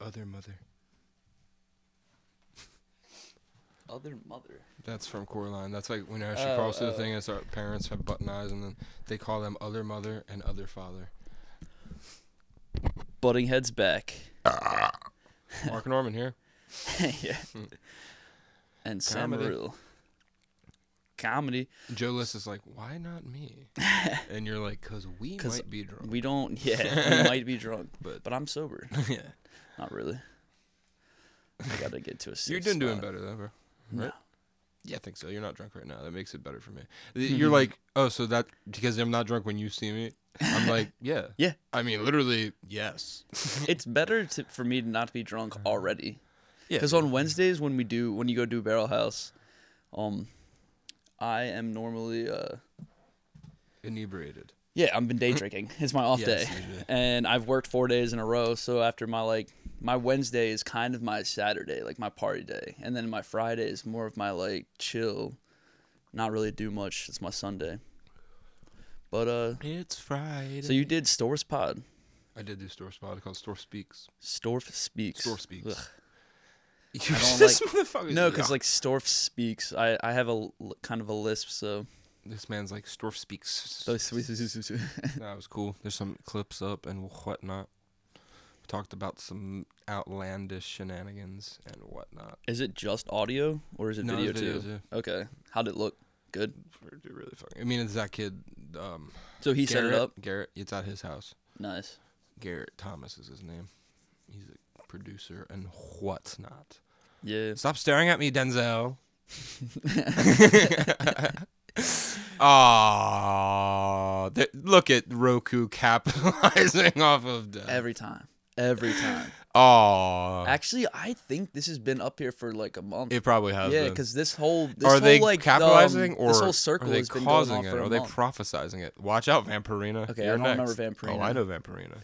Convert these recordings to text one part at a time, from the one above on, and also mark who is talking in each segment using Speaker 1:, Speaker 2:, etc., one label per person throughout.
Speaker 1: Other Mother.
Speaker 2: Other mother.
Speaker 1: That's from Coraline. That's like when she
Speaker 2: Oh,
Speaker 1: calls to the
Speaker 2: oh.
Speaker 1: thing, it's our parents have button eyes, and then they call them Other Mother and Other Father.
Speaker 2: Butting heads back.
Speaker 1: Mark Norman here.
Speaker 2: yeah. And Sam
Speaker 1: Comedy.
Speaker 2: Rule. Comedy.
Speaker 1: Joe List is like, why not me? and you're like, cause we
Speaker 2: 'Cause
Speaker 1: might be drunk.
Speaker 2: We don't. Yeah, we might be drunk,
Speaker 1: But-
Speaker 2: but I'm sober.
Speaker 1: yeah,
Speaker 2: Not really. I gotta get to a. Safe
Speaker 1: you've been doing
Speaker 2: spot.
Speaker 1: better though, bro.
Speaker 2: No.
Speaker 1: right? Yeah, I think so. You're not drunk right now. That makes it better for me. Th- You're like, oh, so that because I'm not drunk when you see me. I'm like, yeah,
Speaker 2: Yeah.
Speaker 1: I mean, literally, yes.
Speaker 2: it's better to, for me to not be drunk already.
Speaker 1: Yeah.
Speaker 2: Because on Wednesdays when we do when you go do Barrel House, um, I am normally uh
Speaker 1: Inebriated.
Speaker 2: yeah I've been day drinking. It's my off
Speaker 1: Mm-hmm. Yes,
Speaker 2: day,
Speaker 1: usually.
Speaker 2: and I've worked four days in a row. So after my like my Wednesday is kind of my Saturday, like my party day, and then my Friday is more of my like chill, not really do much. It's my Sunday. But uh,
Speaker 1: It's Friday.
Speaker 2: so you did Stores Pod,
Speaker 1: I did do store spot called Store Speaks.
Speaker 2: Storf Speaks,
Speaker 1: Store Speaks.
Speaker 2: Ugh.
Speaker 1: You-
Speaker 2: I don't
Speaker 1: this
Speaker 2: like-
Speaker 1: motherfucker's
Speaker 2: No, because like Storf speaks. I, I have a l- kind of a lisp, so
Speaker 1: this man's like Store Speaks.
Speaker 2: yeah,
Speaker 1: That was cool. There's some clips up and whatnot. We talked about some outlandish shenanigans and whatnot.
Speaker 2: is it just audio or is it
Speaker 1: No,
Speaker 2: video,
Speaker 1: it's video
Speaker 2: too?
Speaker 1: too.
Speaker 2: Okay, how did it look? Good.
Speaker 1: We're Really fucking. I mean, it's that kid. Um,
Speaker 2: So he set
Speaker 1: Garrett,
Speaker 2: it up.
Speaker 1: Garrett. It's at his house.
Speaker 2: Nice.
Speaker 1: Garrett Thomas is his name. He's a producer and whatnot.
Speaker 2: Yeah.
Speaker 1: Stop staring at me, Denzel. Aww. Th- look at Roku capitalizing off of that.
Speaker 2: Every time. Every time.
Speaker 1: Aww.
Speaker 2: Actually, I think this has been up here for like a month.
Speaker 1: It probably has.
Speaker 2: yeah,
Speaker 1: been.
Speaker 2: because this whole this
Speaker 1: are
Speaker 2: whole,
Speaker 1: they
Speaker 2: like
Speaker 1: capitalizing
Speaker 2: um,
Speaker 1: or
Speaker 2: this whole circle
Speaker 1: are they
Speaker 2: has been going
Speaker 1: causing
Speaker 2: on
Speaker 1: it?
Speaker 2: for a
Speaker 1: are they
Speaker 2: month.
Speaker 1: prophesizing it? Watch out, Vampirina.
Speaker 2: Okay, I
Speaker 1: You're
Speaker 2: don't remember
Speaker 1: next.
Speaker 2: Vampirina.
Speaker 1: Oh, I know Vampirina.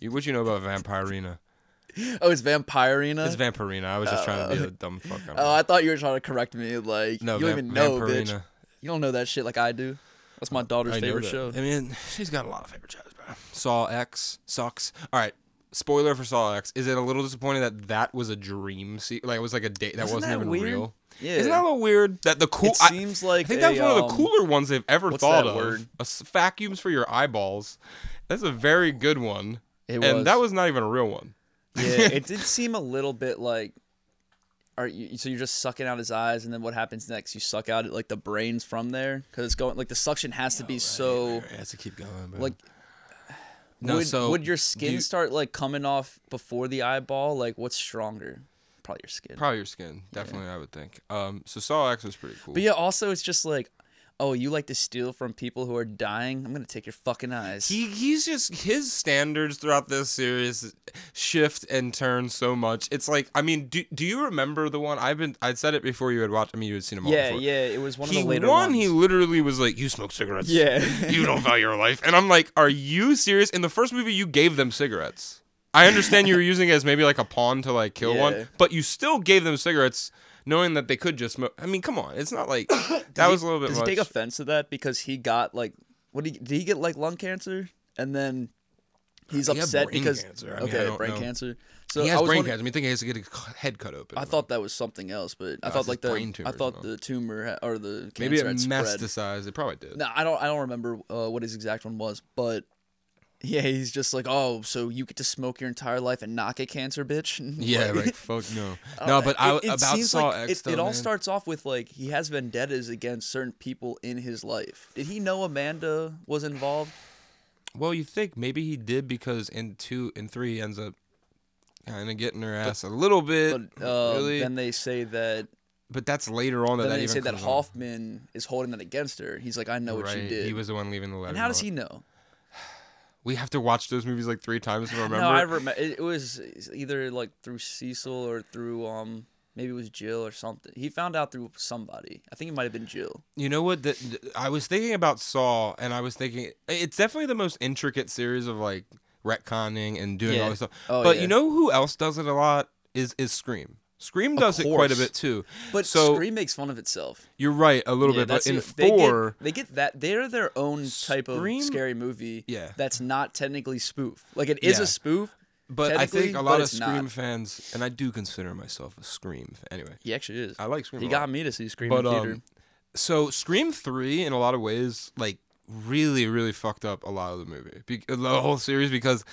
Speaker 1: you, what do you know about Vampirina?
Speaker 2: oh, it's Vampirina.
Speaker 1: It's Vampirina. I was just trying to be a dumb fuck. I don't
Speaker 2: Uh, oh,
Speaker 1: know.
Speaker 2: I thought you were trying to correct me. Like
Speaker 1: no,
Speaker 2: you don't
Speaker 1: Vamp-
Speaker 2: even know,
Speaker 1: Vampirina.
Speaker 2: bitch. You don't know that shit like I do. That's my daughter's
Speaker 1: I know
Speaker 2: favorite
Speaker 1: that.
Speaker 2: show.
Speaker 1: I mean, she's got a lot of favorite shows, bro. Saw X sucks. All right. Spoiler for Saw X. Is it a little disappointing that that was a dream? Se- like it was like a date that
Speaker 2: Wasn't
Speaker 1: wasn't
Speaker 2: that
Speaker 1: even
Speaker 2: weird?
Speaker 1: real.
Speaker 2: Yeah.
Speaker 1: Isn't that a little weird? That the cool.
Speaker 2: It
Speaker 1: I-
Speaker 2: seems like
Speaker 1: I think
Speaker 2: a,
Speaker 1: that was one of the
Speaker 2: um,
Speaker 1: cooler ones they've ever
Speaker 2: what's
Speaker 1: thought
Speaker 2: that
Speaker 1: of.
Speaker 2: word?
Speaker 1: A s- vacuums for your eyeballs. That's a very good one.
Speaker 2: It
Speaker 1: and that
Speaker 2: was.
Speaker 1: was not even a real one.
Speaker 2: yeah, it did seem a little bit like. Are you, so you're just sucking out his eyes, and then what happens next? You suck out like the brains from there because it's going like the suction has to be so
Speaker 1: has to keep going.
Speaker 2: Like,
Speaker 1: no,
Speaker 2: would,
Speaker 1: so
Speaker 2: would your
Speaker 1: do
Speaker 2: skin
Speaker 1: you-
Speaker 2: start like coming off before the eyeball? Like what's stronger? Probably your skin.
Speaker 1: Probably your skin, definitely. I would think. Um, so Saw X was pretty cool.
Speaker 2: But yeah, also it's just like, oh, you like to steal from people who are dying? I'm gonna take your fucking eyes.
Speaker 1: He he's just his standards throughout this series shift and turn so much. It's like I mean, do, do you remember the one I've been? I said it before you had watched. I mean, you had seen him. all
Speaker 2: yeah,
Speaker 1: before.
Speaker 2: yeah. It was one
Speaker 1: He
Speaker 2: of the later
Speaker 1: won.
Speaker 2: ones.
Speaker 1: He literally was like, "You smoke cigarettes.
Speaker 2: Yeah.
Speaker 1: you don't value your life." And I'm like, "Are you serious?" In the first movie, you gave them cigarettes. I understand you were using it as maybe like a pawn to like kill
Speaker 2: Yeah.
Speaker 1: one, but you still gave them cigarettes, knowing that they could just smoke. I mean, come on, it's not like that was a little bit.
Speaker 2: Does
Speaker 1: much.
Speaker 2: he take offense to that because he got like what did he, did he get like lung cancer and then he's
Speaker 1: He had
Speaker 2: upset
Speaker 1: brain
Speaker 2: because
Speaker 1: cancer. I mean, I
Speaker 2: okay
Speaker 1: don't
Speaker 2: brain
Speaker 1: know.
Speaker 2: cancer. So
Speaker 1: he
Speaker 2: I
Speaker 1: has
Speaker 2: was
Speaker 1: brain
Speaker 2: wondering-
Speaker 1: cancer. I mean, think he has to get his c- head cut open.
Speaker 2: I thought that was something else, but I
Speaker 1: Oh, it's
Speaker 2: thought like
Speaker 1: his
Speaker 2: the
Speaker 1: brain
Speaker 2: I
Speaker 1: tumor,
Speaker 2: thought
Speaker 1: though.
Speaker 2: the tumor ha- or the cancer
Speaker 1: maybe it
Speaker 2: had spread.
Speaker 1: metastasized. It probably did.
Speaker 2: No, I don't I don't remember uh, what his exact one was, but yeah, he's just like, oh, so you get to smoke your entire life and not get cancer, bitch.
Speaker 1: Yeah,
Speaker 2: Like-
Speaker 1: like fuck no,
Speaker 2: I
Speaker 1: no.
Speaker 2: don't know.
Speaker 1: But I
Speaker 2: Oh, It- it
Speaker 1: about
Speaker 2: seems
Speaker 1: Saw
Speaker 2: like
Speaker 1: X.
Speaker 2: It,
Speaker 1: though,
Speaker 2: it all
Speaker 1: man.
Speaker 2: starts off with like he has vendettas against certain people in his life. Did he know Amanda was involved?
Speaker 1: Well, you think maybe he did because in two and three he ends up kind of getting her ass a little
Speaker 2: But
Speaker 1: bit,
Speaker 2: uh,
Speaker 1: really.
Speaker 2: then they say that.
Speaker 1: but that's later on that
Speaker 2: Then
Speaker 1: that
Speaker 2: they
Speaker 1: even
Speaker 2: say that
Speaker 1: comes on.
Speaker 2: Hoffman is holding that against her. He's like, I know what
Speaker 1: right?
Speaker 2: you did.
Speaker 1: He was the one leaving the letter.
Speaker 2: and how does
Speaker 1: note.
Speaker 2: he know?
Speaker 1: We have to watch those movies like three times to remember.
Speaker 2: No, I remember it, it was either like through Cecil or through um maybe it was Jill or something. He found out through somebody. I think it might have been Jill.
Speaker 1: You know what? The, th- I was thinking about Saw, and I was thinking it's definitely the most intricate series of like retconning and doing
Speaker 2: Yeah.
Speaker 1: all this stuff.
Speaker 2: Oh,
Speaker 1: but
Speaker 2: yeah.
Speaker 1: you know who else does it a lot is is Scream. Scream does it quite a
Speaker 2: course.
Speaker 1: bit too.
Speaker 2: But
Speaker 1: so
Speaker 2: Scream makes fun of itself.
Speaker 1: you're right a little
Speaker 2: Yeah,
Speaker 1: bit. But
Speaker 2: that's
Speaker 1: in
Speaker 2: it. They get-
Speaker 1: four,
Speaker 2: they get, that they're their own type
Speaker 1: Scream-
Speaker 2: of scary movie.
Speaker 1: Yeah.
Speaker 2: that's not technically spoof. Like it is
Speaker 1: Yeah.
Speaker 2: a spoof,
Speaker 1: But I
Speaker 2: Technically,
Speaker 1: think a
Speaker 2: but
Speaker 1: lot of
Speaker 2: it's not.
Speaker 1: Scream fans, and I do consider myself a Scream. fan. Anyway,
Speaker 2: He actually is.
Speaker 1: I like Scream.
Speaker 2: He
Speaker 1: a lot.
Speaker 2: got me to see Scream
Speaker 1: But
Speaker 2: in theater.
Speaker 1: um, so Scream Three, in a lot of ways, like really, really fucked up a lot of the movie, be- uh, the whole series, because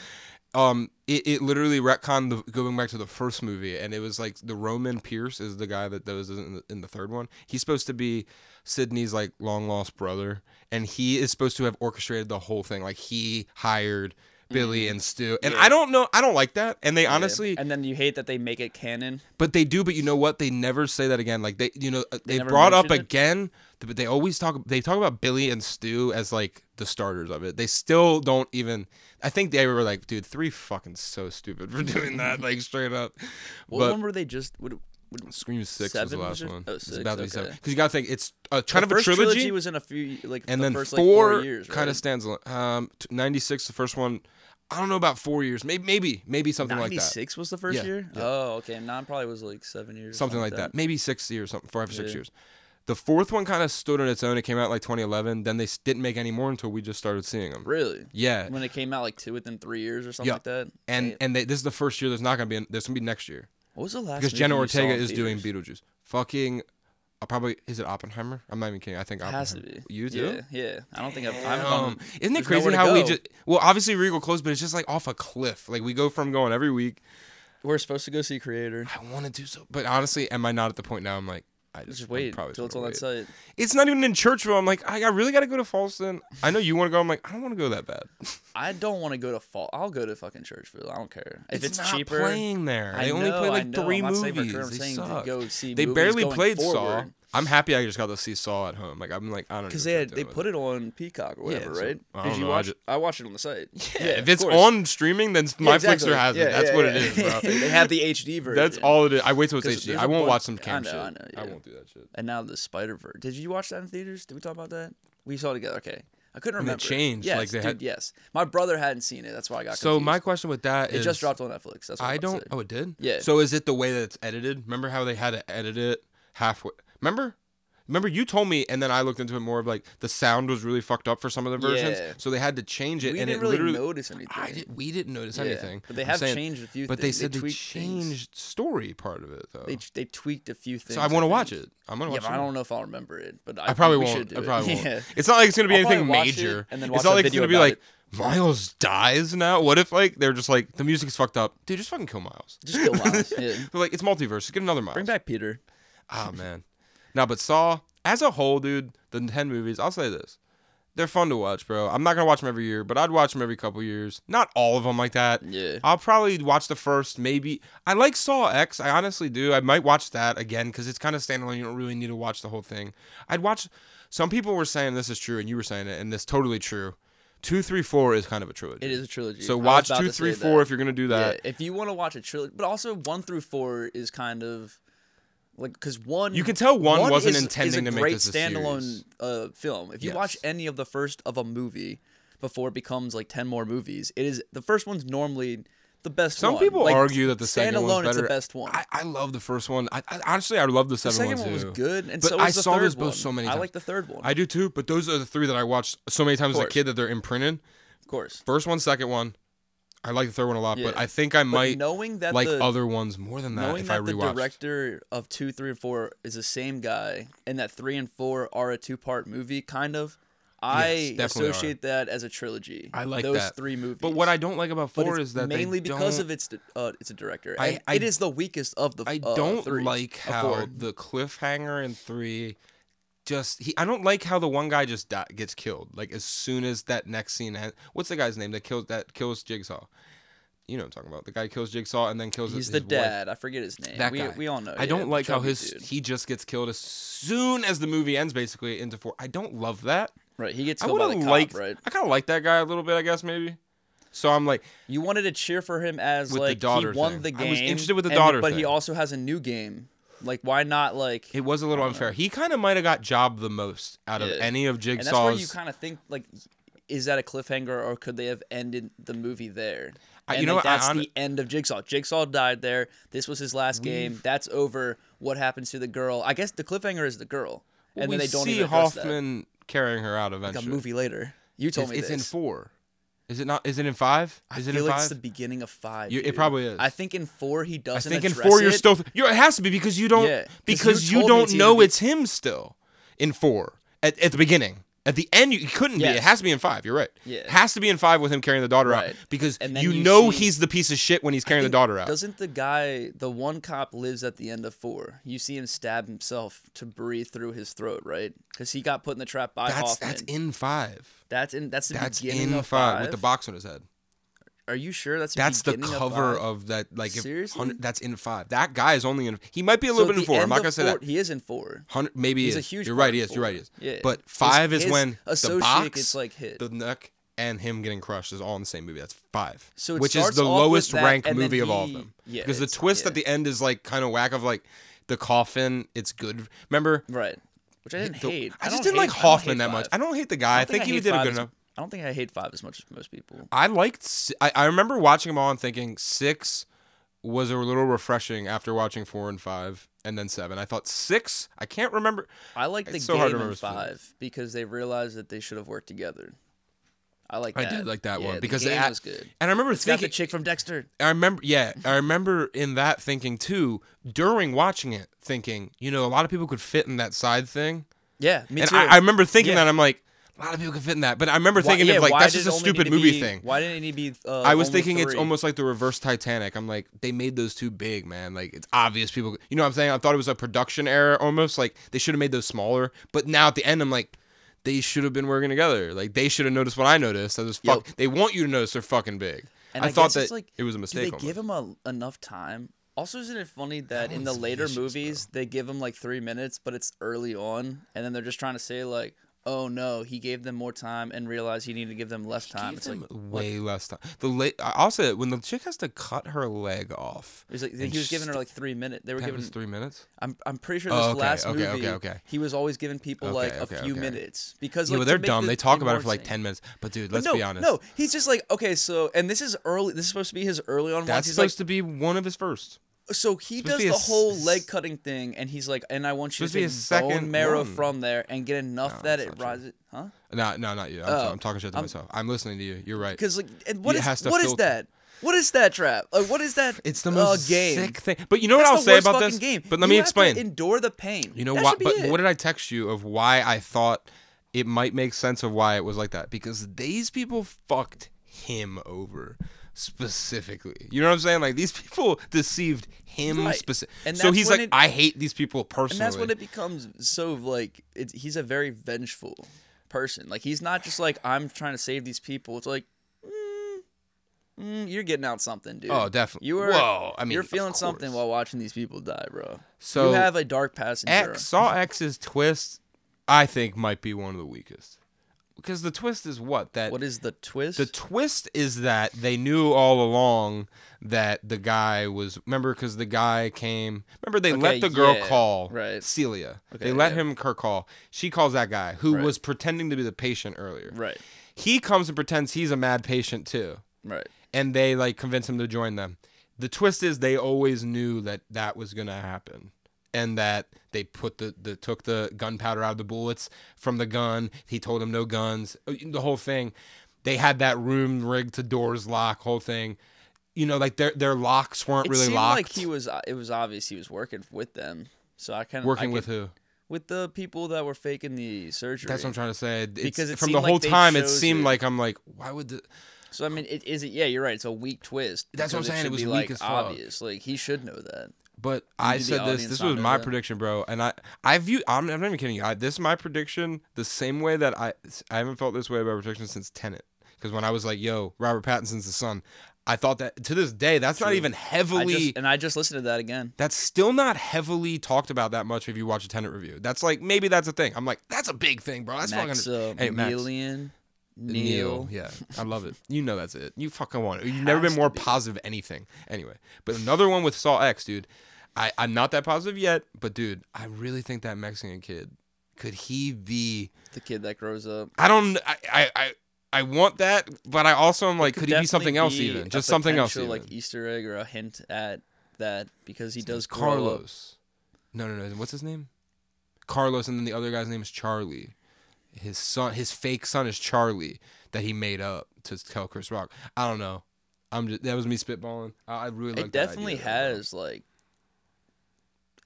Speaker 1: um, it, it literally retconned the, going back to the first movie, and it was like the Roman Pierce is the guy that that was in the, in the third one. He's supposed to be Sydney's like long lost brother, and he is supposed to have orchestrated the whole thing. Like he hired. Billy and Stu, and I don't know. I don't like that. And they honestly,
Speaker 2: and then you hate that they make it canon.
Speaker 1: but they do. But you know what? They never say that again. Like they, you know, uh, they,
Speaker 2: never
Speaker 1: brought up
Speaker 2: mention it?
Speaker 1: again. th- But they always talk. They talk about Billy and Stu as like the starters of it. They still don't even. I think they were like, dude, three fucking so stupid for doing that. like straight up.
Speaker 2: What
Speaker 1: but
Speaker 2: one were they just? Would, would,
Speaker 1: Scream Six was the
Speaker 2: Seven was
Speaker 1: last
Speaker 2: it?
Speaker 1: one.
Speaker 2: Oh,
Speaker 1: It's
Speaker 2: six,
Speaker 1: about to be
Speaker 2: okay.
Speaker 1: seven. Because you gotta think it's uh, kind
Speaker 2: the
Speaker 1: of a
Speaker 2: first
Speaker 1: trilogy.
Speaker 2: was in a few like
Speaker 1: and
Speaker 2: the
Speaker 1: then
Speaker 2: first,
Speaker 1: four,
Speaker 2: like, four years,
Speaker 1: kind of
Speaker 2: right?
Speaker 1: stands alone. Um, t- ninety six, the first one. I don't know about four years. Maybe, maybe, maybe something like that.
Speaker 2: 96 was the first
Speaker 1: Yeah,
Speaker 2: year?
Speaker 1: yeah.
Speaker 2: Oh, okay. Nine probably was like seven years. or
Speaker 1: something like that. Maybe six years, something five or six
Speaker 2: Yeah.
Speaker 1: years. The fourth one kind of stood on its own. It came out like 2011. Then they s- didn't make any more until we just started seeing them.
Speaker 2: Really?
Speaker 1: Yeah,
Speaker 2: When it came out like two within three years or something
Speaker 1: Yeah.
Speaker 2: like that?
Speaker 1: and
Speaker 2: Damn.
Speaker 1: and they, this is the first year. There's not gonna be. an- There's gonna be next year
Speaker 2: what was the last
Speaker 1: because
Speaker 2: movie
Speaker 1: Jenna
Speaker 2: you saw
Speaker 1: Ortega
Speaker 2: in
Speaker 1: is doing Beetlejuice.
Speaker 2: theaters?
Speaker 1: Fucking, I probably is it Oppenheimer? I'm not even kidding. I think
Speaker 2: It
Speaker 1: Oppenheimer.
Speaker 2: has to be.
Speaker 1: You do.
Speaker 2: Yeah, yeah. I don't think I've. I haven't
Speaker 1: Um,
Speaker 2: gone-
Speaker 1: isn't it
Speaker 2: there's nowhere
Speaker 1: crazy
Speaker 2: to
Speaker 1: how we
Speaker 2: go.
Speaker 1: just well obviously Regal closed, but it's just like off a cliff. Like we go from going every week.
Speaker 2: We're supposed to go see Creator.
Speaker 1: I want to do so, but honestly, am I not at the point now? I'm like, I just,
Speaker 2: Just
Speaker 1: I'm
Speaker 2: wait
Speaker 1: probably just
Speaker 2: until it's
Speaker 1: gonna
Speaker 2: on
Speaker 1: wait.
Speaker 2: that site.
Speaker 1: It's not even in Churchville. I'm like, I, I really got to go to Falston. I know you want to go. I'm like, I don't want to go that bad.
Speaker 2: I don't want to go to fall. I'll go to fucking Churchville. I don't care if it's,
Speaker 1: not
Speaker 2: cheaper.
Speaker 1: playing there.
Speaker 2: I
Speaker 1: they only
Speaker 2: know,
Speaker 1: play
Speaker 2: I
Speaker 1: like
Speaker 2: know.
Speaker 1: three
Speaker 2: I'm not saying for
Speaker 1: movies.
Speaker 2: sure. I'm
Speaker 1: They
Speaker 2: saying to
Speaker 1: suck.
Speaker 2: go see
Speaker 1: they
Speaker 2: movies
Speaker 1: barely
Speaker 2: going
Speaker 1: played Saw.
Speaker 2: forward.
Speaker 1: I'm happy I just got to see Saw at home. Like I'm like I don't
Speaker 2: Because
Speaker 1: know
Speaker 2: they
Speaker 1: what
Speaker 2: had,
Speaker 1: to
Speaker 2: they
Speaker 1: do with
Speaker 2: put it on Peacock or whatever,
Speaker 1: so-
Speaker 2: right?
Speaker 1: I
Speaker 2: Did
Speaker 1: don't
Speaker 2: you
Speaker 1: know, I
Speaker 2: watch?
Speaker 1: ju-
Speaker 2: I watched it on the site.
Speaker 1: it. if
Speaker 2: of
Speaker 1: it's
Speaker 2: course.
Speaker 1: on streaming, then my
Speaker 2: Exactly.
Speaker 1: Flixer has
Speaker 2: Yeah,
Speaker 1: it. That's
Speaker 2: yeah,
Speaker 1: what
Speaker 2: yeah.
Speaker 1: it is, bro.
Speaker 2: they have the HD version.
Speaker 1: That's all it is. I wait till it's
Speaker 2: 'Cause
Speaker 1: HD.
Speaker 2: there's
Speaker 1: I
Speaker 2: a
Speaker 1: won't
Speaker 2: bunch-
Speaker 1: watch some
Speaker 2: I
Speaker 1: cam
Speaker 2: know,
Speaker 1: shit.
Speaker 2: I know, yeah.
Speaker 1: won't do that shit.
Speaker 2: And now the Spider Verse. Did you watch that in theaters? Did we talk about that? We saw it together. Okay, I couldn't
Speaker 1: they
Speaker 2: remember.
Speaker 1: changed,
Speaker 2: Yes,
Speaker 1: like, they
Speaker 2: dude,
Speaker 1: had-
Speaker 2: yes. My brother hadn't seen it. That's why I got.
Speaker 1: So
Speaker 2: confused.
Speaker 1: my question with that is
Speaker 2: it just dropped on Netflix. That's what
Speaker 1: I
Speaker 2: I'm about
Speaker 1: don't.
Speaker 2: to say.
Speaker 1: Oh, it did.
Speaker 2: Yeah.
Speaker 1: So is it the way that it's edited? Remember how they had to edit it halfway? Remember? Remember you told me, and then I looked into it more of like the sound was really fucked up for some of the versions,
Speaker 2: Yeah.
Speaker 1: so they had to change it.
Speaker 2: we
Speaker 1: and
Speaker 2: didn't
Speaker 1: it
Speaker 2: really
Speaker 1: literally,
Speaker 2: notice anything.
Speaker 1: I did, we didn't notice
Speaker 2: Yeah,
Speaker 1: anything.
Speaker 2: but they
Speaker 1: I'm
Speaker 2: have
Speaker 1: saying-
Speaker 2: changed a few.
Speaker 1: But they
Speaker 2: things.
Speaker 1: said they,
Speaker 2: tweaked things.
Speaker 1: changed story part of it though.
Speaker 2: They ch- they tweaked a few things.
Speaker 1: so I want to
Speaker 2: think.
Speaker 1: watch it. I'm gonna
Speaker 2: Yeah,
Speaker 1: watch
Speaker 2: but I
Speaker 1: it.
Speaker 2: don't know if I'll remember it. But I,
Speaker 1: I probably
Speaker 2: we
Speaker 1: won't.
Speaker 2: Should do
Speaker 1: I
Speaker 2: it.
Speaker 1: probably won't.
Speaker 2: Yeah.
Speaker 1: It's not like it's gonna be
Speaker 2: I'll probably
Speaker 1: anything
Speaker 2: watch it
Speaker 1: major.
Speaker 2: and then
Speaker 1: it's
Speaker 2: watch
Speaker 1: not
Speaker 2: a
Speaker 1: like it's
Speaker 2: video
Speaker 1: gonna be
Speaker 2: about
Speaker 1: like Miles dies now. What if like they're just like the music's fucked up, dude? Just fucking kill Miles.
Speaker 2: Just kill Miles. yeah.
Speaker 1: They're like it's multiverse. Get another Miles.
Speaker 2: Bring back Peter.
Speaker 1: Oh man. Now, but Saw as a whole, dude, the ten movies. I'll say this, they're fun to watch, bro. I'm not gonna watch them every year, but I'd watch them every couple years. Not all of them like that.
Speaker 2: Yeah.
Speaker 1: I'll probably watch the first, maybe. I like Saw X. I honestly do. I might watch that again because it's kind of standalone. You don't really need to watch the whole thing. I'd watch. Some people were saying this is true, and you were saying it, and it's totally true. Two, three, four is kind of a trilogy.
Speaker 2: It is a trilogy. I
Speaker 1: So
Speaker 2: was
Speaker 1: watch
Speaker 2: about
Speaker 1: two,
Speaker 2: to
Speaker 1: three,
Speaker 2: say
Speaker 1: four
Speaker 2: that.
Speaker 1: if you're gonna do
Speaker 2: Yeah,
Speaker 1: that.
Speaker 2: if you want to watch a trilogy, but also one through four is kind of like because one
Speaker 1: You can tell one wasn't
Speaker 2: is- is
Speaker 1: intending
Speaker 2: a
Speaker 1: to make
Speaker 2: great
Speaker 1: this a
Speaker 2: standalone
Speaker 1: series.
Speaker 2: uh, film. If you watch
Speaker 1: Yes.
Speaker 2: any of the first of a movie before it becomes like ten more movies, it is the first one's normally the best.
Speaker 1: Some
Speaker 2: one.
Speaker 1: people
Speaker 2: Like,
Speaker 1: argue that the second one's
Speaker 2: standalone is
Speaker 1: better.
Speaker 2: the best one.
Speaker 1: I, I love the first one. I, I honestly I love the
Speaker 2: the
Speaker 1: seven
Speaker 2: second
Speaker 1: one
Speaker 2: one was
Speaker 1: too.
Speaker 2: good, and
Speaker 1: But
Speaker 2: so
Speaker 1: I
Speaker 2: was the
Speaker 1: saw
Speaker 2: third
Speaker 1: this both
Speaker 2: one.
Speaker 1: so many
Speaker 2: I
Speaker 1: times.
Speaker 2: like the third one,
Speaker 1: I do too, but those are the three that I watched so many times as a
Speaker 2: course.
Speaker 1: kid that they're imprinted.
Speaker 2: of course.
Speaker 1: First one, second one. I like the third one a lot, but
Speaker 2: Yeah.
Speaker 1: I think I
Speaker 2: But
Speaker 1: might
Speaker 2: knowing that
Speaker 1: like
Speaker 2: the
Speaker 1: other ones more than that
Speaker 2: knowing
Speaker 1: Uh, if
Speaker 2: that
Speaker 1: I
Speaker 2: the
Speaker 1: rewatch.
Speaker 2: director of two, three, and four is the same guy, and that three and four are a two-part movie, kind of. I
Speaker 1: Yes, definitely are.
Speaker 2: associate that as a trilogy.
Speaker 1: I like
Speaker 2: those
Speaker 1: that.
Speaker 2: three movies.
Speaker 1: But what I don't like about
Speaker 2: But
Speaker 1: four
Speaker 2: it's
Speaker 1: is that
Speaker 2: mainly
Speaker 1: they
Speaker 2: because
Speaker 1: don't,
Speaker 2: of its uh, it's a director.
Speaker 1: I-
Speaker 2: and
Speaker 1: I-
Speaker 2: it is the weakest of the.
Speaker 1: I
Speaker 2: uh,
Speaker 1: don't
Speaker 2: three,
Speaker 1: like
Speaker 2: of
Speaker 1: how
Speaker 2: four.
Speaker 1: the cliffhanger in three just he. I don't like how the one guy just die, gets killed. Like as soon as that next scene, ha- what's the guy's name that kills that kills Jigsaw? You know what I'm talking about. The guy kills Jigsaw and then kills. his,
Speaker 2: He's the
Speaker 1: his wife.
Speaker 2: dad. I forget his name.
Speaker 1: That
Speaker 2: we,
Speaker 1: guy.
Speaker 2: we all know.
Speaker 1: I don't like how his
Speaker 2: dude.
Speaker 1: he just gets killed as soon as the movie ends, basically into four. I don't love that.
Speaker 2: right. He gets
Speaker 1: I
Speaker 2: killed
Speaker 1: would
Speaker 2: by the
Speaker 1: have
Speaker 2: cop.
Speaker 1: liked.
Speaker 2: right.
Speaker 1: I kind of like that guy a little bit, I guess maybe. So I'm like,
Speaker 2: You wanted to cheer for him as
Speaker 1: With the
Speaker 2: like
Speaker 1: daughter
Speaker 2: he won
Speaker 1: thing.
Speaker 2: the
Speaker 1: I
Speaker 2: game.
Speaker 1: was interested with the
Speaker 2: and-
Speaker 1: daughter
Speaker 2: but he
Speaker 1: thing.
Speaker 2: also has a new game. Like why not like
Speaker 1: it was a little unfair. He kind of might have got job the most out of
Speaker 2: Yeah.
Speaker 1: any of
Speaker 2: And that's where you
Speaker 1: Jigsaw's.
Speaker 2: kind of think like, is that a cliffhanger or could they have ended the movie there?
Speaker 1: I- you
Speaker 2: And,
Speaker 1: know
Speaker 2: like,
Speaker 1: what, I
Speaker 2: that's
Speaker 1: hon-
Speaker 2: the end of Jigsaw. Jigsaw died there. This was his last game. That's over. What happens to the girl? I guess the cliffhanger is the girl, and
Speaker 1: we
Speaker 2: then they don't
Speaker 1: see
Speaker 2: even address that.
Speaker 1: Hoffman carrying her out eventually.
Speaker 2: Like a movie later. You told
Speaker 1: it's,
Speaker 2: me
Speaker 1: it's
Speaker 2: this.
Speaker 1: in four. Is it not? Is it in five?
Speaker 2: I
Speaker 1: Is it
Speaker 2: feel
Speaker 1: in
Speaker 2: like
Speaker 1: five?
Speaker 2: it's the beginning of five.
Speaker 1: You- it
Speaker 2: dude.
Speaker 1: probably is.
Speaker 2: I think in four he
Speaker 1: I
Speaker 2: doesn't.
Speaker 1: think in
Speaker 2: address
Speaker 1: four you're
Speaker 2: it.
Speaker 1: still. You're, it has to be because you don't
Speaker 2: Yeah, 'cause you
Speaker 1: because you
Speaker 2: told me
Speaker 1: don't
Speaker 2: to
Speaker 1: know
Speaker 2: be-
Speaker 1: it's him still in four at, at the beginning. At the end, you it couldn't be. It
Speaker 2: Yes.
Speaker 1: has to be in five. You're right.
Speaker 2: Yeah.
Speaker 1: has to be in five with him carrying the daughter out
Speaker 2: Right.
Speaker 1: because
Speaker 2: And then
Speaker 1: you,
Speaker 2: you
Speaker 1: know
Speaker 2: see-
Speaker 1: he's the piece of shit when he's carrying the
Speaker 2: think-
Speaker 1: daughter out.
Speaker 2: Doesn't the guy, the one cop, lives at the end of four? You see him stab himself to breathe through his throat, right? Because he got put in the trap by
Speaker 1: that's
Speaker 2: Hoffman.
Speaker 1: that's in five.
Speaker 2: That's in. That's the
Speaker 1: That's
Speaker 2: beginning
Speaker 1: in
Speaker 2: of
Speaker 1: five with the box on his head.
Speaker 2: Are you sure that's the
Speaker 1: That's the
Speaker 2: beginning
Speaker 1: cover
Speaker 2: of?
Speaker 1: of,
Speaker 2: five?
Speaker 1: that. Like, if
Speaker 2: Seriously?
Speaker 1: 100 that's in five. That guy is only in. He might be a little
Speaker 2: So
Speaker 1: bit in
Speaker 2: the
Speaker 1: four. I'm
Speaker 2: end
Speaker 1: not
Speaker 2: of
Speaker 1: gonna say that.
Speaker 2: four- He is in four.
Speaker 1: Hundred, maybe he
Speaker 2: He's a
Speaker 1: is.
Speaker 2: huge
Speaker 1: You're right.
Speaker 2: part
Speaker 1: He
Speaker 2: of
Speaker 1: is. You're right. He
Speaker 2: four.
Speaker 1: is.
Speaker 2: Yeah.
Speaker 1: But
Speaker 2: His-
Speaker 1: five is
Speaker 2: his
Speaker 1: when the
Speaker 2: associate
Speaker 1: box,
Speaker 2: gets, like, hit.
Speaker 1: the neck, and him getting crushed is all in the same movie. That's five.
Speaker 2: So it
Speaker 1: which is
Speaker 2: starts
Speaker 1: the
Speaker 2: off with
Speaker 1: lowest
Speaker 2: that,
Speaker 1: ranked
Speaker 2: and then
Speaker 1: movie of all of
Speaker 2: he-
Speaker 1: them.
Speaker 2: yeah,
Speaker 1: Because the
Speaker 2: it's-
Speaker 1: twist
Speaker 2: yeah.
Speaker 1: at the end is like kind of whack of like the coffin. It's good. Remember.
Speaker 2: Right. Which I didn't
Speaker 1: the-
Speaker 2: hate.
Speaker 1: I, just
Speaker 2: don't
Speaker 1: didn't like
Speaker 2: hate- I don't
Speaker 1: Hoffman
Speaker 2: hate
Speaker 1: that much.
Speaker 2: five.
Speaker 1: I don't hate the guy. I,
Speaker 2: don't
Speaker 1: think, he
Speaker 2: hate
Speaker 1: did a
Speaker 2: five
Speaker 1: good
Speaker 2: as-
Speaker 1: enough.
Speaker 2: I don't think I hate five as much as most people.
Speaker 1: I liked. si- I, I remember watching them all and thinking six was a little refreshing after watching four and five, and then seven. I thought six. I can't remember.
Speaker 2: I like the
Speaker 1: It's so
Speaker 2: game
Speaker 1: hard to
Speaker 2: in
Speaker 1: remember specifics.
Speaker 2: five because they realized that they should have worked together. I like.
Speaker 1: I
Speaker 2: That.
Speaker 1: did like that
Speaker 2: Yeah,
Speaker 1: one
Speaker 2: the
Speaker 1: because
Speaker 2: game
Speaker 1: it,
Speaker 2: was good.
Speaker 1: And I remember
Speaker 2: It's got
Speaker 1: thinking,
Speaker 2: the chick from Dexter.
Speaker 1: I remember, yeah, I remember in that thinking too during watching it, thinking, you know, a lot of people could fit in that side thing,
Speaker 2: Yeah, me
Speaker 1: and
Speaker 2: too.
Speaker 1: I, I remember thinking
Speaker 2: Yeah.
Speaker 1: that I'm like, a lot of people could fit in that, but I remember
Speaker 2: Why-
Speaker 1: thinking
Speaker 2: yeah,
Speaker 1: of like
Speaker 2: why
Speaker 1: that's
Speaker 2: did
Speaker 1: just a
Speaker 2: it only need
Speaker 1: stupid
Speaker 2: to
Speaker 1: movie
Speaker 2: be-
Speaker 1: thing.
Speaker 2: Why didn't it need to be? Uh,
Speaker 1: I was
Speaker 2: only
Speaker 1: thinking it's
Speaker 2: three?
Speaker 1: almost like the reverse Titanic. I'm like, they made those too big, man. Like it's obvious people, you know, what I'm saying I thought it was a production error almost. Like they should have made those smaller, but now at the end, I'm like. They should have been working together. Like they should have noticed what I noticed. I was fuck. They want you to notice they're fucking big.
Speaker 2: And
Speaker 1: I, thought
Speaker 2: guess it's
Speaker 1: that it was a mistake.
Speaker 2: Do they
Speaker 1: almost.
Speaker 2: give him a, enough time? Also, isn't it funny that, in the
Speaker 1: one's
Speaker 2: later
Speaker 1: vicious,
Speaker 2: movies they give him like three minutes, but it's early on, and then they're just trying to say like, "Oh no, he gave them more time and realized he needed to give them less time."
Speaker 1: gave
Speaker 2: It's like
Speaker 1: them way less time. The late also when the chick has to cut her leg off.
Speaker 2: It was like
Speaker 1: and
Speaker 2: he was giving her
Speaker 1: st-
Speaker 2: like three minutes. They were
Speaker 1: that
Speaker 2: giving.
Speaker 1: was three minutes.
Speaker 2: I'm I'm pretty sure
Speaker 1: Oh,
Speaker 2: this
Speaker 1: okay,
Speaker 2: last
Speaker 1: okay,
Speaker 2: movie.
Speaker 1: okay, okay.
Speaker 2: He was always giving people
Speaker 1: Okay,
Speaker 2: like
Speaker 1: okay,
Speaker 2: a few
Speaker 1: okay.
Speaker 2: minutes because
Speaker 1: yeah,
Speaker 2: like
Speaker 1: but
Speaker 2: to
Speaker 1: they're
Speaker 2: make
Speaker 1: dumb.
Speaker 2: the
Speaker 1: they talk
Speaker 2: thing
Speaker 1: about it
Speaker 2: more
Speaker 1: for like
Speaker 2: exciting.
Speaker 1: ten minutes. But dude,
Speaker 2: But
Speaker 1: let's
Speaker 2: no,
Speaker 1: be honest.
Speaker 2: no, he's just like okay, so and this is early. This is supposed to be his early on. ones.
Speaker 1: that's
Speaker 2: He's
Speaker 1: supposed to
Speaker 2: like
Speaker 1: be one of his first.
Speaker 2: so he
Speaker 1: supposed to
Speaker 2: does
Speaker 1: be
Speaker 2: the
Speaker 1: a s-
Speaker 2: whole leg cutting thing, and he's like, and I want you to
Speaker 1: supposed to be
Speaker 2: take
Speaker 1: a second
Speaker 2: bone marrow
Speaker 1: one.
Speaker 2: from there and get enough that
Speaker 1: that's
Speaker 2: it
Speaker 1: not true.
Speaker 2: rises, huh?
Speaker 1: No, no, not you. I'm, sorry, I'm talking shit to
Speaker 2: Oh, I'm-
Speaker 1: myself. I'm listening to you. You're right.
Speaker 2: Because like, and what
Speaker 1: It
Speaker 2: is
Speaker 1: has to
Speaker 2: what is
Speaker 1: filter.
Speaker 2: that? What is that trap? Like, what is that?
Speaker 1: It's the most
Speaker 2: uh, game.
Speaker 1: sick thing. But you know what
Speaker 2: That's
Speaker 1: I'll
Speaker 2: the
Speaker 1: say
Speaker 2: worst
Speaker 1: about
Speaker 2: fucking
Speaker 1: this?
Speaker 2: Game.
Speaker 1: But let
Speaker 2: You
Speaker 1: me
Speaker 2: have to
Speaker 1: explain.
Speaker 2: endure the pain.
Speaker 1: You know
Speaker 2: That
Speaker 1: why?
Speaker 2: should be
Speaker 1: But
Speaker 2: it.
Speaker 1: what did I text you of why I thought it might make sense of why it was like that? Because these people fucked him over specifically. You know what I'm saying? Like these people deceived him
Speaker 2: Right.
Speaker 1: specifically.
Speaker 2: And
Speaker 1: So
Speaker 2: that's
Speaker 1: he's
Speaker 2: when
Speaker 1: like,
Speaker 2: it-
Speaker 1: I hate these people personally.
Speaker 2: and that's when it becomes so like it, he's a very vengeful person like he's not just like i'm trying to save these people it's like mm, mm, you're getting out something dude
Speaker 1: Oh, definitely.
Speaker 2: you were
Speaker 1: Whoa, I mean,
Speaker 2: you're
Speaker 1: of
Speaker 2: feeling something
Speaker 1: course.
Speaker 2: while watching these people die bro
Speaker 1: So,
Speaker 2: you have a dark passenger
Speaker 1: X saw X's twist. I think might be one of the weakest because the twist is what that
Speaker 2: what is the twist
Speaker 1: The twist is that they knew all along that the guy was. Remember, because the guy came. Remember, they
Speaker 2: Okay,
Speaker 1: let the girl
Speaker 2: yeah,
Speaker 1: call
Speaker 2: right.
Speaker 1: Celia. they
Speaker 2: Okay,
Speaker 1: let
Speaker 2: yeah.
Speaker 1: him her call. She calls that guy who
Speaker 2: Right.
Speaker 1: was pretending to be the patient earlier.
Speaker 2: right
Speaker 1: He comes and pretends he's a mad patient too,
Speaker 2: right
Speaker 1: and they like convince him to join them. The twist is they always knew that that was gonna happen. And that they put the, the took the gunpowder out of the bullets from the gun. He told him no guns. uh, The whole thing they had that room rigged to doors lock whole thing you know like their their locks weren't
Speaker 2: it
Speaker 1: really
Speaker 2: seemed
Speaker 1: locked
Speaker 2: like he was uh, it was obvious he was working with them so i kind of
Speaker 1: working with who
Speaker 2: with the people that were faking the surgery
Speaker 1: that's what i'm trying to say it's,
Speaker 2: Because it
Speaker 1: from
Speaker 2: seemed
Speaker 1: the
Speaker 2: like
Speaker 1: whole
Speaker 2: they
Speaker 1: time it
Speaker 2: chose
Speaker 1: seemed
Speaker 2: it.
Speaker 1: like i'm like why would the
Speaker 2: So I mean, it is it. Yeah, you're right. It's a weak twist.
Speaker 1: That's what I'm
Speaker 2: because
Speaker 1: saying, it
Speaker 2: should
Speaker 1: was
Speaker 2: be,
Speaker 1: weak
Speaker 2: like,
Speaker 1: as fuck.
Speaker 2: Obvious. Like he should know that.
Speaker 1: but i
Speaker 2: did the
Speaker 1: said this
Speaker 2: audience
Speaker 1: this
Speaker 2: not
Speaker 1: was
Speaker 2: know
Speaker 1: my
Speaker 2: that?
Speaker 1: prediction bro and i i view i'm, I'm not even kidding you I, this is my prediction the same way that i i haven't felt this way about prediction since Tenet. because when i was like yo robert pattinson's the son i thought that to this day that's not even
Speaker 2: I
Speaker 1: heavily
Speaker 2: just, and I just listened to that again.
Speaker 1: That's still not heavily talked about that much if you watch a tenant review. That's like maybe that's a thing. I'm like, that's a big thing, bro. That's
Speaker 2: Max,
Speaker 1: fucking
Speaker 2: uh,
Speaker 1: hey, Max.
Speaker 2: Millian,
Speaker 1: Neil.
Speaker 2: Neil.
Speaker 1: Yeah. I love it. You know that's it. You fucking want it. You've never been
Speaker 2: Has
Speaker 1: more
Speaker 2: to be.
Speaker 1: positive anything. Anyway. But another one with Saw X, dude. I, I'm not that positive yet, but dude, I really think that Mexican kid could he be
Speaker 2: the kid that grows up.
Speaker 1: I don't I I, I I want that, but I also am like, could he be
Speaker 2: Definitely
Speaker 1: something else
Speaker 2: be
Speaker 1: even?
Speaker 2: a
Speaker 1: Just something else.
Speaker 2: potential,
Speaker 1: even.
Speaker 2: like Easter egg or a hint at that because he does grow up.
Speaker 1: Carlos. No, no, no. What's his name? Carlos, and then the other guy's name is Charlie. his son, his fake son is Charlie that he made up to tell Chris Rock. I don't know. I'm just that was me spitballing. I, I really like
Speaker 2: it definitely has like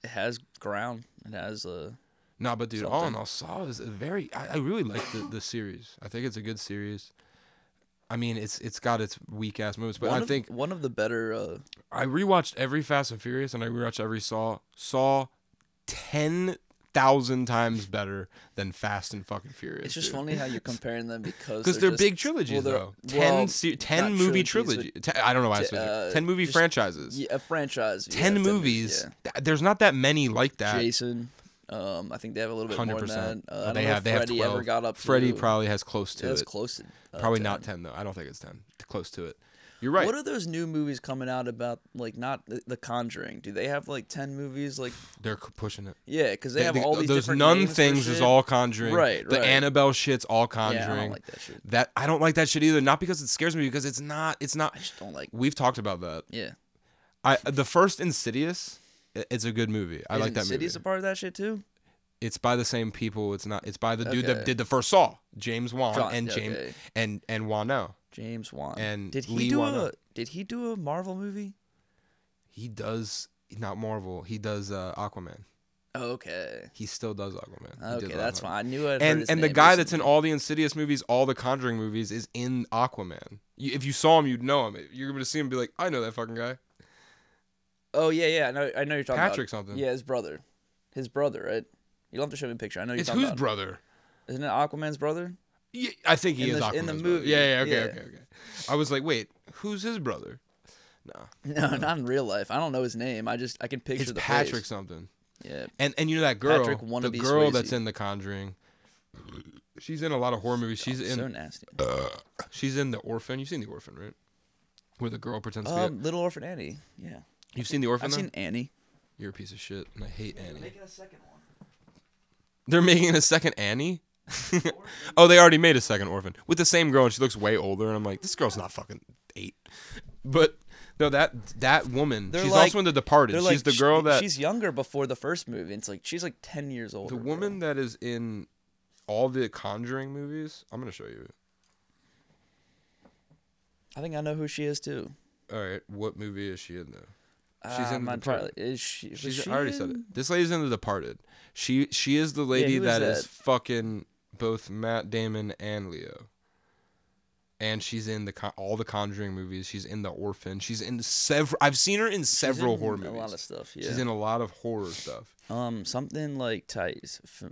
Speaker 2: it has ground. It has uh, a
Speaker 1: No, but dude, all in
Speaker 2: something.
Speaker 1: all, Saw is a very. I, I really like the, the series. I think it's a good series. I mean, it's it's got its weak ass moments, but
Speaker 2: one
Speaker 1: I
Speaker 2: of,
Speaker 1: think
Speaker 2: one of the better uh,
Speaker 1: I rewatched every Fast and Furious and I rewatched every Saw. Saw ten thousand times better than Fast and fucking Furious.
Speaker 2: It's just
Speaker 1: dude.
Speaker 2: funny how you're comparing them because
Speaker 1: because they're,
Speaker 2: just-
Speaker 1: big trilogies
Speaker 2: well, they're-
Speaker 1: though.
Speaker 2: well,
Speaker 1: Ten, se- ten
Speaker 2: not
Speaker 1: movie
Speaker 2: trilogies,
Speaker 1: trilogy. Te- I don't know why I
Speaker 2: t-
Speaker 1: said that.
Speaker 2: uh,
Speaker 1: ten movie
Speaker 2: just- but-
Speaker 1: franchises.
Speaker 2: Yeah, a franchise. yeah,
Speaker 1: ten
Speaker 2: it's a movie,
Speaker 1: movies.
Speaker 2: yeah.
Speaker 1: Th- There's not that many like that.
Speaker 2: Jason. Um, I think they have a little bit more
Speaker 1: 100%.
Speaker 2: than that. Uh, I don't
Speaker 1: they
Speaker 2: know
Speaker 1: have
Speaker 2: if
Speaker 1: they
Speaker 2: Freddy
Speaker 1: have
Speaker 2: ever
Speaker 1: 12.
Speaker 2: got up.
Speaker 1: Freddy
Speaker 2: to,
Speaker 1: probably has close to
Speaker 2: yeah, that's
Speaker 1: it.
Speaker 2: close to uh,
Speaker 1: Probably
Speaker 2: 10.
Speaker 1: not 10 though. I don't think it's 10. Close to it. You're right.
Speaker 2: What are those new movies coming out about? Like not the, the Conjuring. Do they have like ten movies? Like
Speaker 1: They're c- pushing it.
Speaker 2: yeah, because they have
Speaker 1: The- the-
Speaker 2: all these
Speaker 1: those
Speaker 2: different
Speaker 1: nun
Speaker 2: names for
Speaker 1: things is
Speaker 2: shit.
Speaker 1: all conjuring.
Speaker 2: Right,
Speaker 1: The
Speaker 2: right.
Speaker 1: Annabelle shit's all
Speaker 2: Yeah, I
Speaker 1: conjuring.
Speaker 2: don't like that shit.
Speaker 1: that I don't like that shit either. Not because it scares me, because it's not. It's not.
Speaker 2: I just don't like.
Speaker 1: We've talked about that.
Speaker 2: Yeah,
Speaker 1: I the first Insidious. i- It's a good movie. I like
Speaker 2: Isn't
Speaker 1: that
Speaker 2: City's
Speaker 1: movie.
Speaker 2: a part of that shit too.
Speaker 1: it's by the same people. It's not. It's by the dude
Speaker 2: Okay.
Speaker 1: that did the first Saw, James Wan
Speaker 2: John-
Speaker 1: and James
Speaker 2: okay.
Speaker 1: and and Wano.
Speaker 2: James Wan.
Speaker 1: And
Speaker 2: did he
Speaker 1: Lee
Speaker 2: do
Speaker 1: Wan-ho.
Speaker 2: a? Did he do a Marvel movie?
Speaker 1: He does not Marvel. He does uh, Aquaman.
Speaker 2: Okay.
Speaker 1: He still does Aquaman. He did
Speaker 2: Okay,
Speaker 1: Aquaman.
Speaker 2: that's fine. I knew it.
Speaker 1: and and the guy that's in all the Insidious movies, all the Conjuring movies, is in Aquaman. You, if you saw him, you'd know him. You're gonna see him and be like, I know that fucking guy,
Speaker 2: Oh yeah, yeah. I know. I know you're talking
Speaker 1: Patrick
Speaker 2: about.
Speaker 1: something.
Speaker 2: Yeah, his brother. His brother, right? You don't have to show me a picture. I know you're
Speaker 1: it's
Speaker 2: talking
Speaker 1: whose
Speaker 2: about.
Speaker 1: brother?
Speaker 2: Isn't it Aquaman's brother?
Speaker 1: Yeah, I think he
Speaker 2: In
Speaker 1: is
Speaker 2: the-
Speaker 1: Aquaman's
Speaker 2: in the
Speaker 1: brother.
Speaker 2: movie,
Speaker 1: Yeah, yeah, okay,
Speaker 2: yeah.
Speaker 1: okay, okay. I was like, wait, who's his brother?
Speaker 2: No, not in real life. I don't know his name. I just I can picture
Speaker 1: It's
Speaker 2: the
Speaker 1: Patrick
Speaker 2: face.
Speaker 1: something.
Speaker 2: Yeah.
Speaker 1: And and you know that girl,
Speaker 2: Patrick
Speaker 1: the
Speaker 2: wannabe
Speaker 1: girl that's
Speaker 2: Swayze.
Speaker 1: in The Conjuring. She's in a lot of horror movies. She's in uh,
Speaker 2: so nasty.
Speaker 1: she's in The Orphan. You've seen The Orphan, right? Where the girl pretends to be.
Speaker 2: Um, Little Orphan Annie. Yeah.
Speaker 1: A, you've seen The Orphan.
Speaker 2: I've
Speaker 1: though?
Speaker 2: seen Annie.
Speaker 1: You're a piece of shit, and I hate Annie.
Speaker 2: a second one.
Speaker 1: They're making a second Annie. oh, they already made a second Orphan with the same girl, and she looks way older. And I'm like, this girl's not fucking eight. But no, that that woman.
Speaker 2: They're
Speaker 1: she's
Speaker 2: like-
Speaker 1: also in The Departed.
Speaker 2: They're
Speaker 1: She's
Speaker 2: like,
Speaker 1: the
Speaker 2: sh-
Speaker 1: girl that
Speaker 2: she's younger before the first movie. It's like she's like ten years old.
Speaker 1: the woman that is in all the Conjuring movies. I'm gonna show you.
Speaker 2: I think I know who she is too.
Speaker 1: All right, what movie is she in though? She's in
Speaker 2: Uh, I'm
Speaker 1: The
Speaker 2: not entirely-
Speaker 1: Departed.
Speaker 2: Is she? was
Speaker 1: She's
Speaker 2: she
Speaker 1: I already said
Speaker 2: in-
Speaker 1: it. This lady's in The Departed. She she is the lady
Speaker 2: who is
Speaker 1: that is
Speaker 2: that?
Speaker 1: fucking both Matt Damon and Leo. And she's in the con- all the Conjuring movies. She's in The Orphan. She's in several. I've seen her in
Speaker 2: She's
Speaker 1: several
Speaker 2: in
Speaker 1: horror
Speaker 2: a
Speaker 1: movies.
Speaker 2: lot of stuff. Yeah.
Speaker 1: She's in a lot of horror stuff.
Speaker 2: um something like Tice. F-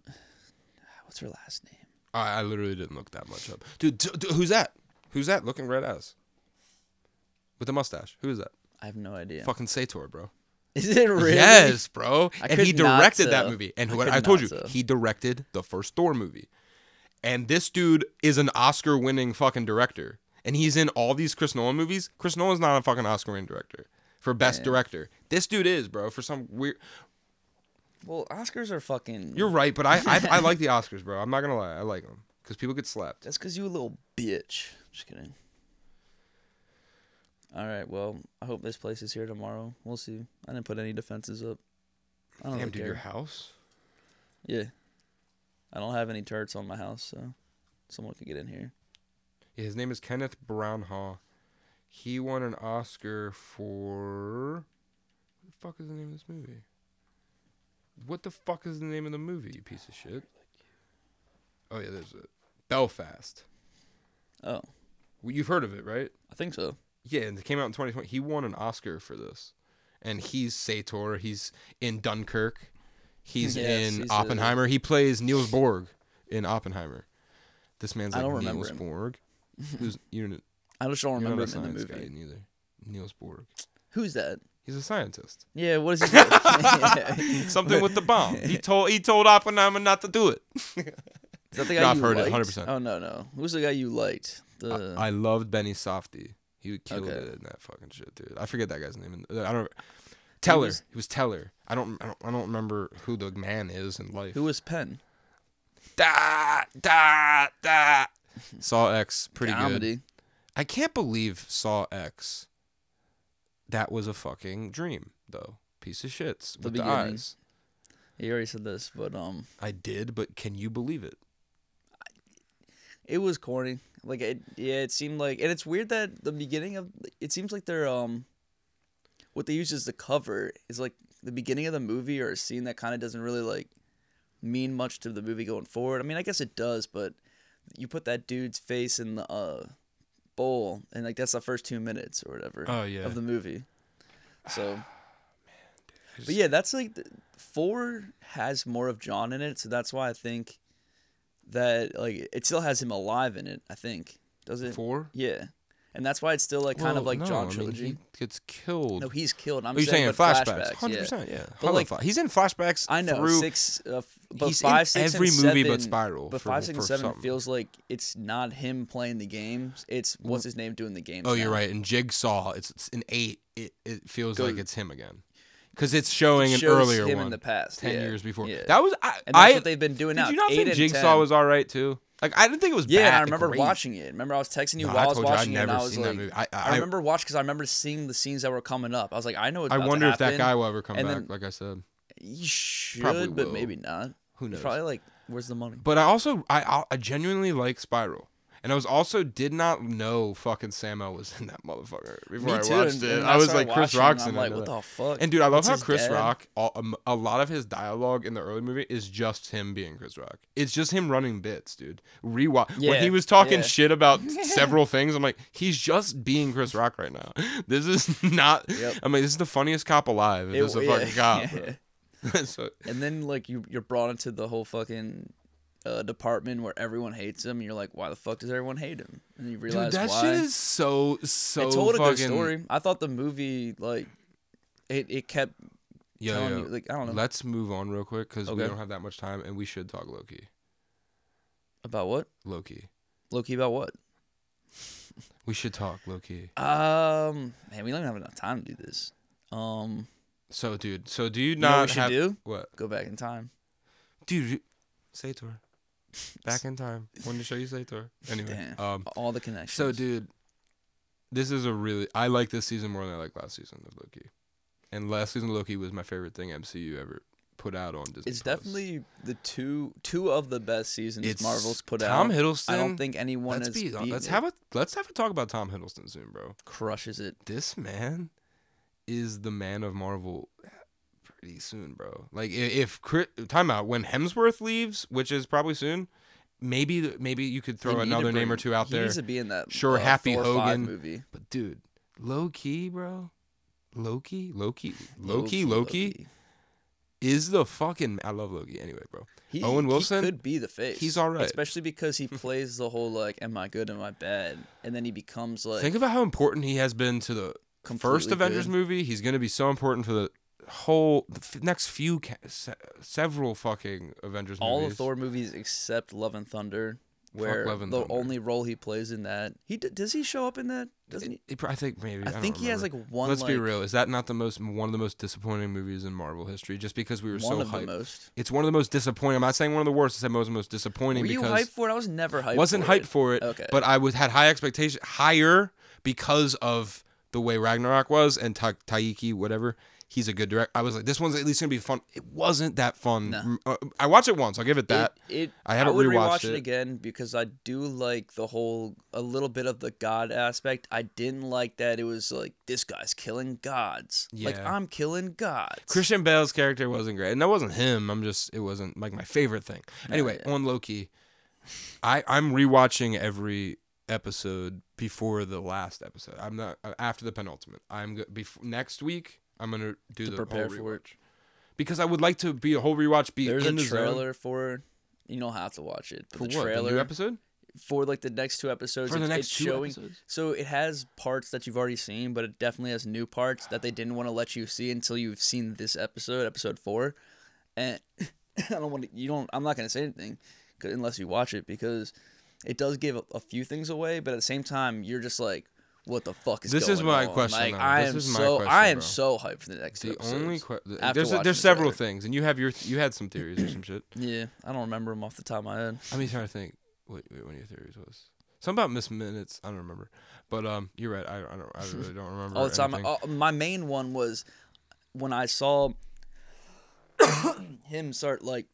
Speaker 2: What's her last name?
Speaker 1: I, I literally didn't look that much up, dude. d- d- who's that? Who's that looking red ass with the mustache? Who is that?
Speaker 2: I have no idea.
Speaker 1: Fucking Sator, bro.
Speaker 2: Is it really?
Speaker 1: Yes, bro.
Speaker 2: I
Speaker 1: and he
Speaker 2: could not
Speaker 1: directed that
Speaker 2: tell.
Speaker 1: movie. And
Speaker 2: I
Speaker 1: who
Speaker 2: could
Speaker 1: I, told
Speaker 2: not
Speaker 1: you,
Speaker 2: tell.
Speaker 1: he directed the first Thor movie. And this dude is an Oscar winning fucking director. And he's in all these Chris Nolan movies. Chris Nolan's not a fucking Oscar winning director for best director. This dude is, bro, for some weird.
Speaker 2: Well, Oscars are fucking.
Speaker 1: You're right, but I, I, I like the Oscars, bro. I'm not going to lie. I like them because people get slapped.
Speaker 2: That's because you a little bitch. Just kidding. All right. Well, I hope this place is here tomorrow. We'll see. I didn't put any defenses up. I don't
Speaker 1: Damn,
Speaker 2: really
Speaker 1: dude, your
Speaker 2: care.
Speaker 1: house?
Speaker 2: Yeah. I don't have any turrets on my house, so someone could get in here.
Speaker 1: Yeah, his name is Kenneth Brownhaw. He won an Oscar for what the fuck is the name of this movie? What the fuck is the name of the movie, you piece of shit? Oh yeah, there's it. Belfast.
Speaker 2: Oh,
Speaker 1: Well, You've heard of it, right?
Speaker 2: I think so.
Speaker 1: Yeah, and it came out in 2020. He won an Oscar for this, and he's Sator. He's in Dunkirk. He's
Speaker 2: Yes,
Speaker 1: in
Speaker 2: he's a-
Speaker 1: Oppenheimer. He plays Niels Borg in Oppenheimer. This man's
Speaker 2: I
Speaker 1: like
Speaker 2: don't remember
Speaker 1: Niels
Speaker 2: him.
Speaker 1: Borg. Who's you know,
Speaker 2: I just don't
Speaker 1: You're
Speaker 2: remember
Speaker 1: not a
Speaker 2: him in the
Speaker 1: science
Speaker 2: movie.
Speaker 1: guy neither. Niels Borg.
Speaker 2: Who's that?
Speaker 1: He's a scientist.
Speaker 2: Yeah, what is he? do?
Speaker 1: Something with the bomb. He told he told Oppenheimer not to do it.
Speaker 2: Is that the guy
Speaker 1: No, I've
Speaker 2: you
Speaker 1: heard it,
Speaker 2: liked?
Speaker 1: 100%.
Speaker 2: Oh no, no. Who's the guy you liked? The
Speaker 1: I love Benny Softy. He killed
Speaker 2: Uh. Okay.
Speaker 1: it in that fucking shit, dude. I forget that guy's name. uh, I don't. Teller. He was,
Speaker 2: was-
Speaker 1: Teller. I don't. I don't. I don't remember who the man is in life.
Speaker 2: who was Penn?
Speaker 1: Da da da. Saw X. Pretty good.
Speaker 2: Comedy.
Speaker 1: I can't believe Saw X. That was a fucking dream, though. Piece of shits with the
Speaker 2: beginning.
Speaker 1: eyes.
Speaker 2: You already said this, but um,
Speaker 1: I did, but can you believe it?
Speaker 2: it was corny. Like it, yeah, it seemed like, and it's weird that the beginning of it seems like they're um, what they use as the cover is like the beginning of the movie or a scene that kind of doesn't really like mean much to the movie going forward. I mean, I guess it does, but you put that dude's face in the uh bowl, and like that's the first two minutes or whatever.
Speaker 1: Oh, yeah.
Speaker 2: of the movie. So, but yeah, that's like the, four has more of John in it, so that's why I think that like it still has him alive in it. I think does it?
Speaker 1: Four?
Speaker 2: Yeah, and that's why it's still like kind of
Speaker 1: Well,
Speaker 2: like
Speaker 1: no, I
Speaker 2: John
Speaker 1: mean,
Speaker 2: trilogy.
Speaker 1: he gets killed.
Speaker 2: no, he's killed. I'm
Speaker 1: oh, you're saying in
Speaker 2: but
Speaker 1: flashbacks? Hundred percent. Yeah.
Speaker 2: But,
Speaker 1: Hello,
Speaker 2: like,
Speaker 1: fla- he's in flashbacks.
Speaker 2: I know
Speaker 1: Through,
Speaker 2: six, uh, f- but
Speaker 1: he's in
Speaker 2: five, six,
Speaker 1: every
Speaker 2: and
Speaker 1: movie but
Speaker 2: seven-
Speaker 1: Spiral
Speaker 2: But
Speaker 1: for-
Speaker 2: five, six, and
Speaker 1: for
Speaker 2: seven
Speaker 1: something.
Speaker 2: feels like it's not him playing the games. It's what's his name doing the games.
Speaker 1: oh, you're
Speaker 2: now.
Speaker 1: right. In Jigsaw, it's, it's an eight. It, it feels like
Speaker 2: Goat.
Speaker 1: it's him again, because it's showing an
Speaker 2: Shows
Speaker 1: earlier
Speaker 2: him
Speaker 1: one.
Speaker 2: in the past,
Speaker 1: Ten
Speaker 2: yeah,
Speaker 1: years before.
Speaker 2: yeah.
Speaker 1: That was I.
Speaker 2: and that's
Speaker 1: I
Speaker 2: what they've been doing now.
Speaker 1: did you not
Speaker 2: Eight
Speaker 1: think
Speaker 2: and
Speaker 1: Jigsaw
Speaker 2: 10.
Speaker 1: was all right too? Like I didn't think it was.
Speaker 2: Yeah, and
Speaker 1: bad,
Speaker 2: I remember
Speaker 1: great.
Speaker 2: watching it. Remember, I was texting you
Speaker 1: No, I
Speaker 2: while I, was
Speaker 1: told you, I'd
Speaker 2: watching it, and
Speaker 1: never
Speaker 2: I was
Speaker 1: seen that
Speaker 2: like,
Speaker 1: movie. I- I- I-
Speaker 2: remember watching because I remember seeing the scenes that were coming up. I was like, I know what's
Speaker 1: I
Speaker 2: about to
Speaker 1: wonder if that
Speaker 2: happen.
Speaker 1: guy will ever come
Speaker 2: and
Speaker 1: back.
Speaker 2: then-
Speaker 1: like I said,
Speaker 2: You should,
Speaker 1: probably
Speaker 2: but
Speaker 1: will.
Speaker 2: maybe not.
Speaker 1: who knows?
Speaker 2: It's probably like, where's the money?
Speaker 1: But I also I- I I genuinely like Spiral. And I was also did not know fucking Samo was in that motherfucker before
Speaker 2: Me
Speaker 1: I
Speaker 2: too.
Speaker 1: watched
Speaker 2: and,
Speaker 1: it.
Speaker 2: and
Speaker 1: I was
Speaker 2: started
Speaker 1: like Chris
Speaker 2: watching it, and
Speaker 1: Rock's
Speaker 2: I'm
Speaker 1: in
Speaker 2: like,
Speaker 1: it.
Speaker 2: what the fuck?
Speaker 1: And dude, I love
Speaker 2: What's
Speaker 1: how
Speaker 2: his
Speaker 1: Chris
Speaker 2: dad?
Speaker 1: Rock, all, um, a lot of his dialogue in the early movie is just him being Chris Rock. It's just him running bits, dude. Rewatch
Speaker 2: Yeah,
Speaker 1: when he was talking
Speaker 2: yeah.
Speaker 1: shit about several things. I'm like, he's just being Chris Rock right now. This is not.
Speaker 2: Yep.
Speaker 1: I'm like, this is the funniest cop alive. If
Speaker 2: It-
Speaker 1: this is a
Speaker 2: yeah,
Speaker 1: fucking cop.
Speaker 2: yeah.
Speaker 1: bro. so,
Speaker 2: And then like you you're brought into the whole fucking uh, department where everyone hates him. And you're like, why the fuck does everyone hate him? And you
Speaker 1: dude,
Speaker 2: realize
Speaker 1: that
Speaker 2: why.
Speaker 1: shit is so so
Speaker 2: it told
Speaker 1: fucking.
Speaker 2: a good story. I thought the movie like it it kept
Speaker 1: Yo,
Speaker 2: telling
Speaker 1: yo.
Speaker 2: you like I don't know
Speaker 1: Let's move on real quick because we
Speaker 2: Okay.
Speaker 1: don't have that much time, and we should talk Loki.
Speaker 2: about what
Speaker 1: Loki.
Speaker 2: Loki about what.
Speaker 1: We should talk Loki.
Speaker 2: Um, man, we don't have enough time to do this. Um,
Speaker 1: So, dude. So, do you
Speaker 2: you know what we
Speaker 1: not
Speaker 2: should
Speaker 1: have
Speaker 2: do?
Speaker 1: what,
Speaker 2: Go back in time.
Speaker 1: dude? you- Say it to her. Back in time. Wanted to show you say to her. Anyway,
Speaker 2: Damn.
Speaker 1: um.
Speaker 2: All the connections.
Speaker 1: So, dude, this is a really. I like this season more than I like last season of Loki, and last season of Loki was my favorite thing MCU ever put out on Disney.
Speaker 2: it's
Speaker 1: Plus.
Speaker 2: definitely the two two of the best seasons
Speaker 1: It's
Speaker 2: Marvel's put
Speaker 1: Tom
Speaker 2: out.
Speaker 1: Hiddleston.
Speaker 2: I don't think anyone
Speaker 1: Let's
Speaker 2: has
Speaker 1: be.
Speaker 2: beaten
Speaker 1: Let's
Speaker 2: it.
Speaker 1: have a. Let's have a talk about Tom Hiddleston soon, bro.
Speaker 2: crushes it.
Speaker 1: this man is the man of Marvel pretty soon, bro. Like i- if, if time out when Hemsworth leaves, which is probably soon, maybe maybe you could throw
Speaker 2: They need to
Speaker 1: another name or
Speaker 2: bring-
Speaker 1: two out
Speaker 2: he
Speaker 1: there.
Speaker 2: needs to be in that.
Speaker 1: Sure,
Speaker 2: uh,
Speaker 1: Happy
Speaker 2: Thor five
Speaker 1: Hogan.
Speaker 2: movie.
Speaker 1: But dude, low key, bro. Loki, Loki, Loki, Loki, is the fucking. I love Loki. Anyway, bro.
Speaker 2: He,
Speaker 1: Owen Wilson,
Speaker 2: he could be the face.
Speaker 1: he's all right.
Speaker 2: especially because he plays the whole like, "Am I good? Am I bad?" And then he becomes like
Speaker 1: Think about how important he has been to the first
Speaker 2: completely
Speaker 1: Avengers
Speaker 2: good.
Speaker 1: movie. He's gonna be so important for the whole the f- next few ca- se- several fucking Avengers
Speaker 2: all
Speaker 1: movies.
Speaker 2: the Thor movies except Love and Thunder, where
Speaker 1: Love and
Speaker 2: the
Speaker 1: Thunder.
Speaker 2: only role he plays in that he d- does he show up in that? Doesn't he?
Speaker 1: It- it pro- I think maybe.
Speaker 2: I,
Speaker 1: don't
Speaker 2: think he has like
Speaker 1: remember.
Speaker 2: one.
Speaker 1: Let's
Speaker 2: like,
Speaker 1: be real. Is that not the most one of the most disappointing movies in Marvel history? Just because we were
Speaker 2: One
Speaker 1: so
Speaker 2: of the
Speaker 1: hyped.
Speaker 2: most.
Speaker 1: It's one of the most disappointing. I'm not saying one of the worst. I said most most disappointing
Speaker 2: Were you
Speaker 1: because
Speaker 2: hyped for it? I was never hyped.
Speaker 1: wasn't
Speaker 2: for
Speaker 1: hyped
Speaker 2: it.
Speaker 1: for it.
Speaker 2: Okay.
Speaker 1: But I was had high expectation, higher because of the way Ragnarok was and Ta- Taiki, whatever. He's a good director. I was like, this one's at least gonna be fun. It wasn't that fun.
Speaker 2: No.
Speaker 1: Mm, uh, I watched it once. I'll give it that.
Speaker 2: It, it-
Speaker 1: I haven't
Speaker 2: would
Speaker 1: rewatched
Speaker 2: rewatch it.
Speaker 1: it.
Speaker 2: again because I do like the whole a little bit of the god aspect. I didn't like that it was like this guy's killing gods. Like
Speaker 1: Yeah.
Speaker 2: I'm killing gods.
Speaker 1: Christian Bale's character wasn't great, and that wasn't him. I'm just it wasn't like my favorite thing. Anyway,
Speaker 2: yeah.
Speaker 1: on Loki, I I'm rewatching every episode before the last episode. I'm not uh, after the penultimate. I'm go- before next week. I'm gonna do
Speaker 2: To
Speaker 1: the
Speaker 2: prepare
Speaker 1: whole
Speaker 2: for
Speaker 1: rewatch
Speaker 2: it.
Speaker 1: because I would like to be a whole rewatch. Be
Speaker 2: There's a
Speaker 1: in the zone.
Speaker 2: trailer for you don't have to watch it.
Speaker 1: for
Speaker 2: But the
Speaker 1: what
Speaker 2: trailer
Speaker 1: the new episode
Speaker 2: for like the next two episodes.
Speaker 1: for the
Speaker 2: it's,
Speaker 1: next
Speaker 2: it's
Speaker 1: two
Speaker 2: showing
Speaker 1: episodes.
Speaker 2: so it has parts that you've already seen, but it definitely has new parts that they didn't want to let you see until you've seen this episode, episode four. And I don't want to, you don't. I'm not gonna say anything 'cause- unless you watch it because it does give a, a few things away, but at the same time, you're just like, what the fuck is
Speaker 1: This
Speaker 2: going
Speaker 1: is my
Speaker 2: on?
Speaker 1: question,
Speaker 2: Like
Speaker 1: though.
Speaker 2: I
Speaker 1: This
Speaker 2: am
Speaker 1: is my
Speaker 2: so
Speaker 1: question,
Speaker 2: I am
Speaker 1: bro.
Speaker 2: so hyped for the next.
Speaker 1: The
Speaker 2: two
Speaker 1: only
Speaker 2: episodes.
Speaker 1: que- th-
Speaker 2: After
Speaker 1: there's a-
Speaker 2: watching
Speaker 1: there's
Speaker 2: the
Speaker 1: several
Speaker 2: trailer.
Speaker 1: things, and you have your you had some theories or some shit.
Speaker 2: yeah, I don't remember them off the top of my head.
Speaker 1: I'm even trying to think what, what one of your theories was. Something about Miss Minutes. I don't remember. But um, you're right. I, I don't. I really don't remember.
Speaker 2: all the time.
Speaker 1: anything.
Speaker 2: Uh, my main one was when I saw him start like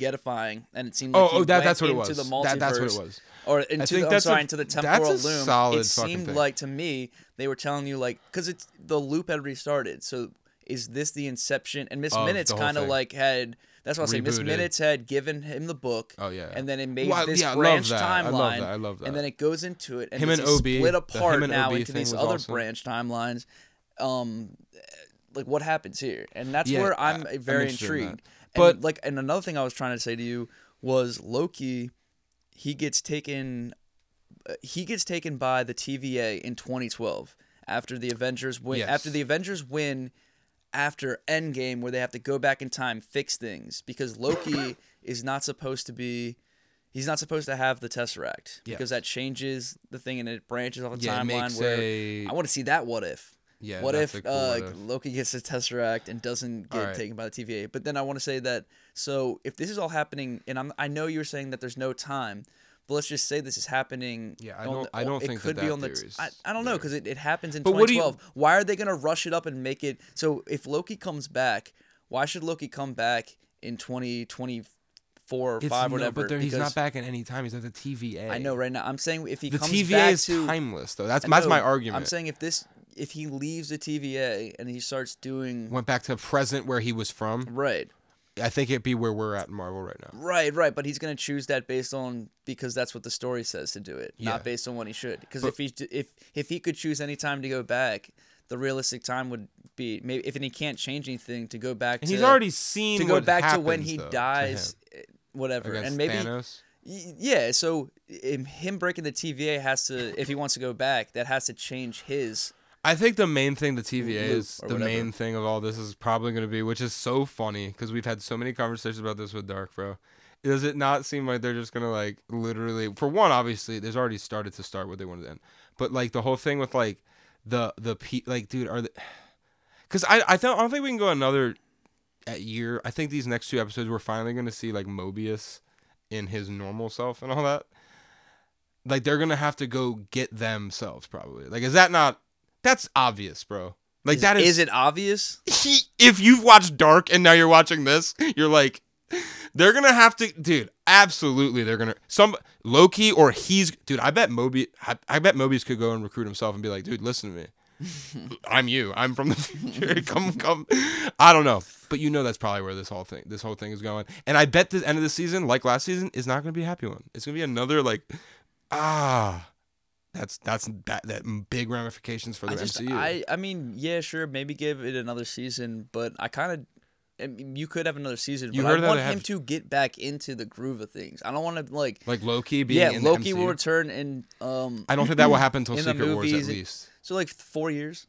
Speaker 2: spaghettifying, and it seemed like
Speaker 1: Oh,
Speaker 2: he
Speaker 1: oh, that,
Speaker 2: went
Speaker 1: that's what it
Speaker 2: into
Speaker 1: was.
Speaker 2: the multiverse,
Speaker 1: That, that's what it was.
Speaker 2: or into
Speaker 1: think
Speaker 2: the, I'm
Speaker 1: that's a-
Speaker 2: sorry, into the
Speaker 1: that's a
Speaker 2: temporal loom.
Speaker 1: solid
Speaker 2: it
Speaker 1: fucking
Speaker 2: seemed
Speaker 1: thing.
Speaker 2: like to me they were telling you like because it's the loop had restarted. So is this the inception? And Miss
Speaker 1: Of
Speaker 2: Minutes
Speaker 1: the whole
Speaker 2: kind of
Speaker 1: thing.
Speaker 2: like had that's what I say. Miss
Speaker 1: Rebooted.
Speaker 2: Minutes had given him the book.
Speaker 1: Oh, yeah.
Speaker 2: and then it made
Speaker 1: Well, I-
Speaker 2: this
Speaker 1: yeah, I love
Speaker 2: branch
Speaker 1: that. I
Speaker 2: timeline.
Speaker 1: love that. I love
Speaker 2: And
Speaker 1: that.
Speaker 2: then it goes into it, and
Speaker 1: Him
Speaker 2: it's
Speaker 1: and OB,
Speaker 2: he's split
Speaker 1: the him
Speaker 2: apart
Speaker 1: and
Speaker 2: now
Speaker 1: OB
Speaker 2: into
Speaker 1: thing
Speaker 2: these
Speaker 1: was
Speaker 2: other
Speaker 1: awesome.
Speaker 2: branch timelines. Um, like what happens here, and that's
Speaker 1: Yeah,
Speaker 2: where
Speaker 1: I-
Speaker 2: I'm
Speaker 1: I'm
Speaker 2: very
Speaker 1: interested in that.
Speaker 2: intrigued.
Speaker 1: But-
Speaker 2: and like, and another thing I was trying to say to you was Loki. He gets taken. uh, He gets taken by the TVA in 2012 after the Avengers win.
Speaker 1: Yes.
Speaker 2: After the Avengers win, after Endgame, where they have to go back in time, fix things because Loki is not supposed to be. He's not supposed to have the Tesseract because
Speaker 1: Yes.
Speaker 2: that changes the thing and it branches off a
Speaker 1: Yeah, it
Speaker 2: timeline
Speaker 1: makes
Speaker 2: where
Speaker 1: a-
Speaker 2: I want to see that what if.
Speaker 1: Yeah,
Speaker 2: what
Speaker 1: that's
Speaker 2: if,
Speaker 1: a cool
Speaker 2: uh,
Speaker 1: what if.
Speaker 2: Loki gets the Tesseract and doesn't get
Speaker 1: Alright.
Speaker 2: taken by the TVA? But then I want to say that so if this is all happening, and I'm I know you're saying that there's no time, but let's just say this is happening.
Speaker 1: Yeah, I
Speaker 2: on
Speaker 1: don't- I don't
Speaker 2: it
Speaker 1: think that
Speaker 2: could be
Speaker 1: that
Speaker 2: on the.
Speaker 1: theory is
Speaker 2: I, I don't know because it, it happens in
Speaker 1: But what do you-
Speaker 2: 2012. Why are they gonna rush it up and make it so? If Loki comes back, why should Loki come back in 2024 or
Speaker 1: It's
Speaker 2: five,
Speaker 1: no-
Speaker 2: whatever?
Speaker 1: But there, he's
Speaker 2: because-
Speaker 1: not back at any time. He's at the TVA.
Speaker 2: I know right now. I'm saying if he
Speaker 1: The
Speaker 2: comes
Speaker 1: TVA
Speaker 2: back
Speaker 1: is
Speaker 2: to
Speaker 1: timeless, though. That's that's my
Speaker 2: no,
Speaker 1: argument.
Speaker 2: I'm saying if this if he leaves the TVA and he starts doing
Speaker 1: Went back to present where he was from.
Speaker 2: right,
Speaker 1: I think it'd be where we're at in Marvel right now.
Speaker 2: right, right, but he's gonna choose that based on because that's what the story says to do it,
Speaker 1: Yeah.
Speaker 2: not based on what he should. Because if he d- if if he could choose any time to go back, the realistic time would be maybe if and he can't change anything to go back.
Speaker 1: And
Speaker 2: to,
Speaker 1: he's already seen
Speaker 2: to go
Speaker 1: what
Speaker 2: back to when
Speaker 1: happens,
Speaker 2: he
Speaker 1: though, to
Speaker 2: dies,
Speaker 1: him
Speaker 2: eh, whatever,
Speaker 1: against
Speaker 2: and maybe
Speaker 1: Thanos.
Speaker 2: Y- Yeah, so him, him breaking the TVA has to, if he wants to go back, that has to change his.
Speaker 1: I think the main thing the TVA
Speaker 2: Loop
Speaker 1: is
Speaker 2: or
Speaker 1: the
Speaker 2: whatever.
Speaker 1: main thing of all this is probably going to be, which is so funny because we've had so many conversations about this with Dark, bro. Does it not seem like they're just gonna like literally? For one, obviously, there's already started to start what they wanted to end, but like the whole thing with like the the pe like dude are the because I I, th- I don't think we can go another at year. I think these next two episodes we're finally gonna see like Mobius in his normal self and all that. Like they're gonna have to go get themselves probably. Like is that not? That's obvious, bro. Like
Speaker 2: Is,
Speaker 1: that is
Speaker 2: is it obvious?
Speaker 1: he, if you've watched Dark and now you're watching this, you're like, they're gonna have to, dude. Absolutely, they're gonna some Loki or he's, dude. I bet Moby, I, I bet Mobius could go and recruit himself and be like, dude, listen to me. I'm you. I'm from the future. come, come. I don't know, but you know that's probably where this whole thing, this whole thing is going. And I bet the end of the season, like last season, is not gonna be a happy one. It's gonna be another like, ah. That's that's that, that big ramifications for the
Speaker 2: I just,
Speaker 1: MCU.
Speaker 2: I, I mean, yeah, sure, maybe give it another season, but I kind of. I mean, you could have another season,
Speaker 1: You
Speaker 2: but
Speaker 1: heard
Speaker 2: I
Speaker 1: that
Speaker 2: want
Speaker 1: they have-
Speaker 2: him to get back into the groove of things. I don't want to like,
Speaker 1: like Loki being
Speaker 2: yeah,
Speaker 1: in the
Speaker 2: Loki will
Speaker 1: MCU.
Speaker 2: return in um,
Speaker 1: I don't think that will happen until
Speaker 2: in the
Speaker 1: Secret Wars at
Speaker 2: movies, it-
Speaker 1: least.
Speaker 2: so like four years.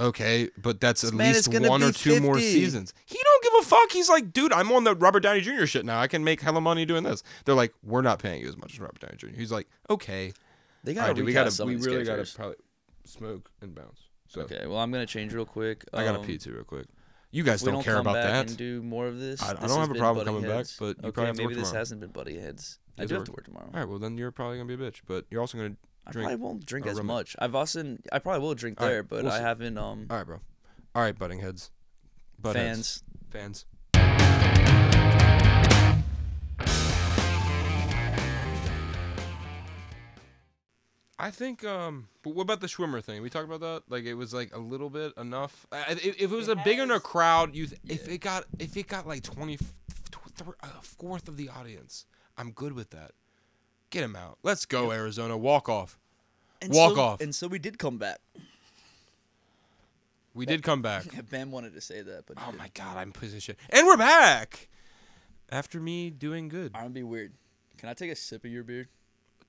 Speaker 1: Okay, but that's at
Speaker 2: man is
Speaker 1: least
Speaker 2: gonna
Speaker 1: one or
Speaker 2: be
Speaker 1: two more
Speaker 2: 50.
Speaker 1: seasons. He don't give a fuck. He's like, dude, I'm on the Robert Downey Jr. shit now. I can make hella money doing this. They're like, we're not paying you as much as Robert Downey Jr. He's like, okay,
Speaker 2: They
Speaker 1: all
Speaker 2: gotta
Speaker 1: right, dude, we
Speaker 2: recast
Speaker 1: gotta,
Speaker 2: some
Speaker 1: we
Speaker 2: of these
Speaker 1: really
Speaker 2: characters.
Speaker 1: gotta probably smoke and bounce. So
Speaker 2: Okay, well, I'm gonna change real quick.
Speaker 1: I gotta
Speaker 2: Um,
Speaker 1: pee too real quick. You guys
Speaker 2: we
Speaker 1: don't, care
Speaker 2: come
Speaker 1: about
Speaker 2: back
Speaker 1: that.
Speaker 2: And do more of this.
Speaker 1: I- I
Speaker 2: this
Speaker 1: don't
Speaker 2: has
Speaker 1: have a
Speaker 2: been
Speaker 1: problem
Speaker 2: Buddy
Speaker 1: coming back,
Speaker 2: Heads.
Speaker 1: but you
Speaker 2: okay,
Speaker 1: probably have to
Speaker 2: maybe
Speaker 1: work
Speaker 2: this
Speaker 1: tomorrow.
Speaker 2: hasn't been buddy heads. I
Speaker 1: have
Speaker 2: do
Speaker 1: to
Speaker 2: have to work tomorrow.
Speaker 1: all right, well then you're probably gonna be a bitch, but you're also gonna
Speaker 2: I
Speaker 1: drink.
Speaker 2: probably won't drink
Speaker 1: or
Speaker 2: as
Speaker 1: rum it.
Speaker 2: much. I've also I probably will drink
Speaker 1: All right,
Speaker 2: there, but
Speaker 1: we'll
Speaker 2: I
Speaker 1: see.
Speaker 2: haven't um
Speaker 1: All right, bro. All right, butting heads. Butt heads.
Speaker 2: fans.
Speaker 1: Fans. I think. Um, but what about the Schwimmer thing? We talked about that. Like it was like a little bit enough. I- I- If, if it was a big enough crowd, you th- if it got if it got like twenty f- tw- th- a fourth of the audience, I'm good with that. Get him out. Let's go Arizona. Walk off.
Speaker 2: And
Speaker 1: Walk
Speaker 2: so-
Speaker 1: off.
Speaker 2: And so we did come back.
Speaker 1: We did come back.
Speaker 2: Ben wanted to say that, but he
Speaker 1: Oh
Speaker 2: didn't.
Speaker 1: my god, I'm pissed as shit. And we're back. After me doing good.
Speaker 2: I'm gonna be weird. Can I take a sip of your beer?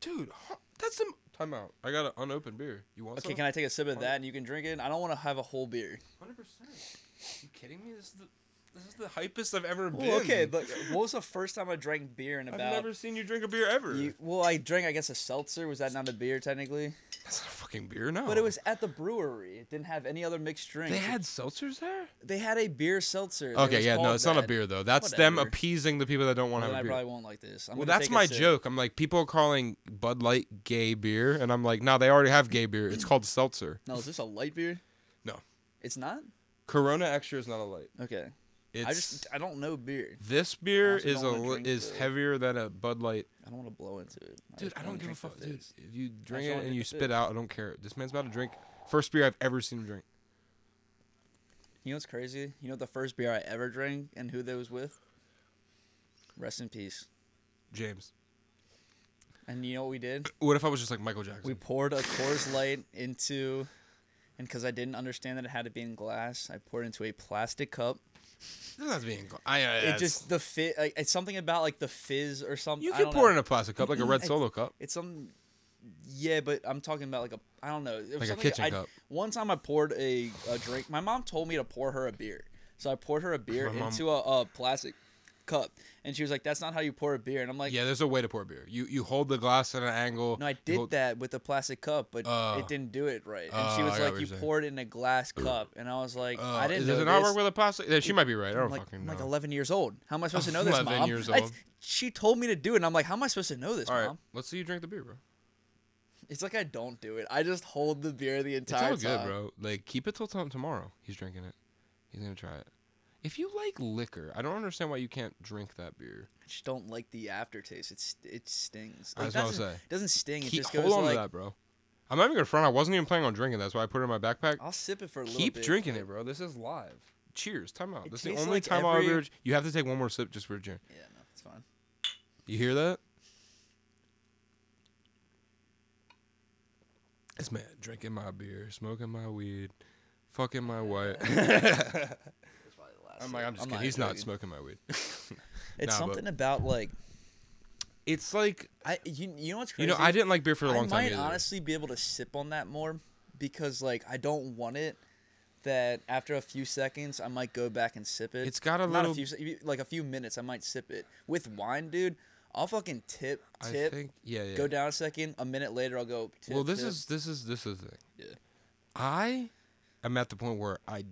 Speaker 1: dude, ho- that's some time out. I got an unopened beer. You want
Speaker 2: Okay, can I take a sip of that and you can drink it? I don't want to have a whole beer.
Speaker 1: Hundred percent. You kidding me? This is the this is the hypest I've ever been.
Speaker 2: Well, okay, look, what was the first time I drank beer in
Speaker 1: I've
Speaker 2: about?
Speaker 1: never seen you drink a beer ever.
Speaker 2: You- well, I drank, I guess, a seltzer. Was that not a beer technically?
Speaker 1: That's not a fucking beer, no.
Speaker 2: But it was at the brewery. It didn't have any other mixed drinks.
Speaker 1: They had seltzers there.
Speaker 2: they had a beer seltzer. that
Speaker 1: Okay,
Speaker 2: was
Speaker 1: yeah, no,
Speaker 2: called
Speaker 1: it's not a
Speaker 2: that.
Speaker 1: beer though. That's them
Speaker 2: Whatever.
Speaker 1: appeasing the people that don't want to
Speaker 2: Then
Speaker 1: have
Speaker 2: I
Speaker 1: a beer.
Speaker 2: probably won't like this. I'm
Speaker 1: well,
Speaker 2: gonna
Speaker 1: that's
Speaker 2: take a
Speaker 1: my
Speaker 2: sip.
Speaker 1: joke. I'm like, people are calling Bud Light gay beer, and I'm like, nah, they already have gay beer. It's called seltzer.
Speaker 2: No, is this a light beer?
Speaker 1: No,
Speaker 2: It's not.
Speaker 1: Corona Extra is not a light.
Speaker 2: Okay.
Speaker 1: It's
Speaker 2: I just I don't know beer.
Speaker 1: this beer
Speaker 2: honestly
Speaker 1: is a
Speaker 2: don't wanna
Speaker 1: li-
Speaker 2: drink
Speaker 1: is
Speaker 2: the-
Speaker 1: heavier than a Bud Light.
Speaker 2: I don't want to blow into it.
Speaker 1: Dude,
Speaker 2: just
Speaker 1: I
Speaker 2: wanna
Speaker 1: don't give a
Speaker 2: drink the
Speaker 1: fuck, dude.
Speaker 2: fizz.
Speaker 1: If you drink
Speaker 2: just wanna
Speaker 1: it and
Speaker 2: get
Speaker 1: you
Speaker 2: the
Speaker 1: spit
Speaker 2: fizz.
Speaker 1: out, I don't care. This man's about to drink first beer I've ever seen him drink.
Speaker 2: You know what's crazy? You know the first beer I ever drank and who that was with? Rest in peace.
Speaker 1: James.
Speaker 2: And you know what we did?
Speaker 1: What if I was just like Michael Jackson?
Speaker 2: We poured a Coors Light into, and because I didn't understand that it had to be in glass, I poured it into a plastic cup.
Speaker 1: This is not being. I, uh, I,
Speaker 2: It just the fit. Like, it's something about like the fizz or something.
Speaker 1: You
Speaker 2: I
Speaker 1: can
Speaker 2: don't
Speaker 1: pour it in
Speaker 2: know.
Speaker 1: a plastic cup, like a red
Speaker 2: I-
Speaker 1: Solo cup.
Speaker 2: It's some. Yeah, but I'm talking about like a. I don't know. It was
Speaker 1: Like a
Speaker 2: something
Speaker 1: kitchen
Speaker 2: I-
Speaker 1: cup.
Speaker 2: One time I poured a, a drink. My mom told me to pour her a beer, so I poured her a beer
Speaker 1: My mom-
Speaker 2: into a, a plastic cup, and she was like, "That's not how you pour a beer." And I'm like,
Speaker 1: Yeah, there's a way to pour beer. You you hold the glass at an angle.
Speaker 2: No, I
Speaker 1: you
Speaker 2: did
Speaker 1: hold-
Speaker 2: that with a plastic cup, but
Speaker 1: Oh.
Speaker 2: it didn't do it right. And she
Speaker 1: Oh,
Speaker 2: was
Speaker 1: I got what
Speaker 2: like, "You
Speaker 1: you're saying.
Speaker 2: poured it in a glass cup," and I was like,
Speaker 1: Uh,
Speaker 2: "I didn't
Speaker 1: does
Speaker 2: know
Speaker 1: it not
Speaker 2: this."
Speaker 1: work with a plastic? Yeah, she might be right. I don't
Speaker 2: I'm like,
Speaker 1: fucking
Speaker 2: I'm
Speaker 1: know.
Speaker 2: like 11 years old. How am I supposed to know this,
Speaker 1: 11
Speaker 2: mom?
Speaker 1: years
Speaker 2: I-
Speaker 1: old.
Speaker 2: she told me to do it, and I'm like, "How am I supposed to know this,
Speaker 1: All right,
Speaker 2: mom?"
Speaker 1: let's see you drink the beer, bro.
Speaker 2: It's like I don't do it. I just hold the beer the
Speaker 1: It's
Speaker 2: entire
Speaker 1: all good,
Speaker 2: time.
Speaker 1: bro. Like keep it till tom- tomorrow. He's drinking it. He's gonna try it. If you like liquor, I don't understand why you can't drink that beer.
Speaker 2: I just don't like the aftertaste. It's it stings.
Speaker 1: That's
Speaker 2: Like,
Speaker 1: what I was
Speaker 2: doesn't-
Speaker 1: saying.
Speaker 2: Doesn't sting. It
Speaker 1: Keep,
Speaker 2: just
Speaker 1: hold
Speaker 2: goes
Speaker 1: on
Speaker 2: like
Speaker 1: to that, bro. I'm not even gonna front. I wasn't even planning on drinking. That's why I put it in my backpack.
Speaker 2: I'll sip it for a little
Speaker 1: keep
Speaker 2: bit.
Speaker 1: drinking it, bro. This is live. Cheers. Time out.
Speaker 2: It
Speaker 1: That's the
Speaker 2: tastes
Speaker 1: only
Speaker 2: like
Speaker 1: time I'll
Speaker 2: every-
Speaker 1: ever. You have to take one more sip just for a drink.
Speaker 2: Yeah, no, it's fine.
Speaker 1: You hear that? This man drinking my beer, smoking my weed, fucking my wife.
Speaker 2: It's probably the last.
Speaker 1: I'm like, I'm just kidding.
Speaker 2: not
Speaker 1: He's not
Speaker 2: joking.
Speaker 1: smoking my weed.
Speaker 2: It's
Speaker 1: Nah, but-
Speaker 2: something about like
Speaker 1: It's like
Speaker 2: I you you know what's
Speaker 1: you
Speaker 2: crazy?
Speaker 1: know, I didn't like beer for a
Speaker 2: I
Speaker 1: long time.
Speaker 2: might
Speaker 1: either.
Speaker 2: honestly be able to sip on that more because like I don't want it that after a few seconds I might go back and sip it.
Speaker 1: It's got a
Speaker 2: Not
Speaker 1: little-
Speaker 2: a few se- like a few minutes I might sip it. With wine, dude, I'll fucking tip
Speaker 1: I
Speaker 2: tip
Speaker 1: think yeah, yeah.
Speaker 2: go down a second, a minute later I'll go tip.
Speaker 1: well, this
Speaker 2: tip.
Speaker 1: is this is this is the thing.
Speaker 2: Yeah.
Speaker 1: I am at the point where I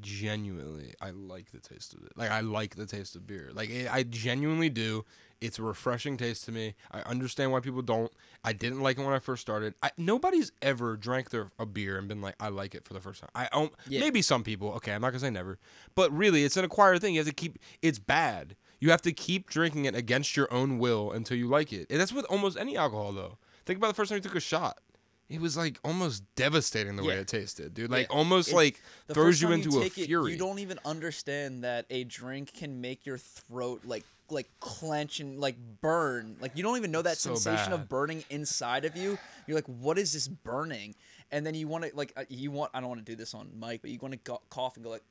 Speaker 1: genuinely I like the taste of it. Like I like the taste of beer. Like it, I genuinely do. It's a refreshing taste to me. I understand why people don't. I didn't like it when I first started. I, nobody's ever drank their a beer and been like, I like it for the first time. I don't.
Speaker 2: Yeah.
Speaker 1: Maybe some people. Okay, I'm not gonna say never, but really, it's an acquired thing. You have to keep. It's bad. You have to keep drinking it against your own will until you like it. And that's with almost any alcohol, though. Think about the first time you took a shot. It was like almost devastating the way
Speaker 2: Yeah.
Speaker 1: it tasted, dude. Like
Speaker 2: Yeah.
Speaker 1: almost
Speaker 2: It-
Speaker 1: like
Speaker 2: the
Speaker 1: throws
Speaker 2: first
Speaker 1: you
Speaker 2: time
Speaker 1: into a
Speaker 2: take it,
Speaker 1: fury.
Speaker 2: you don't even understand that a drink can make your throat like like clench and like burn. Like you don't even know that
Speaker 1: It's so
Speaker 2: sensation
Speaker 1: bad.
Speaker 2: of burning inside of you. You're like, what is this burning? And then you want to like uh, you want I don't want to do this on mic, but you want to go- cough and go like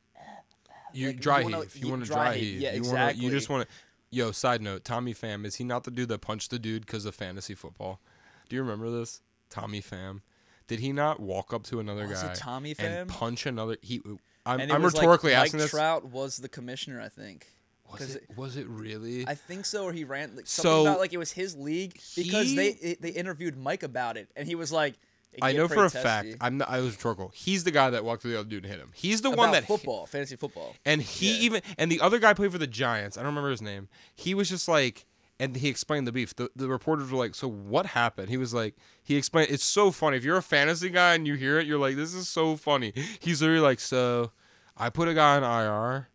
Speaker 1: you
Speaker 2: like, you
Speaker 1: dry
Speaker 2: wanna-
Speaker 1: heave. You
Speaker 2: you
Speaker 1: want to
Speaker 2: dry
Speaker 1: dry
Speaker 2: heave.
Speaker 1: heave.
Speaker 2: Yeah,
Speaker 1: you wanna- you just
Speaker 2: exactly.
Speaker 1: want to. Yo, side note, Tommy Pham is he not the dude that punched the dude because of fantasy football? Do you remember this, Tommy Pham? Did he not walk up to another
Speaker 2: Was it
Speaker 1: guy
Speaker 2: Tommy
Speaker 1: and
Speaker 2: Pham?
Speaker 1: punch another? He. I'm,
Speaker 2: and it
Speaker 1: I'm
Speaker 2: was, like,
Speaker 1: rhetorically
Speaker 2: Mike
Speaker 1: asking this.
Speaker 2: Trout was the commissioner, I think.
Speaker 1: was
Speaker 2: 'Cause
Speaker 1: it? Was it really?
Speaker 2: I think so, or he ran like, something
Speaker 1: So,
Speaker 2: about like it was his league because
Speaker 1: he-
Speaker 2: they it, they interviewed Mike about it, and he was like, it
Speaker 1: I
Speaker 2: get
Speaker 1: know
Speaker 2: pretty
Speaker 1: for a
Speaker 2: testy.
Speaker 1: fact. I'm not, I was rhetorical. He's the guy that walked to the other dude and hit him. He's the one
Speaker 2: About
Speaker 1: that hit-
Speaker 2: football, fantasy football.
Speaker 1: And he
Speaker 2: Yeah.
Speaker 1: even and the other guy played for the Giants. I don't remember his name. He was just like and he explained the beef. The, the reporters were like, "So what happened?" He was like, "He explained. It's so funny. If you're a fantasy guy and you hear it, you're like, this is so funny." He's literally like, "So, I put a guy on IR."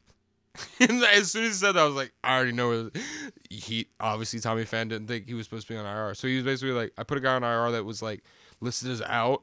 Speaker 1: and as soon as he said that, I was like, "I already know." Where this- he obviously Tommy Fan didn't think he was supposed to be on IR, so he was basically like, "I put a guy on IR that was like listed as out."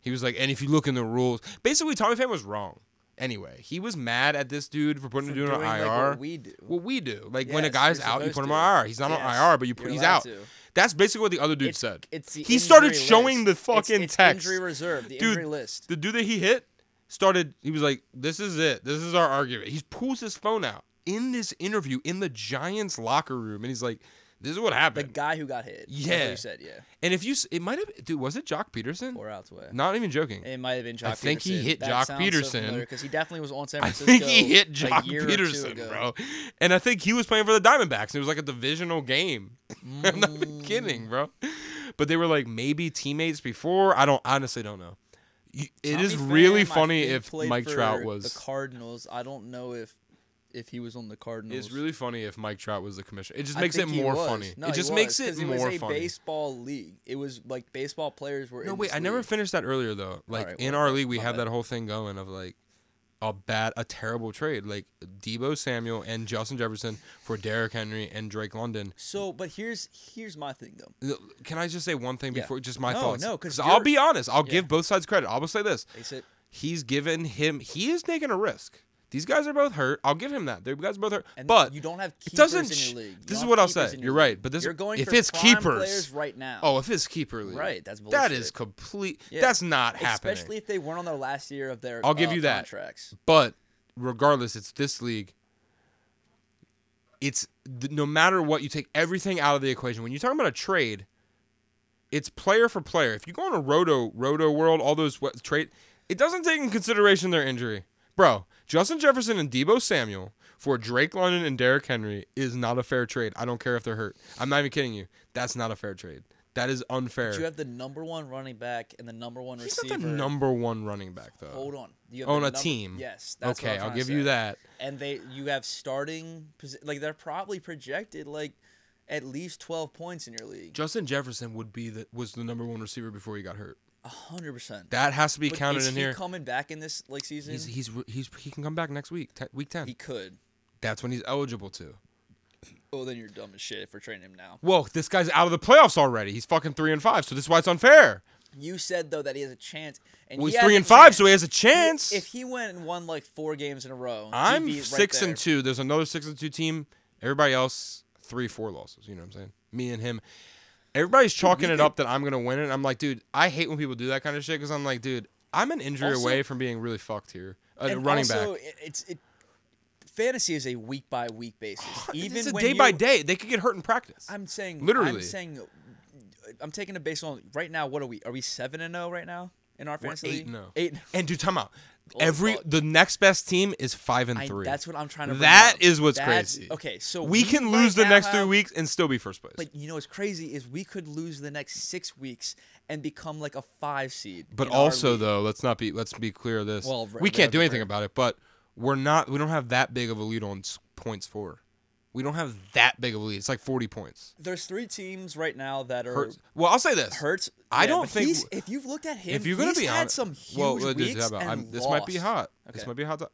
Speaker 1: He was like, and if you look in the rules, basically Tommy Pham was wrong. Anyway, he was mad at this dude for putting
Speaker 2: For
Speaker 1: him doing an
Speaker 2: doing, like,
Speaker 1: IR.
Speaker 2: what we do.
Speaker 1: What we do. Like when a
Speaker 2: Yes,
Speaker 1: guy's
Speaker 2: you're
Speaker 1: out, you put
Speaker 2: supposed
Speaker 1: him
Speaker 2: to.
Speaker 1: on IR. He's not
Speaker 2: Yes,
Speaker 1: on IR, but you put
Speaker 2: you're
Speaker 1: he's
Speaker 2: allowed
Speaker 1: out.
Speaker 2: to.
Speaker 1: That's basically what the other dude
Speaker 2: It's-
Speaker 1: said.
Speaker 2: It's the
Speaker 1: he started
Speaker 2: injury
Speaker 1: showing
Speaker 2: list.
Speaker 1: the
Speaker 2: It's-
Speaker 1: fucking
Speaker 2: it's
Speaker 1: text.
Speaker 2: Injury reserve, the
Speaker 1: Dude,
Speaker 2: injury list.
Speaker 1: The dude that he hit started. He was like, "This is it. This is our argument." He pulls his phone out in this interview in the Giants locker room, and he's like, "This is what
Speaker 2: The
Speaker 1: happened."
Speaker 2: guy who got hit. That's what
Speaker 1: Yeah.
Speaker 2: you said yeah.
Speaker 1: and if you, s- it might have, dude, was it Jock Peterson?
Speaker 2: Four outs away.
Speaker 1: Not even joking.
Speaker 2: It might have been Jock.
Speaker 1: I think he
Speaker 2: Peterson.
Speaker 1: hit
Speaker 2: that
Speaker 1: Jock
Speaker 2: sounds so
Speaker 1: Peterson.
Speaker 2: familiar, 'cause he definitely was on San
Speaker 1: I
Speaker 2: Francisco.
Speaker 1: think he hit
Speaker 2: a
Speaker 1: Jock
Speaker 2: year or two
Speaker 1: Peterson,
Speaker 2: ago.
Speaker 1: bro. And I think he was playing for the Diamondbacks. And it was like a divisional game. I'm not even
Speaker 2: Mm.
Speaker 1: kidding, bro. But they were like maybe teammates before. I don't honestly don't know. You- It
Speaker 2: Tommy
Speaker 1: is really
Speaker 2: Pham, I
Speaker 1: funny
Speaker 2: think,
Speaker 1: if
Speaker 2: played
Speaker 1: Mike
Speaker 2: for
Speaker 1: Trout was.
Speaker 2: the Cardinals. I don't know if if he was on the Cardinals.
Speaker 1: It's really funny if Mike Trout was the commissioner. It just
Speaker 2: I
Speaker 1: makes it
Speaker 2: think he
Speaker 1: more
Speaker 2: was.
Speaker 1: funny.
Speaker 2: No,
Speaker 1: it
Speaker 2: he
Speaker 1: just makes
Speaker 2: was,
Speaker 1: it
Speaker 2: 'cause
Speaker 1: more
Speaker 2: was a
Speaker 1: funny.
Speaker 2: baseball league. It was like baseball players were.
Speaker 1: no,
Speaker 2: in
Speaker 1: wait,
Speaker 2: this
Speaker 1: I never
Speaker 2: league.
Speaker 1: finished that earlier though. Like
Speaker 2: right,
Speaker 1: in
Speaker 2: well,
Speaker 1: our league, we
Speaker 2: my
Speaker 1: have
Speaker 2: bad.
Speaker 1: that whole thing going of like a bad, a terrible trade. Like Debo Samuel and Justin Jefferson for Derrick Henry and Drake London.
Speaker 2: So, but here's here's my thing though.
Speaker 1: Can I just say one thing
Speaker 2: Yeah.
Speaker 1: before just my
Speaker 2: No,
Speaker 1: thoughts?
Speaker 2: no, 'cause
Speaker 1: I'll
Speaker 2: you're-
Speaker 1: be honest. I'll
Speaker 2: Yeah.
Speaker 1: give both sides credit. I'll just say this:
Speaker 2: They said
Speaker 1: he's given him. He is taking a risk. These guys are both hurt. I'll give him that. They guys are both hurt.
Speaker 2: And
Speaker 1: but
Speaker 2: you don't have keepers
Speaker 1: it doesn't.
Speaker 2: in
Speaker 1: sh-
Speaker 2: your league. You
Speaker 1: This
Speaker 2: don't
Speaker 1: is
Speaker 2: have
Speaker 1: what I'll
Speaker 2: keepers
Speaker 1: say.
Speaker 2: in your
Speaker 1: You're
Speaker 2: league.
Speaker 1: right. But this
Speaker 2: You're going
Speaker 1: if
Speaker 2: for
Speaker 1: it's
Speaker 2: prime
Speaker 1: keepers
Speaker 2: players right now.
Speaker 1: Oh, if it's keeper league,
Speaker 2: Right, that's
Speaker 1: that is
Speaker 2: bullshit.
Speaker 1: complete.
Speaker 2: Yeah.
Speaker 1: That's not happening.
Speaker 2: especially if they weren't on their last year of their
Speaker 1: I'll give
Speaker 2: uh,
Speaker 1: you that.
Speaker 2: contracts.
Speaker 1: But regardless, it's this league. It's th- no matter what you take everything out of the equation. When you're talking about a trade, it's player for player. If you go on a roto roto world, all those what, trade, it doesn't take in consideration their injury, bro. Justin Jefferson and Debo Samuel for Drake London and Derrick Henry is not a fair trade. I don't care if they're hurt. I'm not even kidding you. That's not a fair trade. That is unfair.
Speaker 2: You have the number one running back and the number one
Speaker 1: He's
Speaker 2: receiver.
Speaker 1: not the number one running back though.
Speaker 2: Hold on. You have
Speaker 1: On
Speaker 2: the
Speaker 1: a
Speaker 2: number-
Speaker 1: team.
Speaker 2: Yes. That's what
Speaker 1: okay,
Speaker 2: I'm
Speaker 1: I'll
Speaker 2: trying to
Speaker 1: give you
Speaker 2: say.
Speaker 1: that.
Speaker 2: And they, you have starting, posi- like they're probably projected like at least 12 points in your league.
Speaker 1: Justin Jefferson would be the was the number one receiver before he got hurt.
Speaker 2: A hundred percent.
Speaker 1: That has to be
Speaker 2: But
Speaker 1: counted
Speaker 2: is
Speaker 1: in
Speaker 2: he
Speaker 1: here.
Speaker 2: coming back in this like season?
Speaker 1: he's, he's he's he can come back next week, te- week ten.
Speaker 2: he could.
Speaker 1: That's when he's eligible to.
Speaker 2: Oh, then you're dumb as shit for training him now.
Speaker 1: Whoa, this guy's out of the playoffs already. He's fucking three and five, so this is why it's unfair.
Speaker 2: You said though that he has a chance. And
Speaker 1: Well,
Speaker 2: he
Speaker 1: he's
Speaker 2: has
Speaker 1: three
Speaker 2: a
Speaker 1: and five,
Speaker 2: chance.
Speaker 1: so he has a
Speaker 2: He-
Speaker 1: chance.
Speaker 2: If he went and won like four games in a row, he'd
Speaker 1: I'm
Speaker 2: be right
Speaker 1: six
Speaker 2: there.
Speaker 1: and two. There's another six and two team. Everybody else three, four losses. You know what I'm saying? Me and him. Everybody's chalking it up that I'm gonna win it. I'm like, dude, I hate when people do that kind of shit because I'm like, dude, I'm an injury
Speaker 2: Also-
Speaker 1: away from being really fucked here. A
Speaker 2: and
Speaker 1: running back.
Speaker 2: also, i- it's it. Fantasy is a week by week basis. Even
Speaker 1: it's a
Speaker 2: when
Speaker 1: day by
Speaker 2: you-
Speaker 1: day. They could get hurt in practice.
Speaker 2: I'm saying
Speaker 1: Literally.
Speaker 2: I'm saying I'm taking it based on right now. What are we? Are we seven and zero right now in our
Speaker 1: We're
Speaker 2: fantasy?
Speaker 1: eight
Speaker 2: league?
Speaker 1: and oh.
Speaker 2: Eight.
Speaker 1: And dude, time out.
Speaker 2: Oh,
Speaker 1: Every
Speaker 2: fuck.
Speaker 1: the next best team is five and
Speaker 2: I,
Speaker 1: three.
Speaker 2: that's what I'm trying to. Bring
Speaker 1: That
Speaker 2: up.
Speaker 1: is what's
Speaker 2: That's-
Speaker 1: crazy.
Speaker 2: Okay, so
Speaker 1: we can
Speaker 2: right
Speaker 1: lose the
Speaker 2: now
Speaker 1: next three
Speaker 2: have-
Speaker 1: weeks and still be first place.
Speaker 2: But you know what's crazy is we could lose the next six weeks and become like a five seed.
Speaker 1: But
Speaker 2: in our
Speaker 1: also
Speaker 2: league.
Speaker 1: though, let's not be let's be clear of this.
Speaker 2: Well,
Speaker 1: we
Speaker 2: right,
Speaker 1: can't do
Speaker 2: right,
Speaker 1: anything
Speaker 2: right.
Speaker 1: about it. But we're not. We don't have that big of a lead on s- points for. We don't have that big of a lead. It's like forty points.
Speaker 2: there's three teams right now that are
Speaker 1: Hurts. Well, I'll say this.
Speaker 2: Hurts.
Speaker 1: I
Speaker 2: yeah,
Speaker 1: don't
Speaker 2: but
Speaker 1: think-
Speaker 2: he's- if you've looked at him,
Speaker 1: If you're gonna
Speaker 2: he's
Speaker 1: be
Speaker 2: had
Speaker 1: honest,
Speaker 2: some huge
Speaker 1: well, uh, this,
Speaker 2: weeks
Speaker 1: how about-
Speaker 2: and
Speaker 1: I'm- this might be
Speaker 2: lost.
Speaker 1: hot. This
Speaker 2: Okay.
Speaker 1: might be hot. to-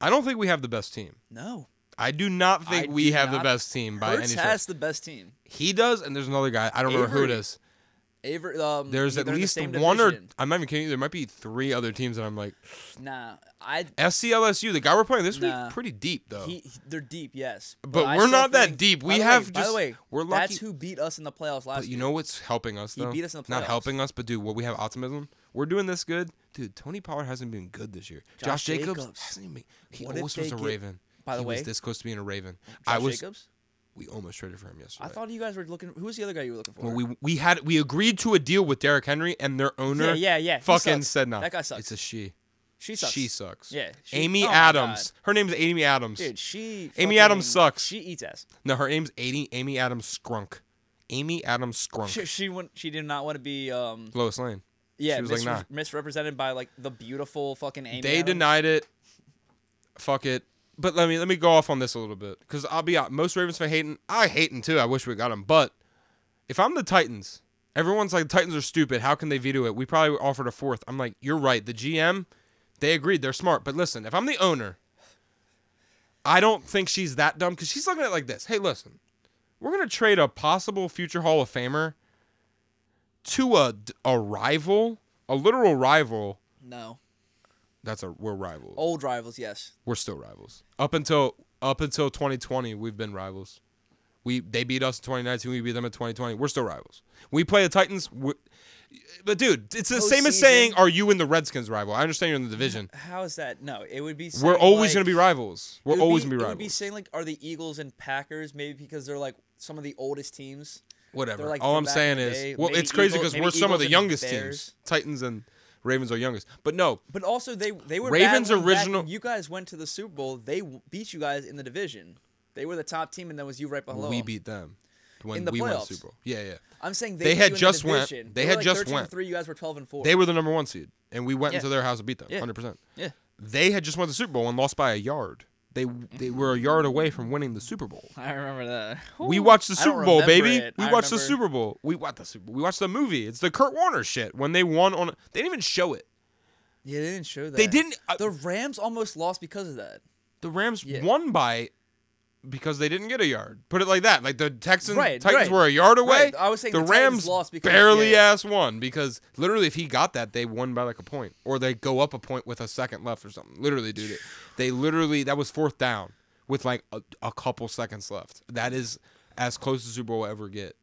Speaker 1: I don't think we have the best team.
Speaker 2: No,
Speaker 1: I do not think
Speaker 2: I
Speaker 1: we
Speaker 2: do
Speaker 1: have the
Speaker 2: not-
Speaker 1: best team by
Speaker 2: Hurts
Speaker 1: any stretch.
Speaker 2: has the best team.
Speaker 1: He does, and there's another guy. I don't remember who it
Speaker 2: Avery.
Speaker 1: is.
Speaker 2: Aver, um,
Speaker 1: There's
Speaker 2: they're
Speaker 1: at
Speaker 2: in the
Speaker 1: least
Speaker 2: same
Speaker 1: one or
Speaker 2: division.
Speaker 1: I'm not even kidding you. There might be three other teams that I'm like
Speaker 2: nah. I
Speaker 1: SCLSU. The guy we're playing this
Speaker 2: Nah.
Speaker 1: week, pretty deep though.
Speaker 2: he, he- they're deep, yes,
Speaker 1: But
Speaker 2: I
Speaker 1: we're
Speaker 2: still
Speaker 1: not that
Speaker 2: think-
Speaker 1: deep.
Speaker 2: by
Speaker 1: We
Speaker 2: the way-
Speaker 1: have
Speaker 2: by
Speaker 1: just-
Speaker 2: the way,
Speaker 1: we're lucky-
Speaker 2: That's who beat us in the playoffs last.
Speaker 1: but you
Speaker 2: year.
Speaker 1: know what's helping us
Speaker 2: He
Speaker 1: though?
Speaker 2: beat us in the
Speaker 1: Not
Speaker 2: playoffs.
Speaker 1: helping us, but dude, what we have optimism. We're doing this good, dude. Tony Pollard hasn't been good this year. Josh,
Speaker 2: Josh
Speaker 1: Jacobs,
Speaker 2: Jacobs.
Speaker 1: hasn't even. Been, he
Speaker 2: What if
Speaker 1: almost was
Speaker 2: they
Speaker 1: a
Speaker 2: get-
Speaker 1: Raven.
Speaker 2: by the
Speaker 1: he
Speaker 2: way-
Speaker 1: was this close to being a Raven.
Speaker 2: Josh
Speaker 1: I was.
Speaker 2: Jacobs.
Speaker 1: We almost traded for him yesterday.
Speaker 2: I thought you guys were looking. Who was the other guy you were looking for?
Speaker 1: Well, we we had we agreed to a deal with Derrick Henry and their owner.
Speaker 2: yeah, yeah, yeah. he
Speaker 1: Fucking
Speaker 2: sucks.
Speaker 1: said no.
Speaker 2: That guy sucks.
Speaker 1: It's a she.
Speaker 2: she sucks.
Speaker 1: She sucks.
Speaker 2: Yeah, she-
Speaker 1: Amy
Speaker 2: oh my
Speaker 1: Adams. Her name's Amy Adams.
Speaker 2: Dude, she.
Speaker 1: Amy Adams
Speaker 2: fucking-
Speaker 1: sucks.
Speaker 2: She eats ass.
Speaker 1: No, her name's Amy, Amy Adams Scrunk. Amy Adams Scrunk.
Speaker 2: She she, went, she did not want to be um
Speaker 1: Lois Lane.
Speaker 2: yeah
Speaker 1: She was like,
Speaker 2: misre-
Speaker 1: nah.
Speaker 2: misrepresented by like the beautiful fucking Amy.
Speaker 1: They
Speaker 2: Adams.
Speaker 1: denied it. Fuck it. But let me let me go off on this a little bit because I'll be out. Most Ravens fan hating. I hating too. I wish we got him. But if I'm the Titans, everyone's like Titans are stupid. How can they veto it? We probably offered a fourth. I'm like, you're right. The GM, they agreed. They're smart. But listen, if I'm the owner, I don't think she's that dumb because she's looking at it like this. Hey, listen, we're gonna trade a possible future Hall of Famer to a a rival, a literal rival.
Speaker 2: No,
Speaker 1: That's a we're rivals.
Speaker 2: old rivals. Yes,
Speaker 1: we're still rivals. Up until up until 2020, we've been rivals. We they beat us in 2019. We beat them in 2020. We're still rivals. We play the Titans. we but dude, it's the same as
Speaker 2: Postseason.
Speaker 1: saying, "Are you in the Redskins rival?" I understand you're in the division.
Speaker 2: how is that? No, it would be.
Speaker 1: We're
Speaker 2: saying,
Speaker 1: always
Speaker 2: like-
Speaker 1: gonna be rivals.
Speaker 2: it
Speaker 1: We're
Speaker 2: would
Speaker 1: always
Speaker 2: be-
Speaker 1: gonna be
Speaker 2: It would be
Speaker 1: rivals.
Speaker 2: saying like, are the Eagles and Packers maybe because they're like some of the oldest teams?
Speaker 1: Whatever.
Speaker 2: they're like
Speaker 1: All
Speaker 2: from
Speaker 1: I'm
Speaker 2: back
Speaker 1: saying
Speaker 2: in the
Speaker 1: is,
Speaker 2: day.
Speaker 1: well,
Speaker 2: Maybe
Speaker 1: it's crazy
Speaker 2: Eagle-
Speaker 1: because
Speaker 2: maybe
Speaker 1: we're some of the
Speaker 2: Eagles and
Speaker 1: youngest teams.
Speaker 2: Bears.
Speaker 1: Titans and Ravens are youngest. But no,
Speaker 2: But also they they were
Speaker 1: Ravens'
Speaker 2: bad when back-
Speaker 1: original-
Speaker 2: you guys went to the Super Bowl. They w- beat you guys in the division. They were the top team, and then was you right below.
Speaker 1: we
Speaker 2: them.
Speaker 1: beat them when
Speaker 2: In the
Speaker 1: we won the
Speaker 2: playoffs.
Speaker 1: Super Bowl. Yeah, yeah.
Speaker 2: I'm saying they,
Speaker 1: They
Speaker 2: beat
Speaker 1: had
Speaker 2: you in
Speaker 1: just
Speaker 2: the
Speaker 1: went-
Speaker 2: division.
Speaker 1: they
Speaker 2: They
Speaker 1: had
Speaker 2: were, like,
Speaker 1: just
Speaker 2: 13
Speaker 1: went.
Speaker 2: Three, you guys were 12 and four.
Speaker 1: They were the number one seed, and we went
Speaker 2: Yeah.
Speaker 1: into their house and beat them.
Speaker 2: Yeah.
Speaker 1: Hundred percent.
Speaker 2: yeah.
Speaker 1: they had just won the Super Bowl and lost by a yard. They they
Speaker 2: Mm-hmm.
Speaker 1: were a yard away from winning the Super Bowl.
Speaker 2: I remember that.
Speaker 1: We watched the
Speaker 2: I don't
Speaker 1: Super Bowl,
Speaker 2: remember
Speaker 1: baby.
Speaker 2: it.
Speaker 1: We
Speaker 2: I
Speaker 1: watched the
Speaker 2: remember-
Speaker 1: Super Bowl. We watched the Super Bowl. We watched the movie. It's the Kurt Warner shit when they won on. They didn't even show it.
Speaker 2: Yeah, they didn't show that.
Speaker 1: They didn't. uh,
Speaker 2: The Rams almost lost because of that.
Speaker 1: the Rams
Speaker 2: Yeah.
Speaker 1: won by because they didn't get a yard. Put it like that. Like the Texans,
Speaker 2: Right,
Speaker 1: Titans
Speaker 2: right.
Speaker 1: were a yard away.
Speaker 2: Right, I was saying
Speaker 1: the,
Speaker 2: the Titans
Speaker 1: Rams
Speaker 2: lost because-
Speaker 1: barely
Speaker 2: yeah, yeah.
Speaker 1: ass won because literally, if he got that, they won by like a point, or they go up a point with a second left or something. Literally, dude, it- they literally that was fourth down with like a, a couple seconds left. That is as close as Super Bowl will ever get.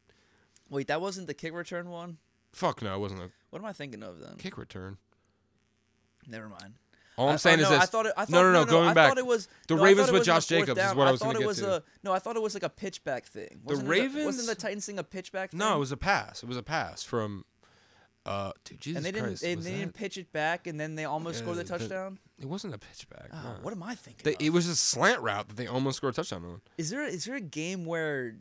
Speaker 2: Wait, that wasn't the kick return one.
Speaker 1: Fuck no, it wasn't a
Speaker 2: What am I thinking of then?
Speaker 1: kick return.
Speaker 2: Never mind.
Speaker 1: All I'm
Speaker 2: I-
Speaker 1: saying
Speaker 2: oh,
Speaker 1: is
Speaker 2: no,
Speaker 1: this.
Speaker 2: I thought it, I thought,
Speaker 1: no, no, no, Going
Speaker 2: I
Speaker 1: back,
Speaker 2: thought it was
Speaker 1: the
Speaker 2: no, I
Speaker 1: Ravens
Speaker 2: thought it
Speaker 1: with
Speaker 2: was a
Speaker 1: Josh
Speaker 2: fourth
Speaker 1: Jacobs is
Speaker 2: down.
Speaker 1: what I was
Speaker 2: thought
Speaker 1: gonna
Speaker 2: it
Speaker 1: get
Speaker 2: was
Speaker 1: to.
Speaker 2: A, no, I thought it was like a pitchback thing. Wasn't It,
Speaker 1: Ravens-
Speaker 2: wasn't the Titans thing a pitchback? Thing?
Speaker 1: no, it was a pass. It was a pass from. Uh, dude, Jesus
Speaker 2: and they didn't.
Speaker 1: Christ,
Speaker 2: they,
Speaker 1: was
Speaker 2: they
Speaker 1: that-
Speaker 2: didn't pitch it back, and then they almost scored
Speaker 1: Yeah,
Speaker 2: the
Speaker 1: the-
Speaker 2: touchdown.
Speaker 1: It wasn't a pitchback.
Speaker 2: Oh,
Speaker 1: no.
Speaker 2: what am I thinking?
Speaker 1: They,
Speaker 2: of?
Speaker 1: it was a slant route that they almost scored a touchdown on.
Speaker 2: Is there is there a game where,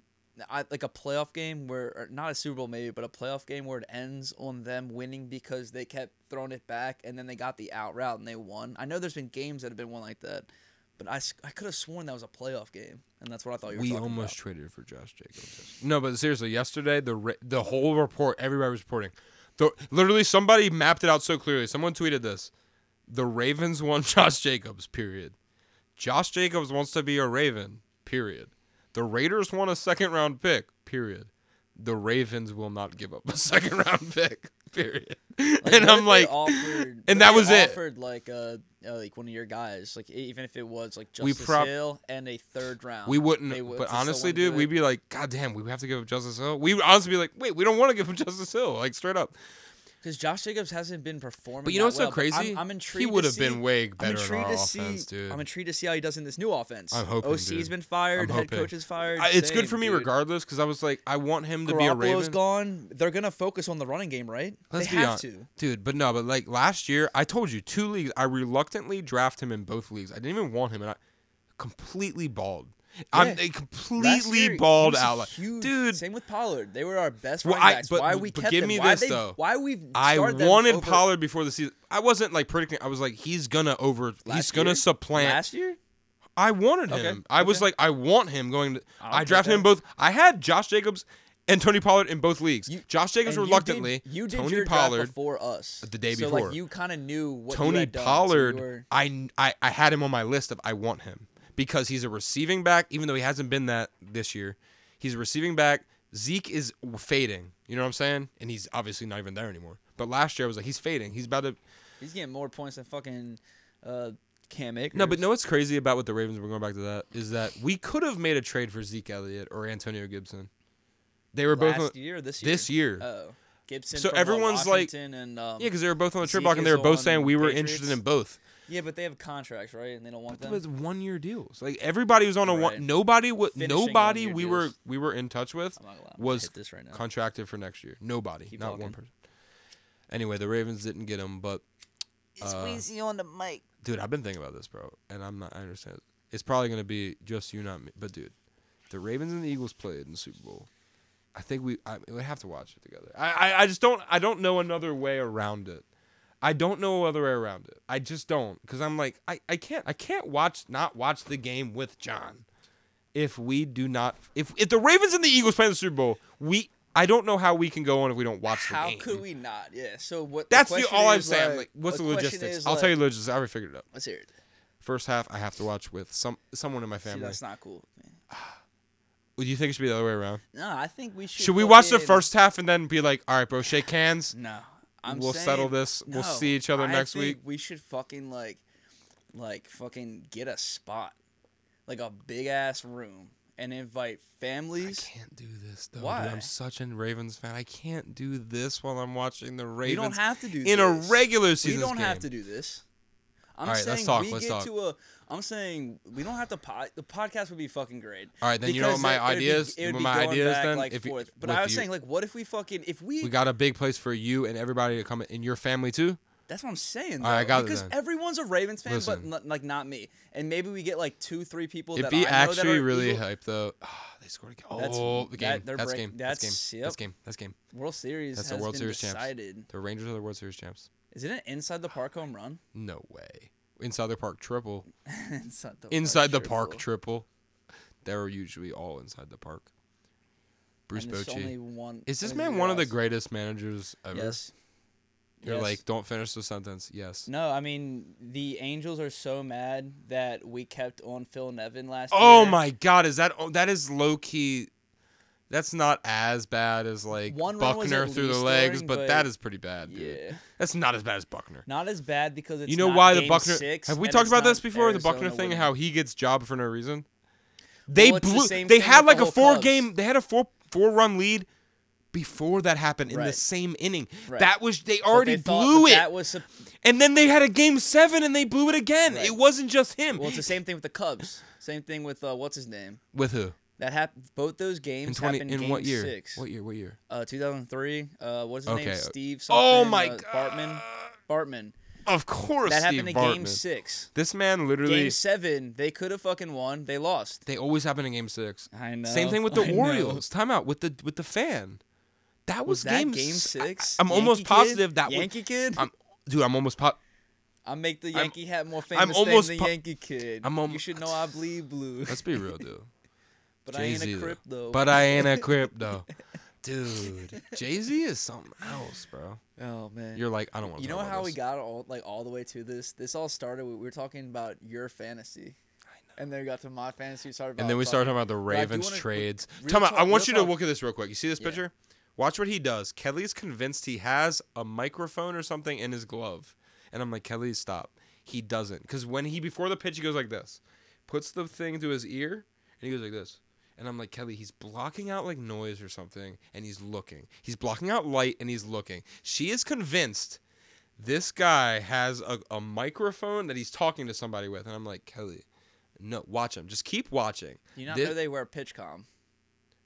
Speaker 2: I, like a playoff game where or not a Super Bowl maybe, but a playoff game where it ends on them winning because they kept throwing it back and then they got the out route and they won? I know there's been games that have been won like that, but I, s- I could have sworn that was a playoff game, and that's what I thought you were
Speaker 1: We
Speaker 2: talking
Speaker 1: almost traded for Josh Jacobs. No, but seriously, yesterday the ra- the whole report, everybody was reporting. The, literally, somebody mapped it out so clearly. Someone tweeted this: "The Ravens won Josh Jacobs." Period. Josh Jacobs wants to be a Raven. Period. The Raiders want a second round pick. Period. The Ravens will not give up a second round pick. Period.
Speaker 2: about.
Speaker 1: and
Speaker 2: what
Speaker 1: I'm
Speaker 2: if they
Speaker 1: like,
Speaker 2: offered, what
Speaker 1: and
Speaker 2: if
Speaker 1: that
Speaker 2: they
Speaker 1: was it.
Speaker 2: Offered like uh, uh like one of your guys, like e- even if it was like
Speaker 1: We
Speaker 2: Justice
Speaker 1: prob-
Speaker 2: Hill and a third round,
Speaker 1: We wouldn't,
Speaker 2: they would-
Speaker 1: but
Speaker 2: to
Speaker 1: honestly,
Speaker 2: someone do
Speaker 1: dude,
Speaker 2: it.
Speaker 1: we'd be like, God damn, we have to give up Justice Hill. We would honestly be like, wait, we don't want to give him Justice Hill, like straight up.
Speaker 2: Because Josh Jacobs hasn't been performing.
Speaker 1: But you
Speaker 2: that
Speaker 1: know what's so
Speaker 2: well, but I'm-
Speaker 1: crazy?
Speaker 2: I'm,
Speaker 1: He
Speaker 2: intrigued.
Speaker 1: would
Speaker 2: to
Speaker 1: have been
Speaker 2: see-
Speaker 1: way better in
Speaker 2: I'm intrigued
Speaker 1: our
Speaker 2: to
Speaker 1: offense,
Speaker 2: see,
Speaker 1: dude.
Speaker 2: I'm intrigued to see how he does in this new offense.
Speaker 1: I'm hoping,
Speaker 2: OC's
Speaker 1: dude.
Speaker 2: been fired.
Speaker 1: I'm
Speaker 2: head
Speaker 1: hoping.
Speaker 2: coach is fired.
Speaker 1: I- it's good
Speaker 2: same,
Speaker 1: for me
Speaker 2: dude.
Speaker 1: regardless because I was like, I want him to be a
Speaker 2: Garoppolo's
Speaker 1: Raven.
Speaker 2: gone. They're gonna focus on the running game, right?
Speaker 1: Let's
Speaker 2: they
Speaker 1: be
Speaker 2: have
Speaker 1: honest,
Speaker 2: to.
Speaker 1: dude. But no, but like last year, I told you two leagues. I reluctantly draft him in both leagues. I didn't even want him, and I completely balled. I'm
Speaker 2: Yeah.
Speaker 1: they
Speaker 2: Last
Speaker 1: completely
Speaker 2: year, he
Speaker 1: balled
Speaker 2: was a
Speaker 1: out, like
Speaker 2: huge-
Speaker 1: dude.
Speaker 2: Same with Pollard. They were our best
Speaker 1: Well,
Speaker 2: running
Speaker 1: I-
Speaker 2: backs.
Speaker 1: but-
Speaker 2: why we
Speaker 1: but
Speaker 2: kept
Speaker 1: give
Speaker 2: them?
Speaker 1: me
Speaker 2: why
Speaker 1: this,
Speaker 2: they,
Speaker 1: though.
Speaker 2: Why we've
Speaker 1: I
Speaker 2: started them
Speaker 1: wanted
Speaker 2: over
Speaker 1: Pollard before the season. I wasn't like predicting. I was like, he's gonna over. he's
Speaker 2: last
Speaker 1: gonna
Speaker 2: year?
Speaker 1: supplant.
Speaker 2: last year.
Speaker 1: I wanted him.
Speaker 2: Okay,
Speaker 1: I was
Speaker 2: okay.
Speaker 1: like, I want him going. To,
Speaker 2: I'll
Speaker 1: I
Speaker 2: take
Speaker 1: drafted
Speaker 2: that.
Speaker 1: him both. I had Josh Jacobs and Tony Pollard in both leagues.
Speaker 2: You-
Speaker 1: Josh Jacobs
Speaker 2: And you did-
Speaker 1: reluctantly.
Speaker 2: You did
Speaker 1: Tony
Speaker 2: your draft
Speaker 1: Pollard.
Speaker 2: before us
Speaker 1: the day
Speaker 2: So like
Speaker 1: before.
Speaker 2: you kind of knew what you
Speaker 1: Tony
Speaker 2: had done, so you
Speaker 1: Pollard.
Speaker 2: were-
Speaker 1: I, I I had him on my list of I want him because he's a receiving back, even though he hasn't been that this year. He's a receiving back. Zeke is fading. You know what I'm saying? And he's obviously not even there anymore. But last year I was like, he's fading. He's about to.
Speaker 2: He's getting more points than fucking uh, Cam Akers.
Speaker 1: No, but know what's crazy about what the Ravens were going back to that is that we could have made a trade for Zeke Elliott or Antonio Gibson. They were both on,
Speaker 2: Last year, this year,
Speaker 1: this year.
Speaker 2: Oh, Gibson.
Speaker 1: So
Speaker 2: from, uh,
Speaker 1: everyone's like-
Speaker 2: Washington and um,
Speaker 1: yeah, because they were both on the trade
Speaker 2: Zeke
Speaker 1: block and they
Speaker 2: is
Speaker 1: were both
Speaker 2: on
Speaker 1: saying we were
Speaker 2: Patriots.
Speaker 1: interested in both.
Speaker 2: yeah, but they have contracts, right? And they don't want
Speaker 1: It
Speaker 2: them.
Speaker 1: was one year deals. Like everybody was on a
Speaker 2: Right.
Speaker 1: one. Nobody was
Speaker 2: Finishing
Speaker 1: nobody
Speaker 2: one-year
Speaker 1: we were
Speaker 2: deals.
Speaker 1: we were in touch with
Speaker 2: I'm not gonna lie, I'm gonna
Speaker 1: was
Speaker 2: hit this right now.
Speaker 1: contracted for next year. Nobody,
Speaker 2: Keep
Speaker 1: not one
Speaker 2: talking.
Speaker 1: person. Anyway, the Ravens didn't get him, but
Speaker 3: It's Wheezy on the mic.
Speaker 1: dude, I've been thinking about this, bro, and I'm not. I understand. It's probably gonna be just you, not me. But dude, the Ravens and the Eagles played in the Super Bowl. I think we I, we have to watch it together. I, I I just don't I don't know another way around it. I don't know other way around it. I just don't because I'm like I, I can't I can't watch not watch the game with John. If we do not if if the Ravens and the Eagles play in the Super Bowl, we I don't know how we can go on if we don't watch the
Speaker 2: How
Speaker 1: game.
Speaker 2: could we not? Yeah. So what?
Speaker 1: That's
Speaker 2: the
Speaker 1: the,
Speaker 2: question
Speaker 1: all I'm
Speaker 2: is,
Speaker 1: saying.
Speaker 2: Like,
Speaker 1: like, what's the
Speaker 2: question
Speaker 1: logistics?
Speaker 2: is,
Speaker 1: I'll
Speaker 2: like,
Speaker 1: tell you the logistics. I already figured it out.
Speaker 2: Let's hear it.
Speaker 1: First half, I have to watch with some someone in my
Speaker 2: See,
Speaker 1: family.
Speaker 2: that's not cool. man.
Speaker 1: Do you think it should be the other way around?
Speaker 2: No, I think we should.
Speaker 1: Should we watch the
Speaker 2: fucking-
Speaker 1: first half and then be like, all right, bro, shake hands?
Speaker 2: No, I'm
Speaker 1: We'll
Speaker 2: saying-
Speaker 1: settle this. We'll
Speaker 2: no,
Speaker 1: see each other
Speaker 2: I
Speaker 1: next
Speaker 2: think
Speaker 1: week.
Speaker 2: We should fucking like, like fucking get a spot, like a big ass room, and invite families.
Speaker 1: can't do this though.
Speaker 2: Why?
Speaker 1: I'm such a Ravens fan. I can't do this while I'm watching the Ravens.
Speaker 2: We don't have to do
Speaker 1: in
Speaker 2: this.
Speaker 1: a regular season.
Speaker 2: We don't have to do this. I'm
Speaker 1: All right,
Speaker 2: saying
Speaker 1: let's talk,
Speaker 2: we
Speaker 1: let's
Speaker 2: get
Speaker 1: talk.
Speaker 2: to a. I'm saying we don't have to. Po- the podcast would be fucking great.
Speaker 1: All right, then you know what
Speaker 2: because
Speaker 1: my
Speaker 2: it- it'd be-
Speaker 1: idea is?
Speaker 2: It would
Speaker 1: What
Speaker 2: be
Speaker 1: my
Speaker 2: going
Speaker 1: idea is
Speaker 2: back,
Speaker 1: then?
Speaker 2: like
Speaker 1: If you-
Speaker 2: forth. But
Speaker 1: with
Speaker 2: I was
Speaker 1: you-
Speaker 2: saying, like, what if we fucking if we,
Speaker 1: We got a big place for you and everybody to come in- and your family too.
Speaker 2: That's what I'm saying. Though,
Speaker 1: All right, I got it
Speaker 2: because
Speaker 1: then.
Speaker 2: everyone's a Ravens fan,
Speaker 1: Listen.
Speaker 2: but n- like not me. And maybe we get like two, three people
Speaker 1: It'd
Speaker 2: that
Speaker 1: be
Speaker 2: I know that
Speaker 1: actually
Speaker 2: are
Speaker 1: really
Speaker 2: Eagle-
Speaker 1: hype though. Ah, they scored a game.
Speaker 2: That's-
Speaker 1: oh, the game.
Speaker 2: that- they're
Speaker 1: that's,
Speaker 2: break-
Speaker 1: game.
Speaker 2: that's-
Speaker 1: game.
Speaker 2: yep.
Speaker 1: That's game. That's game.
Speaker 2: World Series
Speaker 1: That's the
Speaker 2: has
Speaker 1: World
Speaker 2: been
Speaker 1: Series
Speaker 2: decided.
Speaker 1: champs. The Rangers are the World Series champs.
Speaker 2: Is it an inside the park home run?
Speaker 1: No way. Inside the park triple.
Speaker 2: inside the
Speaker 1: Inside the park
Speaker 2: triple.
Speaker 1: triple. They're usually all inside the park. Bruce
Speaker 2: And there's
Speaker 1: Bochy.
Speaker 2: only one-
Speaker 1: Is this
Speaker 2: only
Speaker 1: man one of the
Speaker 2: guys.
Speaker 1: greatest managers ever?
Speaker 2: Yes.
Speaker 1: You're
Speaker 4: Yes.
Speaker 1: like, don't finish the sentence. Yes.
Speaker 2: No, I mean the Angels are so mad that we kept on Phil Nevin last
Speaker 1: Oh
Speaker 2: year.
Speaker 1: my God! Is that oh, that is low key? That's not as bad as like
Speaker 2: One run was
Speaker 1: Buckner
Speaker 2: at
Speaker 1: through the
Speaker 2: least
Speaker 1: legs,
Speaker 2: stirring,
Speaker 1: but,
Speaker 2: but-
Speaker 1: that is pretty bad. Dude.
Speaker 2: Yeah,
Speaker 1: That's not as bad as Buckner.
Speaker 2: not as bad because it's
Speaker 1: you know
Speaker 2: not
Speaker 1: why the
Speaker 2: game
Speaker 1: Buckner?
Speaker 2: Six,
Speaker 1: have we
Speaker 2: and
Speaker 1: talked
Speaker 2: it's
Speaker 1: about
Speaker 2: not
Speaker 1: this before? The
Speaker 2: Arizona
Speaker 1: Buckner thing,
Speaker 2: winning.
Speaker 1: how he gets job for no reason. They
Speaker 2: Well, it's the
Speaker 1: blew.
Speaker 2: same
Speaker 1: they
Speaker 2: thing
Speaker 1: had
Speaker 2: with
Speaker 1: like
Speaker 2: the
Speaker 1: a
Speaker 2: whole
Speaker 1: four
Speaker 2: Cubs.
Speaker 1: game. They had a four four run lead before that happened in the
Speaker 2: Right.
Speaker 1: same inning.
Speaker 2: Right.
Speaker 1: That was they
Speaker 2: But they
Speaker 1: already
Speaker 2: thought that
Speaker 1: blew it,
Speaker 2: That was sup-
Speaker 1: and then they had a game seven and they blew it again.
Speaker 2: Right.
Speaker 1: It wasn't just him.
Speaker 2: well, it's the same thing with the Cubs. Same thing with uh, what's his name.
Speaker 1: With who?
Speaker 2: That happened. Both those games
Speaker 1: In twenty?
Speaker 2: happened
Speaker 1: In
Speaker 2: game
Speaker 1: what year?
Speaker 2: Six.
Speaker 1: What year? What year?
Speaker 2: Uh, 2003. Uh, what's his
Speaker 1: Okay.
Speaker 2: name? Steve.
Speaker 1: Oh
Speaker 2: something,
Speaker 1: my
Speaker 2: uh, Bartman. Bartman.
Speaker 1: Of course,
Speaker 2: That
Speaker 1: Steve
Speaker 2: happened in game
Speaker 1: Bartman.
Speaker 2: six.
Speaker 1: This man literally.
Speaker 2: Game seven, they could have fucking won. They lost.
Speaker 1: They always happen in game six.
Speaker 2: I know.
Speaker 1: Same thing with the
Speaker 2: I know.
Speaker 1: Orioles. Timeout with the with the fan. That was,
Speaker 2: Was that game
Speaker 1: s-
Speaker 2: six?
Speaker 1: I, am almost
Speaker 2: Yankee kid?
Speaker 1: positive that
Speaker 2: Yankee
Speaker 1: was.
Speaker 2: kid.
Speaker 1: I'm, dude, I'm almost po-
Speaker 2: I make the
Speaker 1: I'm-
Speaker 2: Yankee hat more famous
Speaker 1: I'm almost
Speaker 2: than the
Speaker 1: po-
Speaker 2: Yankee kid.
Speaker 1: I'm almo-
Speaker 2: you should know I bleed blue,
Speaker 1: Let's be real, dude.
Speaker 2: but I ain't
Speaker 1: Jay-Z,
Speaker 2: a
Speaker 1: though.
Speaker 2: crip though.
Speaker 1: But I ain't a crip though. Dude, Jay Z is something else, bro.
Speaker 2: oh man,
Speaker 1: uh, You're like, I don't want to.
Speaker 2: you know how we got all like all the way to this. This all started. We we were talking about your fantasy, and then we got to my fantasy. We started about
Speaker 1: And then we started
Speaker 2: fucking-
Speaker 1: talking about the
Speaker 2: I do
Speaker 1: Ravens
Speaker 2: wanna-
Speaker 1: trades.
Speaker 2: real
Speaker 1: Tell me, I
Speaker 2: talk-
Speaker 1: want
Speaker 2: real
Speaker 1: you to
Speaker 2: talk.
Speaker 1: look at this real quick. You see this
Speaker 2: Yeah.
Speaker 1: picture? Watch what he does. Kelly's convinced he has a microphone or something in his glove. And I'm like, Kelly, stop. He doesn't. Because when he, before the pitch, he goes like this, puts the thing to his ear, and he goes like this. And I'm like, Kelly, he's blocking out like noise or something, and he's looking. He's blocking out light, and he's looking. She is convinced this guy has a, a microphone that he's talking to somebody with. And I'm like, Kelly, no, watch him. Just keep watching.
Speaker 2: Do you not
Speaker 1: Thi-
Speaker 2: know they wear pitch com?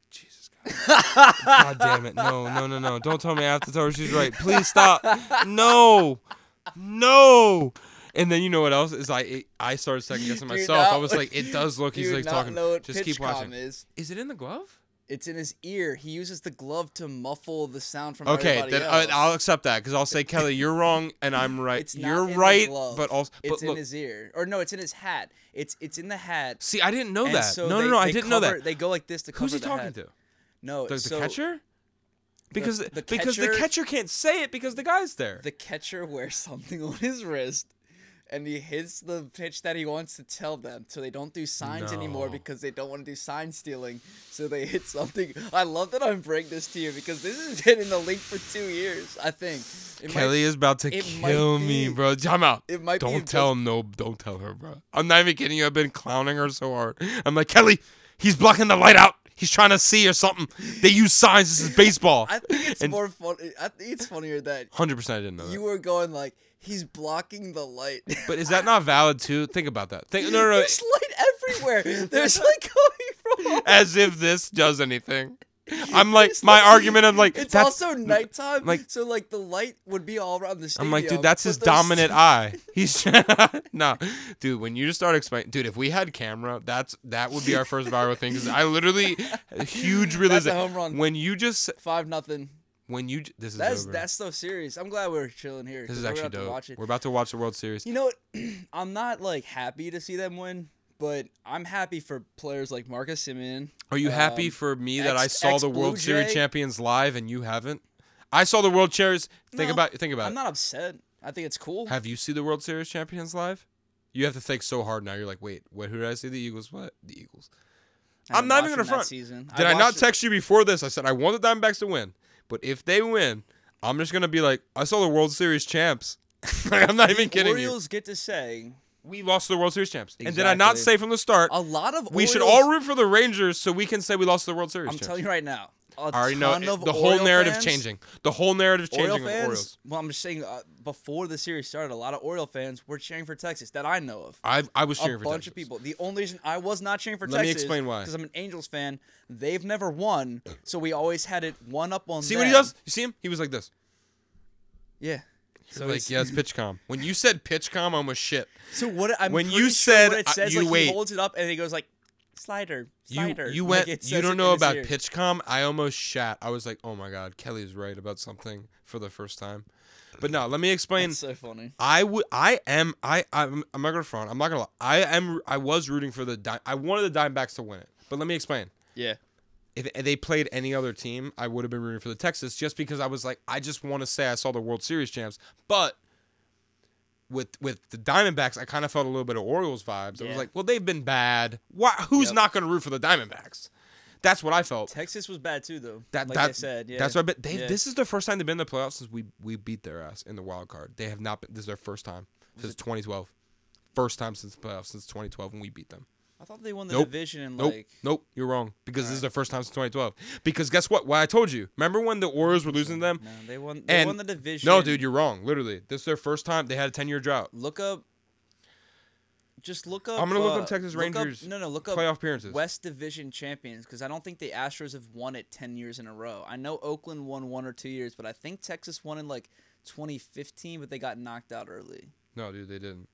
Speaker 1: Jesus God. God damn it. No, no, no, no. Don't tell me I have to tell her she's right. Please stop. No. No. And then you know what else is I it, I started second guessing
Speaker 2: Do you
Speaker 1: myself. I
Speaker 2: not-
Speaker 1: was like, it does look
Speaker 2: Do
Speaker 1: he's
Speaker 2: you
Speaker 1: like
Speaker 2: not
Speaker 1: talking.
Speaker 2: Know what
Speaker 1: Just keep
Speaker 2: pitch
Speaker 1: watching.
Speaker 2: com Is
Speaker 1: Is it in the glove?
Speaker 2: it's in his ear. He uses the glove to muffle the sound from
Speaker 1: Okay,
Speaker 2: everybody
Speaker 1: then
Speaker 2: else.
Speaker 1: I, I'll accept that because I'll say Kelly, you're wrong and I'm right.
Speaker 2: It's not
Speaker 1: you're
Speaker 2: in the
Speaker 1: right,
Speaker 2: glove.
Speaker 1: but also but
Speaker 2: it's
Speaker 1: look,
Speaker 2: in his ear, or no, it's in his hat. It's it's in the hat.
Speaker 1: see, I didn't know
Speaker 2: and
Speaker 1: that.
Speaker 2: so
Speaker 1: no,
Speaker 2: they-
Speaker 1: no, no, I
Speaker 2: they
Speaker 1: didn't know
Speaker 2: cover-
Speaker 1: that.
Speaker 2: They go like this to cover
Speaker 1: Who's he
Speaker 2: the
Speaker 1: talking
Speaker 2: hat.
Speaker 1: to?
Speaker 2: No,
Speaker 1: The, the
Speaker 2: so
Speaker 1: catcher? Because
Speaker 2: the
Speaker 1: because the
Speaker 2: catcher-
Speaker 1: catcher can't say it because the guy's there.
Speaker 2: The catcher wears something on his wrist, and he hits the pitch that he wants to tell them. So they don't do signs anymore
Speaker 1: No.
Speaker 2: because they don't want to do sign stealing. So they hit something. I love that I'm bringing this to you because this has been in the league for two years. I think It might-
Speaker 1: Kelly is about to
Speaker 2: it might
Speaker 1: kill me,
Speaker 2: be-
Speaker 1: bro. Time out.
Speaker 2: it might be
Speaker 1: don't
Speaker 2: just-
Speaker 1: tell no. Don't tell her, bro. I'm not even kidding you. I've been clowning her so hard. I'm like Kelly. He's blocking the light out. He's trying to see or something. They use signs. This is baseball.
Speaker 2: I think it's
Speaker 1: And-
Speaker 2: more fun. I think it's funnier that
Speaker 1: Hundred percent, I didn't know
Speaker 2: you
Speaker 1: that.
Speaker 2: were going like he's blocking the light.
Speaker 1: But is that not valid too? Think about that. Think, no, no, no.
Speaker 2: There's light everywhere. There's light coming from.
Speaker 1: As if this does anything. I'm like my argument. I'm like
Speaker 2: It's
Speaker 1: that's.
Speaker 2: also nighttime,
Speaker 1: like-
Speaker 2: so like the light would be all around the stadium.
Speaker 1: I'm like, dude, that's
Speaker 2: but
Speaker 1: his
Speaker 2: those-
Speaker 1: dominant eye. He's nah, dude. When you just start explaining, dude, if we had camera, that's that would be our first viral thing. 'cause I literally a huge realization
Speaker 2: home run.
Speaker 1: when you just
Speaker 2: Five nothing.
Speaker 1: when you j- this is
Speaker 2: That's
Speaker 1: over.
Speaker 2: that's so serious. I'm glad we're chilling here.
Speaker 1: this
Speaker 2: 'cause
Speaker 1: is
Speaker 2: we're
Speaker 1: actually
Speaker 2: about to
Speaker 1: dope.
Speaker 2: Watch it.
Speaker 1: We're about to watch the World Series.
Speaker 2: You know what? I'm not like happy to see them win, but I'm happy for players like Marcus Simeon.
Speaker 1: Are you happy
Speaker 2: um,
Speaker 1: for me that I
Speaker 2: ex-
Speaker 1: saw the
Speaker 2: ex-Blue
Speaker 1: World Series
Speaker 2: Jay?
Speaker 1: champions live and you haven't? I saw the World Series. Think
Speaker 2: No,
Speaker 1: about think about.
Speaker 2: I'm
Speaker 1: it.
Speaker 2: not upset. I think it's cool.
Speaker 1: Have you seen the World Series champions live? You have to think so hard now. You're like, wait, what? Who did I see? The Eagles? What? The Eagles.
Speaker 2: I
Speaker 1: I'm not even
Speaker 2: watched
Speaker 1: gonna
Speaker 2: them that
Speaker 1: front.
Speaker 2: Season.
Speaker 1: Did I, not
Speaker 2: watched it-
Speaker 1: text you before this? I said I want the Diamondbacks to win, but if they win, I'm just gonna be like, I saw the World Series champs. I'm not even kidding
Speaker 2: Orioles get to say
Speaker 1: you. We lost to the World Series champs, and did I not
Speaker 2: Exactly.
Speaker 1: say from the start?
Speaker 2: a lot of.
Speaker 1: we should
Speaker 2: Orioles-
Speaker 1: all root for the Rangers so we can say we lost to the World Series.
Speaker 2: I'm telling you right now. a
Speaker 1: I already know
Speaker 2: ton
Speaker 1: it-
Speaker 2: of
Speaker 1: the whole
Speaker 2: Oriole
Speaker 1: narrative
Speaker 2: fans-
Speaker 1: changing. The whole narrative changing
Speaker 2: Oriole
Speaker 1: of the
Speaker 2: fans.
Speaker 1: Orioles.
Speaker 2: Well, I'm just saying, uh, before the series started, a lot of Oriole fans were cheering for Texas that I know of.
Speaker 1: I, I was cheering
Speaker 2: a
Speaker 1: for
Speaker 2: bunch
Speaker 1: Texas.
Speaker 2: of people. The only reason I was not cheering for
Speaker 1: Let me
Speaker 2: Texas,
Speaker 1: explain why.
Speaker 2: Because I'm an Angels fan. They've never won, so we always had it one up on.
Speaker 1: See what he
Speaker 2: them.
Speaker 1: does? You see him? He was like this.
Speaker 2: Yeah.
Speaker 1: So
Speaker 2: So
Speaker 1: like
Speaker 2: it's-
Speaker 1: yeah, it's pitch com. When you said pitch com, I almost shit.
Speaker 2: So what? I'm
Speaker 1: when you
Speaker 2: pretty sure
Speaker 1: said,
Speaker 2: what it
Speaker 1: uh,
Speaker 2: says,
Speaker 1: you
Speaker 2: like,
Speaker 1: wait.
Speaker 2: he holds it up and he goes like, slider,
Speaker 1: You,
Speaker 2: slider.
Speaker 1: you
Speaker 2: Like,
Speaker 1: went.
Speaker 2: it
Speaker 1: you
Speaker 2: says it
Speaker 1: don't
Speaker 2: in
Speaker 1: know
Speaker 2: his
Speaker 1: about
Speaker 2: ear.
Speaker 1: PitchCom. I almost shat. I was like, oh my god, Kelly's right about something for the first time. But no, let me explain.
Speaker 2: That's so funny.
Speaker 1: I would. I am. I. I'm. I'm not gonna front. I'm not gonna. Lie. I am. I was rooting for the. Di- I wanted the Dimebacks to win it. But let me explain.
Speaker 2: Yeah.
Speaker 1: if they played any other team, I would have been rooting for the Texas just because I was like, I just want to say I saw the World Series champs. But with with the Diamondbacks, I kind of felt a little bit of Orioles vibes. I
Speaker 2: Yeah.
Speaker 1: was like, well, they've been bad. Why? Who's
Speaker 2: Yep.
Speaker 1: not going to root for the Diamondbacks? That's what I felt.
Speaker 2: Texas was bad too, though.
Speaker 1: That,
Speaker 2: like
Speaker 1: that
Speaker 2: I said, yeah.
Speaker 1: That's what I bet. They,
Speaker 2: Yeah.
Speaker 1: This is the first time they've been in the playoffs since we we beat their ass in the wild card. They have not been. This is their first time since 2012. First time since the playoffs since 2012 when we beat them.
Speaker 2: I thought they won the
Speaker 1: Nope.
Speaker 2: division and
Speaker 1: Nope,
Speaker 2: like.
Speaker 1: nope, you're wrong. Because this is the first time since 2012. Because guess what? Why I told you. Remember when the Orioles were losing to them?
Speaker 2: No, they won. They
Speaker 1: And-
Speaker 2: won the division.
Speaker 1: No, dude, you're wrong. Literally, this is their first time. They had a 10 year drought.
Speaker 2: Look up. Just look up.
Speaker 1: I'm gonna look up
Speaker 2: uh,
Speaker 1: Texas Rangers
Speaker 2: no, no, look up
Speaker 1: playoff appearances.
Speaker 2: West Division champions because I don't think the Astros have won it ten years in a row. I know Oakland won one or two years, but I think Texas won in like 2015, but they got knocked out early.
Speaker 1: No, dude, they didn't.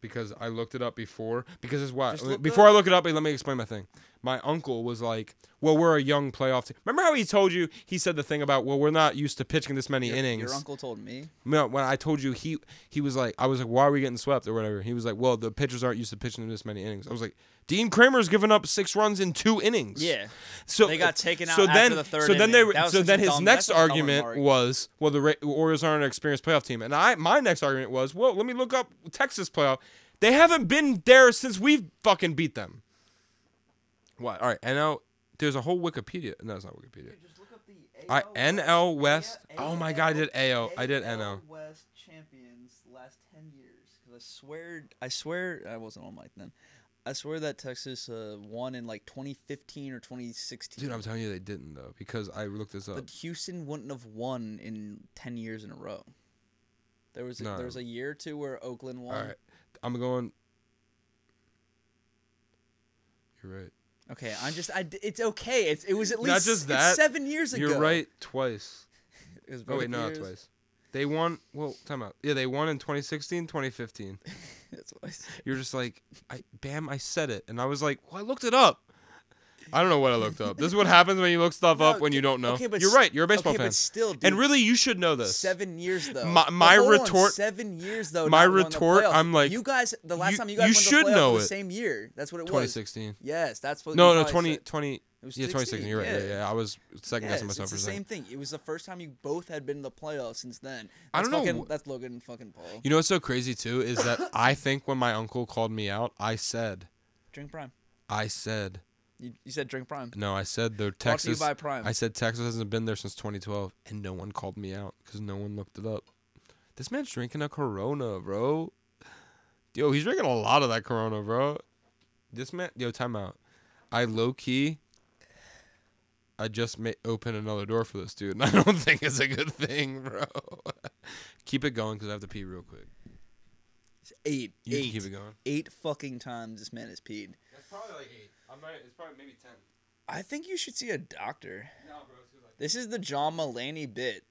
Speaker 1: Because I looked it up before. Because it's why.
Speaker 2: Just look
Speaker 1: Before I look it up, let me explain my thing. My uncle was like, "Well, we're a young playoff team." Remember how he told you? He said the thing about, "Well, we're not used to pitching this many
Speaker 2: Your,
Speaker 1: innings."
Speaker 2: Your uncle told me.
Speaker 1: No, when I told you he he was like, I was like, why are we getting swept or whatever? He was like, well, the pitchers aren't used to pitching in this many innings. I was like, Dean Kramer's given up six runs in two innings.
Speaker 2: Yeah.
Speaker 1: so
Speaker 2: They got taken out
Speaker 1: So
Speaker 2: after
Speaker 1: then,
Speaker 2: the third
Speaker 1: so then they
Speaker 2: inning. That was
Speaker 1: so
Speaker 2: such a
Speaker 1: then his
Speaker 2: dumb-
Speaker 1: next
Speaker 2: that's a dumb
Speaker 1: argument
Speaker 2: remark.
Speaker 1: was, well, the Ra- Orioles aren't an experienced playoff team, and I my next argument was, well, let me look up Texas playoff. They haven't been there since we fucking beat them. What? All right, I know there's a whole Wikipedia. No, it's not Wikipedia.
Speaker 5: Just look up the
Speaker 1: I
Speaker 5: AL
Speaker 1: NL West.
Speaker 5: AL
Speaker 1: Oh my god, I did AO. I did
Speaker 5: AL
Speaker 1: NL.
Speaker 5: West champions last ten years.
Speaker 2: 'Cause I swear, I swear, I wasn't on mic then. I swear that Texas uh, won in like 2015 or 2016.
Speaker 1: Dude, I'm telling you they didn't though because I looked this up.
Speaker 2: But Houston wouldn't have won in ten years in a row. There was a,
Speaker 1: No.
Speaker 2: there was a year or two where Oakland won.
Speaker 1: All right, I'm going. You're right.
Speaker 2: Okay, I'm just I d it's okay. It's it was at
Speaker 1: Not
Speaker 2: least
Speaker 1: just
Speaker 2: it's
Speaker 1: that,
Speaker 2: seven years ago.
Speaker 1: You're right twice.
Speaker 2: It was
Speaker 1: Oh
Speaker 2: both
Speaker 1: wait, no, not
Speaker 2: years.
Speaker 1: twice. They won. Well, time out. Yeah, they won in 2016, 2015.
Speaker 2: That's what I said.
Speaker 1: You're just like, I bam, I said it, and I was like, well, I looked it up. I don't know what I looked up. This is what happens when you look stuff
Speaker 2: No,
Speaker 1: up when
Speaker 2: d-
Speaker 1: you don't know.
Speaker 2: okay, but
Speaker 1: you're
Speaker 2: s-
Speaker 1: right. You're a baseball
Speaker 2: okay,
Speaker 1: fan,
Speaker 2: but still, dude,
Speaker 1: and really, you should know this.
Speaker 2: seven years though.
Speaker 1: My-
Speaker 2: But
Speaker 1: my
Speaker 2: hold on,
Speaker 1: retort-
Speaker 2: seven years though.
Speaker 1: my
Speaker 2: not won the
Speaker 1: retort,
Speaker 2: playoffs.
Speaker 1: I'm like,
Speaker 2: you guys. The last
Speaker 1: you-
Speaker 2: time you
Speaker 1: you
Speaker 2: guys won
Speaker 1: should
Speaker 2: the playoffs
Speaker 1: know
Speaker 2: was
Speaker 1: it.
Speaker 2: the same year. That's what it was.
Speaker 1: 2016.
Speaker 2: Yes, that's what.
Speaker 1: No,
Speaker 2: you
Speaker 1: no,
Speaker 2: probably
Speaker 1: 20,
Speaker 2: said.
Speaker 1: 20
Speaker 2: was
Speaker 1: yeah, 2016. You're right.
Speaker 2: 16,
Speaker 1: Yeah,
Speaker 2: yeah.
Speaker 1: yeah. I was second
Speaker 2: Yes,
Speaker 1: guessing myself
Speaker 2: it's
Speaker 1: for
Speaker 2: the
Speaker 1: a second.
Speaker 2: same thing. It was the first time you both had been in the playoffs since then.
Speaker 1: I
Speaker 2: That's
Speaker 1: don't know
Speaker 2: fucking-
Speaker 1: wh-
Speaker 2: That's Logan fucking Paul.
Speaker 1: You know what's so crazy too is that I think when my uncle called me out, I said,
Speaker 2: Drink prime.
Speaker 1: I said,
Speaker 2: You, you said drink prime.
Speaker 1: no, I said the
Speaker 2: Brought to you
Speaker 1: Texas.
Speaker 2: by Prime.
Speaker 1: I said Texas hasn't been there since 2012, and no one called me out because no one looked it up. This man's drinking a Corona, bro. Yo, he's drinking a lot of that Corona, bro. This man, yo, time out. I low key. I just may open another door for this dude, and I don't think it's a good thing, bro. keep it going because I have to pee real quick.
Speaker 2: Eight,
Speaker 1: You
Speaker 2: eight,
Speaker 1: can keep it going.
Speaker 2: eight fucking times this man has peed.
Speaker 1: It's probably like eight. I'm not, it's probably maybe ten.
Speaker 2: I think you should see a doctor.
Speaker 1: No, bro, it's like
Speaker 2: This is the John Mulaney bit.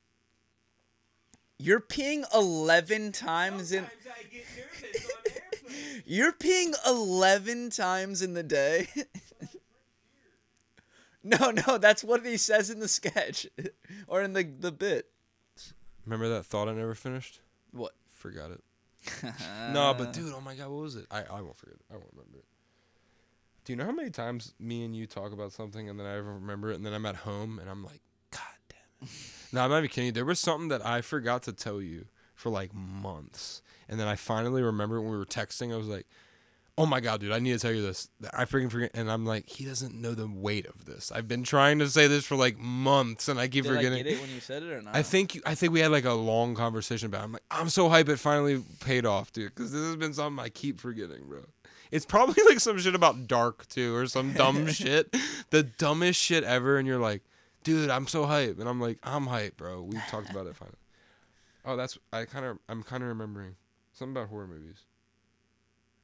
Speaker 2: You're peeing eleven times in.
Speaker 1: I get nervous on airplanes.
Speaker 2: You're peeing eleven times in the day. no, no, that's what he says in the sketch, or in the the bit.
Speaker 1: Remember that thought I never finished?
Speaker 2: What?
Speaker 1: Forgot it. no, but dude, oh my god, what was it? I, I won't forget. It. I won't remember it. Do you know how many times me and you talk about something and then I ever remember it and then I'm at home and I'm like, God damn it. no, I'm not even kidding you. There was something that I forgot to tell you for like months. And then I finally remember when we were texting, I was like, Oh my god, dude, I need to tell you this. I freaking forget and I'm like, he doesn't know the weight of this. I've been trying to say this for like months and I keep
Speaker 2: Did I
Speaker 1: forgetting.
Speaker 2: get it when you said it or not?
Speaker 1: I think you, I think we had like a long conversation about. It. I'm like, I'm so hype it finally paid off, dude, because this has been something I keep forgetting, bro. It's probably like some shit about dark too, or some dumb shit, the dumbest shit ever. And you're like, dude, I'm so hype, and I'm like, I'm hype, bro. We talked about it finally. Oh, that's I kind of I'm kind of remembering something about horror movies.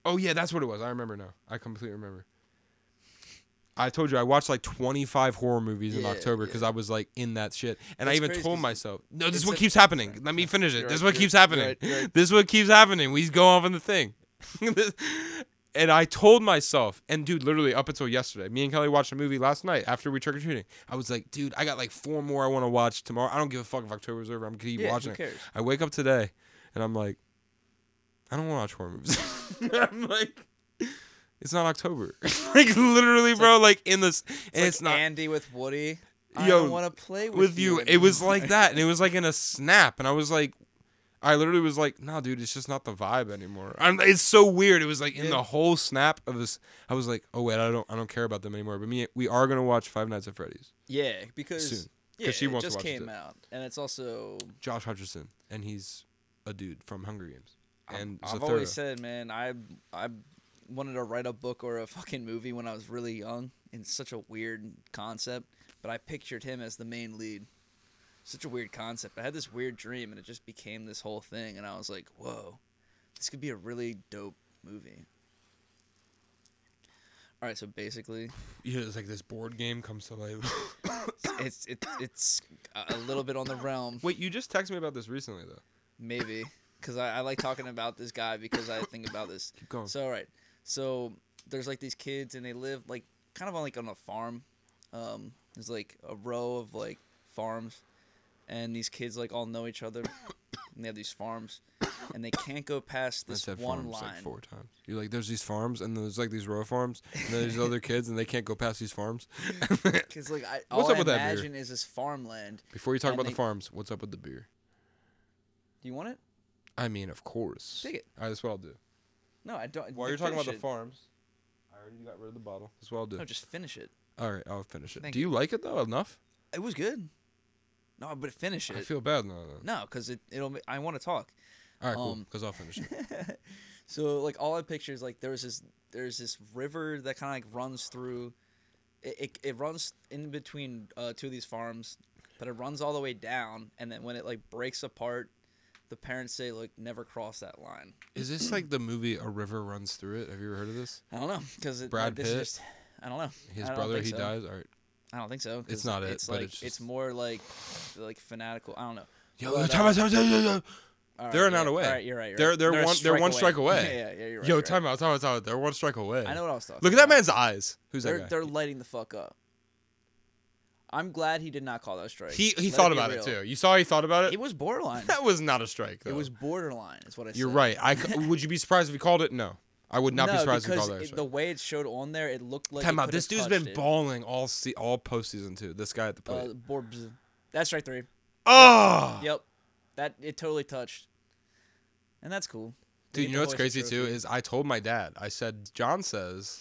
Speaker 1: Oh yeah, that's what it was. I remember now. I completely remember. I told you I watched like 25 horror movies in
Speaker 2: Yeah,
Speaker 1: October because I was like in that shit, and I
Speaker 2: That's
Speaker 1: even
Speaker 2: crazy
Speaker 1: told
Speaker 2: 'cause
Speaker 1: myself, "No, this is
Speaker 2: it's
Speaker 1: what
Speaker 2: a-
Speaker 1: keeps happening." Let me finish it.
Speaker 2: You're
Speaker 1: This is
Speaker 2: right,
Speaker 1: what
Speaker 2: you're-
Speaker 1: keeps happening.
Speaker 2: you're right, you're right.
Speaker 1: This is what keeps happening. We go off on the thing, and I told myself, and dude, literally up until yesterday, me and Kelly watched a movie last night after we trick or treating. I was like, dude, I got like four more I want to watch tomorrow. I don't give a fuck if October's over. I'm gonna keep
Speaker 2: Yeah, who
Speaker 1: watching. it.
Speaker 2: cares?
Speaker 1: I wake up today, and I'm like, I don't want to watch horror movies. I'm like, It's not October. like literally, bro. Like in this, and
Speaker 2: like
Speaker 1: it's not
Speaker 2: Andy with Woody. I
Speaker 1: Yo,
Speaker 2: don't want to play with,
Speaker 1: with you. It was
Speaker 2: anymore.
Speaker 1: like that, and it was like in a snap, and I was like, I literally was like, no, dude, it's just not the vibe anymore. I'm, it's so weird. It was like in the whole snap of this, I was like, oh wait, I don't, I don't care about them anymore. But me, we are gonna watch Five Nights at Freddy's.
Speaker 2: yeah, because
Speaker 1: Soon. 'Cause
Speaker 2: yeah,
Speaker 1: she wants
Speaker 2: it
Speaker 1: to
Speaker 2: just
Speaker 1: watch it
Speaker 2: came
Speaker 1: too.
Speaker 2: out, and it's also
Speaker 1: Josh Hutcherson, and he's a dude from Hunger Games, and
Speaker 2: I've
Speaker 1: Zathura.
Speaker 2: always said, man, I I wanted to write a book or a fucking movie when I was really young. and It's such a weird concept, but I pictured him as the main lead. Such a weird concept. I had this weird dream, and it just became this whole thing. And I was like, whoa, this could be a really dope movie. All right, so basically,
Speaker 1: yeah, it's like this board game comes to life.
Speaker 2: it's it, it's a a little bit on the realm,
Speaker 1: wait, you just texted me about this recently though.
Speaker 2: maybe, because I, I like talking about this guy because I think about this.
Speaker 1: Keep going.
Speaker 2: So all right, so there's like these kids and they live like kind of on like on a farm. Um, there's like a row of like farms, and these kids like all know each other, and they have these farms, and they can't go past
Speaker 1: I
Speaker 2: this
Speaker 1: said
Speaker 2: one
Speaker 1: farms
Speaker 2: line.
Speaker 1: like four times. You're like, there's these farms, and then there's like these row farms, and then there's other kids, and they can't go past these farms.
Speaker 2: Cause like I, all
Speaker 1: What's up
Speaker 2: I
Speaker 1: with that beer?
Speaker 2: imagine is this farmland.
Speaker 1: Before you talk
Speaker 2: And
Speaker 1: about the
Speaker 2: they-
Speaker 1: farms, what's up with the beer?
Speaker 2: Do you want it?
Speaker 1: I mean, of course.
Speaker 2: Take it.
Speaker 1: All right, that's what I'll do.
Speaker 2: No, I don't.
Speaker 1: While
Speaker 2: you
Speaker 1: you're talking about
Speaker 2: finish
Speaker 1: the
Speaker 2: it.
Speaker 1: farms, I already got rid of the bottle. That's what I'll do.
Speaker 2: no, just finish it.
Speaker 1: All right, I'll finish it.
Speaker 2: Thank
Speaker 1: do you like it though enough?
Speaker 2: It was good. No, but finish it.
Speaker 1: I feel bad now. Then.
Speaker 2: no, cause it it'll. ma- I want to talk.
Speaker 1: All right, cool.
Speaker 2: Um,
Speaker 1: Because I'll finish it.
Speaker 2: So like all I picture is like there's this there's this river that kind of like runs through, it, it, it runs in between uh, two of these farms, but it runs all the way down, and then when it like breaks apart, the parents say like never cross that line.
Speaker 1: Is this like the movie A River Runs Through It? Have you ever heard of this?
Speaker 2: I don't know because it,
Speaker 1: Brad
Speaker 2: like, this is
Speaker 1: Pitt?
Speaker 2: just I don't know. I
Speaker 1: His
Speaker 2: don't
Speaker 1: brother,
Speaker 2: think
Speaker 1: he
Speaker 2: so.
Speaker 1: dies. All right.
Speaker 2: I don't think so. 'cause
Speaker 1: not it,
Speaker 2: It's
Speaker 1: but
Speaker 2: like
Speaker 1: it's
Speaker 2: it's,
Speaker 1: just-
Speaker 2: more like like fanatical. I don't know.
Speaker 1: Yo,
Speaker 2: But,
Speaker 1: time
Speaker 2: uh,
Speaker 1: out, time out, time out, time out.
Speaker 2: All right,
Speaker 1: They're an
Speaker 2: yeah,
Speaker 1: out away.
Speaker 2: All right, you're right. You're
Speaker 1: They're-
Speaker 2: right.
Speaker 1: they're
Speaker 2: a
Speaker 1: one- they're one strike away.
Speaker 2: yeah, yeah, yeah, you're right.
Speaker 1: Yo,
Speaker 2: you're
Speaker 1: time
Speaker 2: right.
Speaker 1: out, time out, time out. They're one strike away.
Speaker 2: I know what I was talking.
Speaker 1: Look at that
Speaker 2: about.
Speaker 1: man's eyes. Who's
Speaker 2: they're,
Speaker 1: that guy?
Speaker 2: they're lighting the fuck up. I'm glad he did not call that a strike.
Speaker 1: He he
Speaker 2: Let
Speaker 1: thought
Speaker 2: be
Speaker 1: about it
Speaker 2: real.
Speaker 1: too. You saw he thought about it.
Speaker 2: It was borderline.
Speaker 1: that was not a strike. Though.
Speaker 2: it was borderline. Is what I said.
Speaker 1: You're right. I c- would you be surprised if he called it? No, I would not be
Speaker 2: No,
Speaker 1: surprised if he
Speaker 2: because
Speaker 1: called it. a
Speaker 2: it-
Speaker 1: strike.
Speaker 2: the way it showed on there, it looked like.
Speaker 1: Time
Speaker 2: it
Speaker 1: out.
Speaker 2: could've
Speaker 1: This dude's
Speaker 2: touched
Speaker 1: been
Speaker 2: it.
Speaker 1: balling all se- all postseason too. This guy at the
Speaker 2: Uh,
Speaker 1: plate.
Speaker 2: Borbs. That's right three.
Speaker 1: oh,
Speaker 2: Yep, that it totally touched, and that's cool.
Speaker 1: dude.
Speaker 2: They get
Speaker 1: You
Speaker 2: the
Speaker 1: know what's
Speaker 2: boys a
Speaker 1: crazy too
Speaker 2: trophy.
Speaker 1: is I told my dad. I said John says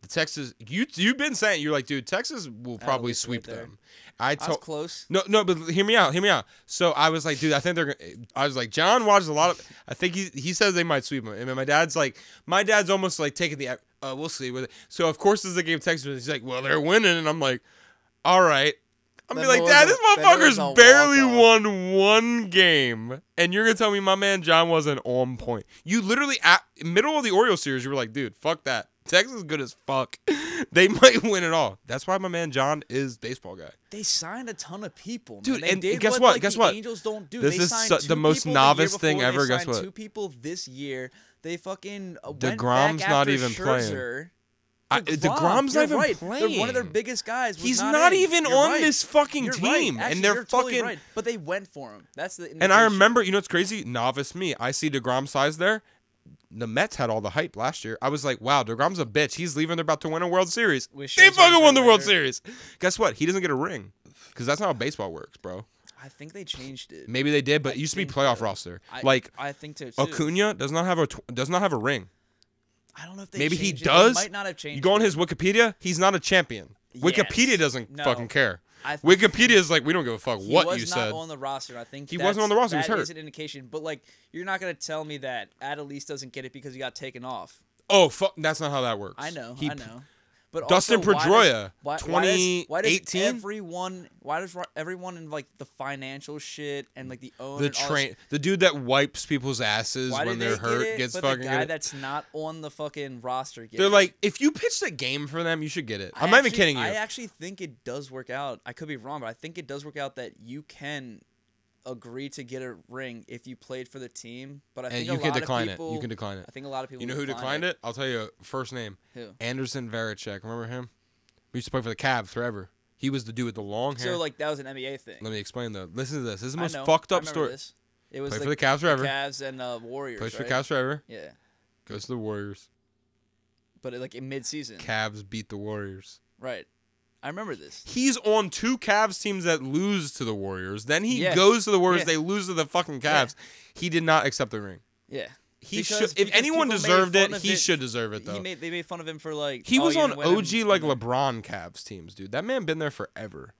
Speaker 1: the Texas. You you've been saying you're like, dude. Texas will probably
Speaker 2: least right
Speaker 1: sweep
Speaker 2: there.
Speaker 1: them. I
Speaker 2: I was
Speaker 1: told.
Speaker 2: close.
Speaker 1: No, no, but hear me out. Hear me out. So I was like, dude, I think they're. gonna I was like, John watches a lot of. I think he he says they might sweep him. And then my dad's like, my dad's almost like taking the. Uh, we'll see. With it. So of course, as the game Texas, he's like, well, they're winning, and I'm like, all right. I'm be
Speaker 2: Then
Speaker 1: like,
Speaker 2: there
Speaker 1: Dad,
Speaker 2: was
Speaker 1: this
Speaker 2: a- then there
Speaker 1: motherfucker's
Speaker 2: was a
Speaker 1: barely
Speaker 2: walk-off."
Speaker 1: won one game, and you're gonna tell me my man John wasn't on point. You literally at middle of the Orioles series, you were like, dude, fuck that. Texas is good as fuck. They might win it all. That's why my man John is baseball guy.
Speaker 2: They signed a ton of people, man.
Speaker 1: Dude,
Speaker 2: They
Speaker 1: and
Speaker 2: did
Speaker 1: guess what?
Speaker 2: Like,
Speaker 1: Guess
Speaker 2: the
Speaker 1: what?
Speaker 2: Angels don't do.
Speaker 1: This
Speaker 2: they
Speaker 1: is
Speaker 2: signed
Speaker 1: su- the
Speaker 2: two
Speaker 1: most
Speaker 2: people year
Speaker 1: novice thing
Speaker 2: before, they
Speaker 1: ever. Guess
Speaker 2: signed
Speaker 1: what?
Speaker 2: Two people this year. They fucking uh, went
Speaker 1: DeGrom's
Speaker 2: back after
Speaker 1: not even playing.
Speaker 2: Scherzer.
Speaker 1: I-
Speaker 2: DeGrom,
Speaker 1: DeGrom's not
Speaker 2: you're
Speaker 1: even
Speaker 2: right. They're one of their
Speaker 1: playing.
Speaker 2: biggest guys. was
Speaker 1: He's
Speaker 2: not,
Speaker 1: not
Speaker 2: in.
Speaker 1: even
Speaker 2: You're
Speaker 1: on
Speaker 2: right.
Speaker 1: this fucking
Speaker 2: You're right.
Speaker 1: team, and
Speaker 2: Actually,
Speaker 1: they're
Speaker 2: you're totally
Speaker 1: fucking-
Speaker 2: right. But they went for him. That's the.
Speaker 1: And I
Speaker 2: indication.
Speaker 1: remember, you know what's crazy? Novice me, I see DeGrom size there. The Mets had all the hype last year. I was like, wow, DeGrom's a bitch. He's leaving. They're about to win a World Series.
Speaker 2: With
Speaker 1: they
Speaker 2: Scherzer
Speaker 1: fucking won the World
Speaker 2: Verlander.
Speaker 1: Series. Guess what? He doesn't get a ring because that's not how baseball works, bro.
Speaker 2: I think they changed it.
Speaker 1: Maybe they did, but it used to be
Speaker 2: think
Speaker 1: playoff
Speaker 2: so.
Speaker 1: roster.
Speaker 2: I,
Speaker 1: like
Speaker 2: I think so too.
Speaker 1: Acuna does not have a tw- does not have a ring.
Speaker 2: I don't know if they
Speaker 1: Maybe he
Speaker 2: changed it. They
Speaker 1: does.
Speaker 2: might not have changed.
Speaker 1: You go on
Speaker 2: it.
Speaker 1: his Wikipedia. He's not a champion. Wikipedia
Speaker 2: Yes.
Speaker 1: doesn't
Speaker 2: No.
Speaker 1: fucking care.
Speaker 2: I think-
Speaker 1: Wikipedia is like, we don't give a fuck
Speaker 2: He
Speaker 1: what
Speaker 2: was
Speaker 1: you
Speaker 2: not
Speaker 1: said.
Speaker 2: on the roster. I think
Speaker 1: He wasn't on the
Speaker 2: that's-
Speaker 1: roster, he was
Speaker 2: that is
Speaker 1: hurt.
Speaker 2: an indication, but like you're not gonna tell me that Adelise doesn't get it because he got taken off.
Speaker 1: oh fuck, that's not how that works.
Speaker 2: I know,
Speaker 1: He
Speaker 2: I know. But
Speaker 1: Dustin
Speaker 2: also, why does-
Speaker 1: Pedroia,
Speaker 2: why- why does- why does
Speaker 1: 2018?
Speaker 2: everyone, why does ro- everyone in like the financial shit and like the own
Speaker 1: the
Speaker 2: and all this-
Speaker 1: train the dude that wipes people's asses
Speaker 2: Why
Speaker 1: when
Speaker 2: do
Speaker 1: they're
Speaker 2: they
Speaker 1: hurt
Speaker 2: get it,
Speaker 1: gets
Speaker 2: but
Speaker 1: fucking
Speaker 2: the guy
Speaker 1: it.
Speaker 2: that's not on the fucking roster. Get
Speaker 1: they're
Speaker 2: it?
Speaker 1: like if you pitched a game for them you should get it
Speaker 2: I
Speaker 1: i'm not even
Speaker 2: actually-
Speaker 1: kidding you
Speaker 2: I actually think it does work out. I could be wrong, but I think it does work out that you can agree to get a ring if you played for the team. But I
Speaker 1: and
Speaker 2: think
Speaker 1: you
Speaker 2: a
Speaker 1: can
Speaker 2: lot
Speaker 1: decline
Speaker 2: of people,
Speaker 1: it you can decline it
Speaker 2: I think a lot of people.
Speaker 1: you know who declined it. i'll tell you first name
Speaker 2: Who?
Speaker 1: anderson Varacek. remember him we used to play for the Cavs forever he was the dude with the long hair
Speaker 2: So like that was an NBA thing.
Speaker 1: let me explain though listen to this this is the
Speaker 2: I
Speaker 1: most
Speaker 2: know,
Speaker 1: fucked
Speaker 2: I
Speaker 1: up
Speaker 2: remember
Speaker 1: story
Speaker 2: This. It was
Speaker 1: Played for
Speaker 2: like
Speaker 1: the Cavs forever.
Speaker 2: Cavs and uh, Warriors.
Speaker 1: plays for
Speaker 2: right?
Speaker 1: Cavs forever
Speaker 2: Yeah.
Speaker 1: goes to the warriors
Speaker 2: but like in mid-season,
Speaker 1: Cavs beat the Warriors.
Speaker 2: right? I remember this.
Speaker 1: He's on two Cavs teams that lose to the Warriors. Then he
Speaker 2: Yeah.
Speaker 1: goes to the Warriors.
Speaker 2: Yeah.
Speaker 1: They lose to the fucking Cavs. He did not accept the ring.
Speaker 2: Yeah,
Speaker 1: He
Speaker 2: Because-
Speaker 1: should. If
Speaker 2: because
Speaker 1: anyone
Speaker 2: people made
Speaker 1: deserved
Speaker 2: fun
Speaker 1: it,
Speaker 2: of
Speaker 1: he should deserve it though.
Speaker 2: He
Speaker 1: He,
Speaker 2: made they made fun of him for like oh,
Speaker 1: was
Speaker 2: you
Speaker 1: on
Speaker 2: didn't win
Speaker 1: OG
Speaker 2: him.
Speaker 1: like LeBron Cavs teams, dude. That man been there forever.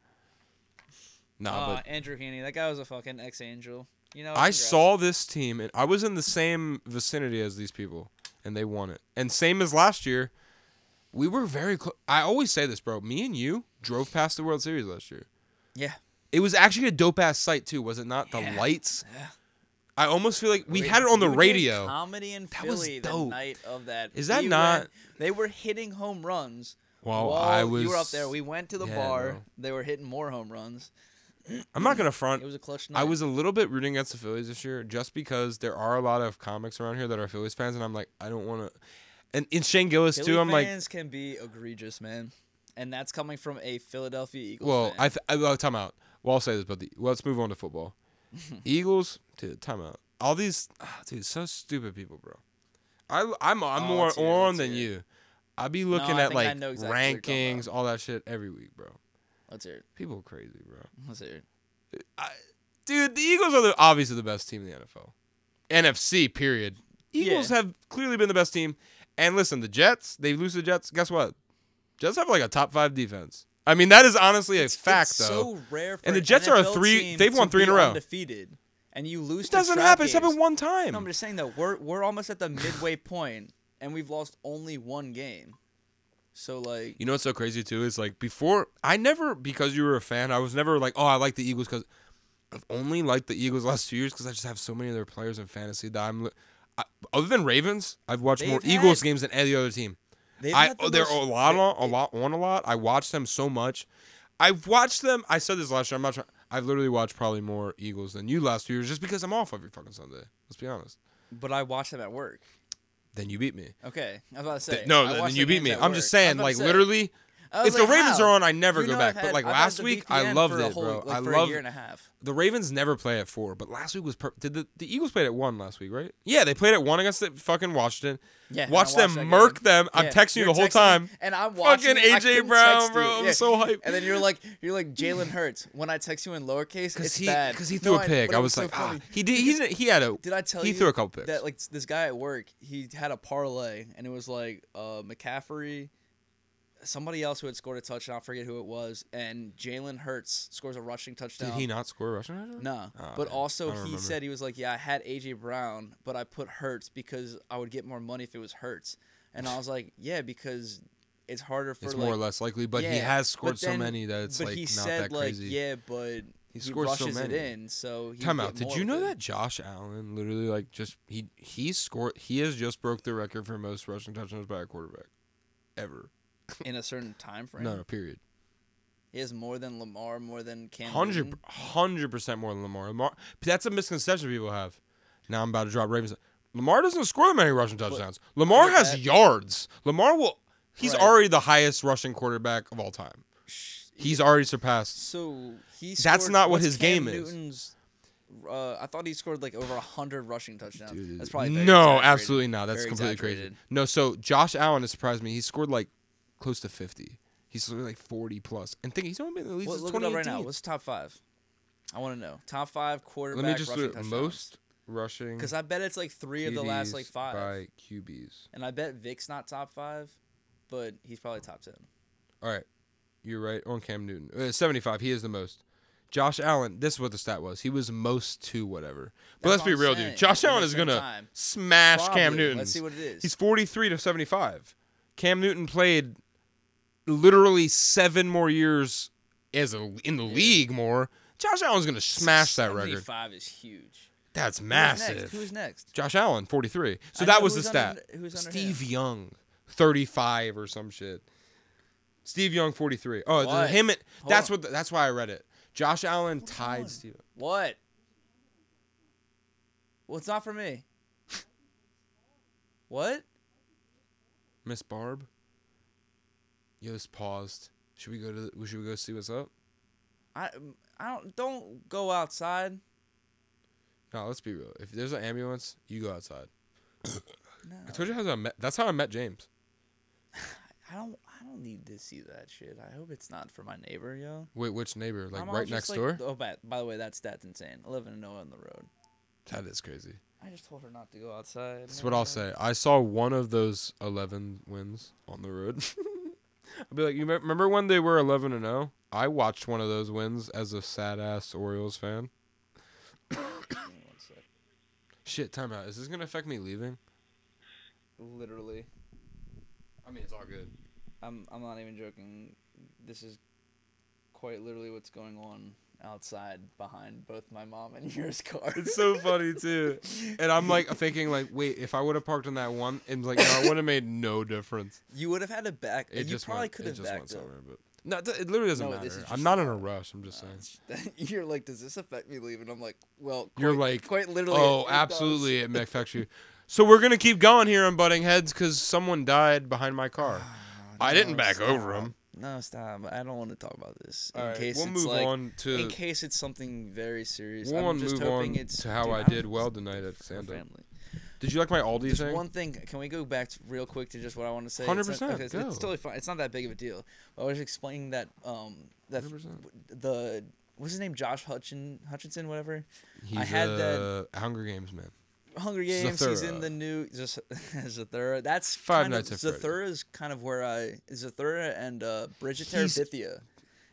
Speaker 1: Nah,
Speaker 2: Aw,
Speaker 1: but
Speaker 2: Uh, Andrew Heaney, that guy was a fucking ex-angel. You know,
Speaker 1: I
Speaker 2: congrats.
Speaker 1: saw this team, and I was in the same vicinity as these people, and they won it. And same as last year, we were very close. I always say this, bro. Me and you drove past the World Series last year.
Speaker 2: Yeah,
Speaker 1: It was actually a dope ass sight too, was it not? The
Speaker 2: Yeah.
Speaker 1: lights.
Speaker 2: Yeah.
Speaker 1: I almost feel like we
Speaker 2: Wait,
Speaker 1: had it on the
Speaker 2: we did
Speaker 1: radio.
Speaker 2: Comedy in
Speaker 1: was
Speaker 2: Philly the
Speaker 1: dope.
Speaker 2: night of that.
Speaker 1: Is that
Speaker 2: We
Speaker 1: not-
Speaker 2: went- they were hitting home runs.
Speaker 1: Well,
Speaker 2: while
Speaker 1: I
Speaker 2: You were up
Speaker 1: was-
Speaker 2: there. We went to the
Speaker 1: Yeah,
Speaker 2: bar.
Speaker 1: bro.
Speaker 2: They were hitting more home runs.
Speaker 1: I'm not gonna front.
Speaker 2: It was a clutch night.
Speaker 1: I was a little bit rooting against the Phillies this year, just because there are a lot of comics around here that are Phillies fans, and I'm like, I don't want to. And in Shane Gillis
Speaker 2: Philly
Speaker 1: too, I'm like,
Speaker 2: fans can be egregious, man, and that's coming from a Philadelphia Eagles.
Speaker 1: well,
Speaker 2: fan.
Speaker 1: I, th- I well, time out. Well, I'll say this, but the, let's move on to football. Eagles, dude, time out. All these, ah, dude, so stupid people, bro. I, I'm I'm
Speaker 2: Oh,
Speaker 1: more
Speaker 2: let's hear it,
Speaker 1: on
Speaker 2: let's
Speaker 1: than
Speaker 2: hear
Speaker 1: you. I be looking
Speaker 2: I
Speaker 1: at
Speaker 2: think I
Speaker 1: like
Speaker 2: know exactly what you're talking
Speaker 1: rankings, all that shit every week, bro.
Speaker 2: let's hear it.
Speaker 1: People are crazy, bro.
Speaker 2: Let's hear it.
Speaker 1: dude, the Eagles are the, obviously the best team in the NFL. NFC, period. Eagles
Speaker 2: Yeah.
Speaker 1: have clearly been the best team. And listen, the Jets, they lose to the Jets. Guess what? Jets have like a top five defense. I mean, that is honestly a fact,
Speaker 2: it's
Speaker 1: though.
Speaker 2: So rare. For
Speaker 1: And the
Speaker 2: an
Speaker 1: Jets are a
Speaker 2: NFL
Speaker 1: three-
Speaker 2: team
Speaker 1: they've won
Speaker 2: to
Speaker 1: three in
Speaker 2: be
Speaker 1: a row.
Speaker 2: Undefeated, and you lose.
Speaker 1: it doesn't
Speaker 2: to trap
Speaker 1: happen. It's
Speaker 2: games.
Speaker 1: happened one time.
Speaker 2: No, I'm just saying though, we're we're almost at the midway point, and we've lost only one game. So like,
Speaker 1: you know what's so crazy, too? Is like before, I never, because you were a fan, I was never like, oh, I like the Eagles because I've only liked the Eagles last two years because I just have so many of their players in fantasy that I'm. li- I, other than Ravens, I've watched more
Speaker 2: They've
Speaker 1: Eagles
Speaker 2: had-
Speaker 1: games than any other team.
Speaker 2: they've
Speaker 1: I oh,
Speaker 2: had the
Speaker 1: they're
Speaker 2: most-
Speaker 1: a lot
Speaker 2: they-
Speaker 1: on a lot on a lot. I watch them so much. I've watched them. I said this last year. I'm not. Trying, I've literally watched probably more Eagles than you last two years, just because I'm off every fucking Sunday. Let's be honest.
Speaker 2: But I watch them at work.
Speaker 1: Then you beat me.
Speaker 2: Okay, I was about to say.
Speaker 1: Th- no,
Speaker 2: I
Speaker 1: then
Speaker 2: watch
Speaker 1: you
Speaker 2: the
Speaker 1: beat
Speaker 2: games
Speaker 1: me.
Speaker 2: at
Speaker 1: I'm just
Speaker 2: work. I
Speaker 1: saying,
Speaker 2: was about
Speaker 1: like
Speaker 2: to say.
Speaker 1: literally,
Speaker 2: I
Speaker 1: if
Speaker 2: was
Speaker 1: the
Speaker 2: like,
Speaker 1: Ravens
Speaker 2: how?
Speaker 1: are on, I never
Speaker 2: You
Speaker 1: go
Speaker 2: know
Speaker 1: back.
Speaker 2: I've
Speaker 1: but
Speaker 2: had-
Speaker 1: like
Speaker 2: I've had
Speaker 1: last
Speaker 2: the
Speaker 1: week,
Speaker 2: VPN
Speaker 1: I
Speaker 2: for
Speaker 1: loved
Speaker 2: a
Speaker 1: it,
Speaker 2: whole-
Speaker 1: bro.
Speaker 2: Like,
Speaker 1: I
Speaker 2: for a
Speaker 1: loved
Speaker 2: year and a half.
Speaker 1: the Ravens never play at four, but last week was per- did the, the Eagles played at one last week, right? Yeah, they played at one against the fucking Washington.
Speaker 2: Yeah, and I
Speaker 1: watch them
Speaker 2: watched that
Speaker 1: murk
Speaker 2: game.
Speaker 1: them. I'm
Speaker 2: Yeah,
Speaker 1: texting you
Speaker 2: you're
Speaker 1: the whole
Speaker 2: texting me,
Speaker 1: time.
Speaker 2: and I'm watching
Speaker 1: Fucking
Speaker 2: it. I
Speaker 1: AJ
Speaker 2: couldn't
Speaker 1: Brown,
Speaker 2: text
Speaker 1: bro.
Speaker 2: you.
Speaker 1: I'm
Speaker 2: Yeah.
Speaker 1: so hyped.
Speaker 2: And then you're like, you're like Jalen Hurts. When I text you in lowercase,
Speaker 1: Because
Speaker 2: it's
Speaker 1: he,
Speaker 2: bad.
Speaker 1: 'cause he
Speaker 2: No,
Speaker 1: threw
Speaker 2: I
Speaker 1: a
Speaker 2: know,
Speaker 1: pick.
Speaker 2: but
Speaker 1: I
Speaker 2: it
Speaker 1: was,
Speaker 2: so
Speaker 1: like, ah,
Speaker 2: funny.
Speaker 1: he did. He, did- he had a.
Speaker 2: Did I tell
Speaker 1: he
Speaker 2: you?
Speaker 1: threw a couple picks.
Speaker 2: That like this guy at work, he had a parlay, and it was like uh, McCaffrey, somebody else who had scored a touchdown. I forget who it was, and Jalen Hurts scores a rushing touchdown.
Speaker 1: Did he not score a rushing touchdown?
Speaker 2: No,
Speaker 1: Oh,
Speaker 2: but
Speaker 1: man.
Speaker 2: also
Speaker 1: I
Speaker 2: he
Speaker 1: don't remember.
Speaker 2: said he was like, yeah, I had AJ Brown, but I put Hurts because I would get more money if it was Hurts, and I was like, yeah, because it's harder for
Speaker 1: It's
Speaker 2: like,
Speaker 1: more or less likely, but he
Speaker 2: yeah,
Speaker 1: has
Speaker 2: but
Speaker 1: scored so
Speaker 2: then-
Speaker 1: many that it's
Speaker 2: but
Speaker 1: like
Speaker 2: he
Speaker 1: not
Speaker 2: said
Speaker 1: that
Speaker 2: like,
Speaker 1: crazy.
Speaker 2: yeah, but he,
Speaker 1: scored so
Speaker 2: rushes
Speaker 1: many.
Speaker 2: it in, so he
Speaker 1: Time
Speaker 2: would
Speaker 1: out.
Speaker 2: get
Speaker 1: Did
Speaker 2: more
Speaker 1: you
Speaker 2: with
Speaker 1: know
Speaker 2: it.
Speaker 1: that Josh Allen literally like just he he scored he has just broke the record for most rushing touchdowns by a quarterback ever.
Speaker 2: in a certain time frame?
Speaker 1: No, no, period.
Speaker 2: He has more than Lamar, more than Cam.
Speaker 1: Hundred
Speaker 2: Newton.
Speaker 1: hundred percent more than Lamar. Lamar that's a misconception people have. Now I'm about to drop Ravens. Lamar doesn't score that many rushing touchdowns. Lamar
Speaker 2: yeah,
Speaker 1: has
Speaker 2: that-
Speaker 1: yards. Lamar will he's
Speaker 2: Right.
Speaker 1: already the highest rushing quarterback of all time.
Speaker 2: Sh-
Speaker 1: He's already surpassed.
Speaker 2: So he.
Speaker 1: That's
Speaker 2: scored-
Speaker 1: not what
Speaker 2: what's
Speaker 1: his
Speaker 2: Cam
Speaker 1: game is.
Speaker 2: Newton's, uh, I thought he scored like over hundred rushing touchdowns.
Speaker 1: Dude,
Speaker 2: That's probably very
Speaker 1: no,
Speaker 2: exaggerated.
Speaker 1: absolutely not. That's
Speaker 2: Very
Speaker 1: completely crazy.
Speaker 2: exaggerated.
Speaker 1: No, so Josh Allen has surprised me. He scored like close to fifty. He's scored, like forty plus. And think he's only been in the league
Speaker 2: Well,
Speaker 1: since
Speaker 2: look it up
Speaker 1: twenty
Speaker 2: right now.
Speaker 1: eighteen.
Speaker 2: What's top five? I want to know top five quarterback
Speaker 1: Let me just do
Speaker 2: rushing
Speaker 1: it. Most rushing
Speaker 2: Because I bet it's like three of the last like
Speaker 1: TDs
Speaker 2: five,
Speaker 1: by QBs.
Speaker 2: and I bet Vic's not top five, but he's probably top ten.
Speaker 1: All right, you're right on Cam Newton. Uh, Seventy-five. He is the most. Josh Allen. This is what the stat was. He was most to whatever. But
Speaker 2: That's
Speaker 1: let's be
Speaker 2: what I'm
Speaker 1: real,
Speaker 2: saying.
Speaker 1: dude. Josh
Speaker 2: At
Speaker 1: Allen
Speaker 2: the
Speaker 1: is
Speaker 2: same
Speaker 1: gonna
Speaker 2: time.
Speaker 1: smash Cam
Speaker 2: Probably.
Speaker 1: Newton.
Speaker 2: Let's see what it is.
Speaker 1: He's forty-three to seventy-five. Cam Newton played literally seven more years as a in the league more. Josh Allen's gonna smash that record.
Speaker 2: Five is huge.
Speaker 1: That's
Speaker 2: Who's
Speaker 1: massive.
Speaker 2: next? Who's next?
Speaker 1: Josh Allen, 43. So
Speaker 2: I
Speaker 1: that
Speaker 2: know
Speaker 1: was the
Speaker 2: who's
Speaker 1: stat.
Speaker 2: under- who's under
Speaker 1: Steve Young, 35 or some shit. Steve Young, 43. Oh, the-
Speaker 2: What?
Speaker 1: him. and- that's
Speaker 2: on.
Speaker 1: what. the- that's why I read it. Josh Allen tied Steve.
Speaker 2: What? Well, it's not for me. what?
Speaker 1: Miss Barb. Yo, it's paused. Should we go to? The, should we go see what's up?
Speaker 2: I um, I don't don't go outside.
Speaker 1: No, let's be real. If there's an ambulance, you go outside.
Speaker 2: No.
Speaker 1: I told you how I met. That's how I met James.
Speaker 2: I don't I don't need to see that shit. I hope it's not for my neighbor, yo.
Speaker 1: Wait, which neighbor?
Speaker 2: My
Speaker 1: Like
Speaker 2: mom
Speaker 1: right
Speaker 2: just,
Speaker 1: next door?
Speaker 2: like- Oh, by, by the way, that's that's insane. Eleven and zero on the road.
Speaker 1: That is crazy.
Speaker 2: I just told her not to go outside.
Speaker 1: That's what I'll say. I saw one of those 11 wins on the road. I'll be like, you me- remember when they were 11 and 0? I watched one of those wins as a sad ass Orioles fan.
Speaker 2: Give me one sec.
Speaker 1: Shit, timeout. Is this gonna affect me leaving?
Speaker 2: Literally,
Speaker 1: I mean, it's all good.
Speaker 2: I'm I'm not even joking. This is quite literally what's going on outside behind both my mom and yours car.
Speaker 1: It's so funny too. And I'm like thinking, like, wait, if I would have parked on that one, and like, no, I would have made no difference.
Speaker 2: you would have had to back.
Speaker 1: It
Speaker 2: you
Speaker 1: just
Speaker 2: probably
Speaker 1: went-
Speaker 2: could
Speaker 1: it
Speaker 2: have
Speaker 1: just went
Speaker 2: backed up.
Speaker 1: somewhere, but no, it- it literally doesn't
Speaker 2: No, this
Speaker 1: matter. I'm
Speaker 2: is just
Speaker 1: not in a rush. I'm just saying.
Speaker 2: You're like, does this affect me leaving? I'm like, well, quite,
Speaker 1: You're like,
Speaker 2: quite literally. it-
Speaker 1: oh,
Speaker 2: it does."
Speaker 1: absolutely, it affects you. So we're gonna keep going here on butting heads because someone died behind my car. I didn't
Speaker 2: Ah, no,
Speaker 1: back
Speaker 2: stop.
Speaker 1: over him.
Speaker 2: No, stop. I don't want to talk about this.
Speaker 1: All
Speaker 2: in
Speaker 1: right,
Speaker 2: case
Speaker 1: we'll
Speaker 2: it's
Speaker 1: move
Speaker 2: like,
Speaker 1: on
Speaker 2: in
Speaker 1: to
Speaker 2: case it's something very serious.
Speaker 1: we'll
Speaker 2: I'm
Speaker 1: on
Speaker 2: just
Speaker 1: move
Speaker 2: hoping
Speaker 1: on
Speaker 2: it's
Speaker 1: to how
Speaker 2: dude,
Speaker 1: I
Speaker 2: don't
Speaker 1: did
Speaker 2: know,
Speaker 1: well
Speaker 2: it's
Speaker 1: tonight at
Speaker 2: for
Speaker 1: stand up.
Speaker 2: family.
Speaker 1: Did you like my Aldi
Speaker 2: Just
Speaker 1: thing?
Speaker 2: one thing. Can we go back to, real quick to just what I want to say? It's not-
Speaker 1: 100%,
Speaker 2: okay, It's, it's
Speaker 1: go.
Speaker 2: totally fine. It's not that big of a deal. I was explaining that um that
Speaker 1: 100%.
Speaker 2: the what's his name Josh Hutchin Hutchinson whatever
Speaker 1: He's
Speaker 2: had
Speaker 1: uh,
Speaker 2: that-
Speaker 1: Hunger Games man.
Speaker 2: Hunger Games. He's in
Speaker 1: Zathura.
Speaker 2: the new just Zathura. That's
Speaker 1: Five
Speaker 2: kind
Speaker 1: Nights
Speaker 2: of,
Speaker 1: at Freddy's.
Speaker 2: Zathura is kind of where I Zathura and uh, Bridget
Speaker 1: He's-
Speaker 2: Terabithia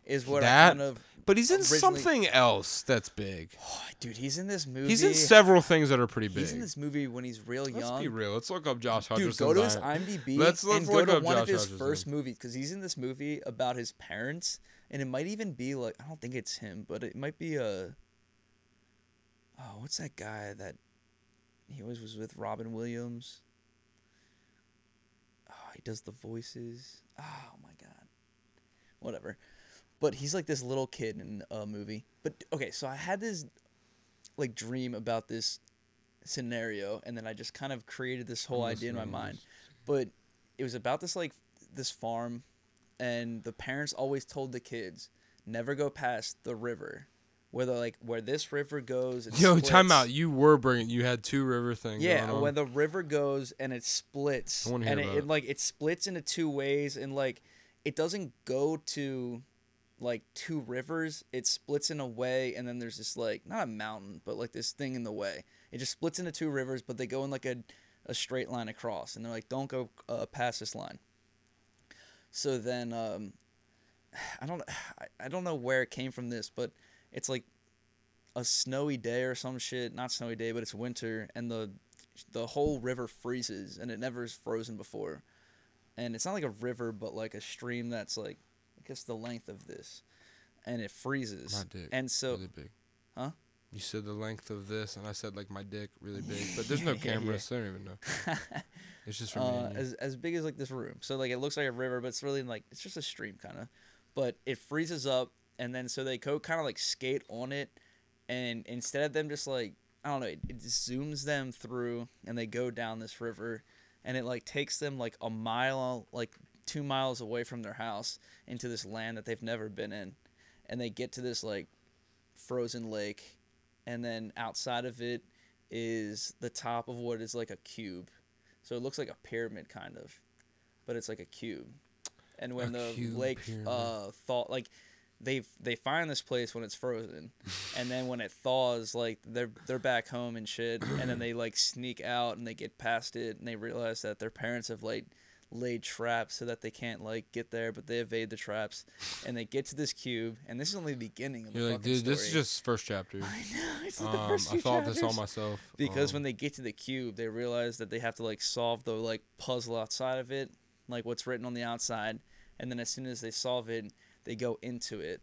Speaker 2: is what I
Speaker 1: That,
Speaker 2: kind of.
Speaker 1: but he's in
Speaker 2: originally-
Speaker 1: something else that's big.
Speaker 2: Oh, dude, he's in this movie.
Speaker 1: He's in several things that are pretty big.
Speaker 2: He's in this movie when he's real
Speaker 1: Let's
Speaker 2: young.
Speaker 1: be real. Let's look up Josh Hutcherson.
Speaker 2: Dude, go to his IMDb
Speaker 1: Let's- let's
Speaker 2: and go
Speaker 1: look
Speaker 2: to
Speaker 1: up
Speaker 2: one of
Speaker 1: Josh
Speaker 2: his
Speaker 1: Hutcherson.
Speaker 2: first movies because he's in this movie about his parents, and it might even be like I don't think it's him, but it might be a. Oh, what's that guy that he always was with Robin Williams? Oh, he does the voices. Oh my god, whatever. But he's like this little kid in a movie. But okay, so I had this like dream about this scenario, and then I just kind of created this whole
Speaker 1: I'm
Speaker 2: idea in my
Speaker 1: listening to
Speaker 2: mind. But it was about this like this farm, and the parents always told the kids never go past the river, where they're like where this river goes. It
Speaker 1: Yo,
Speaker 2: splits.
Speaker 1: time out. You were bringing. You had two river things.
Speaker 2: Yeah,
Speaker 1: going on.
Speaker 2: when the river goes and it splits,
Speaker 1: I wanna
Speaker 2: and
Speaker 1: hear
Speaker 2: it,
Speaker 1: about
Speaker 2: it,
Speaker 1: it.
Speaker 2: like it splits into two ways, and like it doesn't go to like two rivers. It splits in a way, and then there's this like not a mountain, but like this thing in the way. It just splits into two rivers, but they go in like a a straight line across, and they're like, don't go uh, past this line. So then, um, I don't, I, I don't know where it came from this, but it's like a snowy day or some shit. Not snowy day, but it's winter, and the the whole river freezes, and it never is frozen before. And it's not like a river, but like a stream that's like, I guess the length of this, and it freezes.
Speaker 1: My dick.
Speaker 2: And so,
Speaker 1: really big.
Speaker 2: Huh?
Speaker 1: You said the length of this, and I said like my dick really big, but there's no
Speaker 2: Yeah, yeah, yeah.
Speaker 1: cameras. so I don't even know. It's just for me.
Speaker 2: uh,
Speaker 1: and you.
Speaker 2: as as big as like this room. So like it looks like a river, but it's really like it's just a stream kind of. But it freezes up, and then so they go kind of like skate on it, and instead of them just like I don't know, it, it zooms them through, and they go down this river, and it like takes them like a mile, like two miles away from their house into this land that they've never been in, and they get to this like frozen lake, and then outside of it is the top of what is like a cube. So it looks like a pyramid kind of, but it's like a cube. And when
Speaker 1: A
Speaker 2: the
Speaker 1: cube
Speaker 2: lake
Speaker 1: pyramid.
Speaker 2: uh thaw like they they find this place when it's frozen, and then when it thaws, like they're they're back home and shit, and then they like sneak out and they get past it and they realize that their parents have like laid traps so that they can't like get there, but they evade the traps, and they get to this cube, and this is only the beginning of the
Speaker 1: You're like,
Speaker 2: fucking
Speaker 1: dude, this is
Speaker 2: story.
Speaker 1: just first chapter.
Speaker 2: No, it's
Speaker 1: Um,
Speaker 2: not the first
Speaker 1: I
Speaker 2: few
Speaker 1: thought this all
Speaker 2: chapters.
Speaker 1: myself.
Speaker 2: Because
Speaker 1: um,
Speaker 2: when they get to the cube, they realize that they have to like solve the like puzzle outside of it, like what's written on the outside, and then as soon as they solve it, they go into it,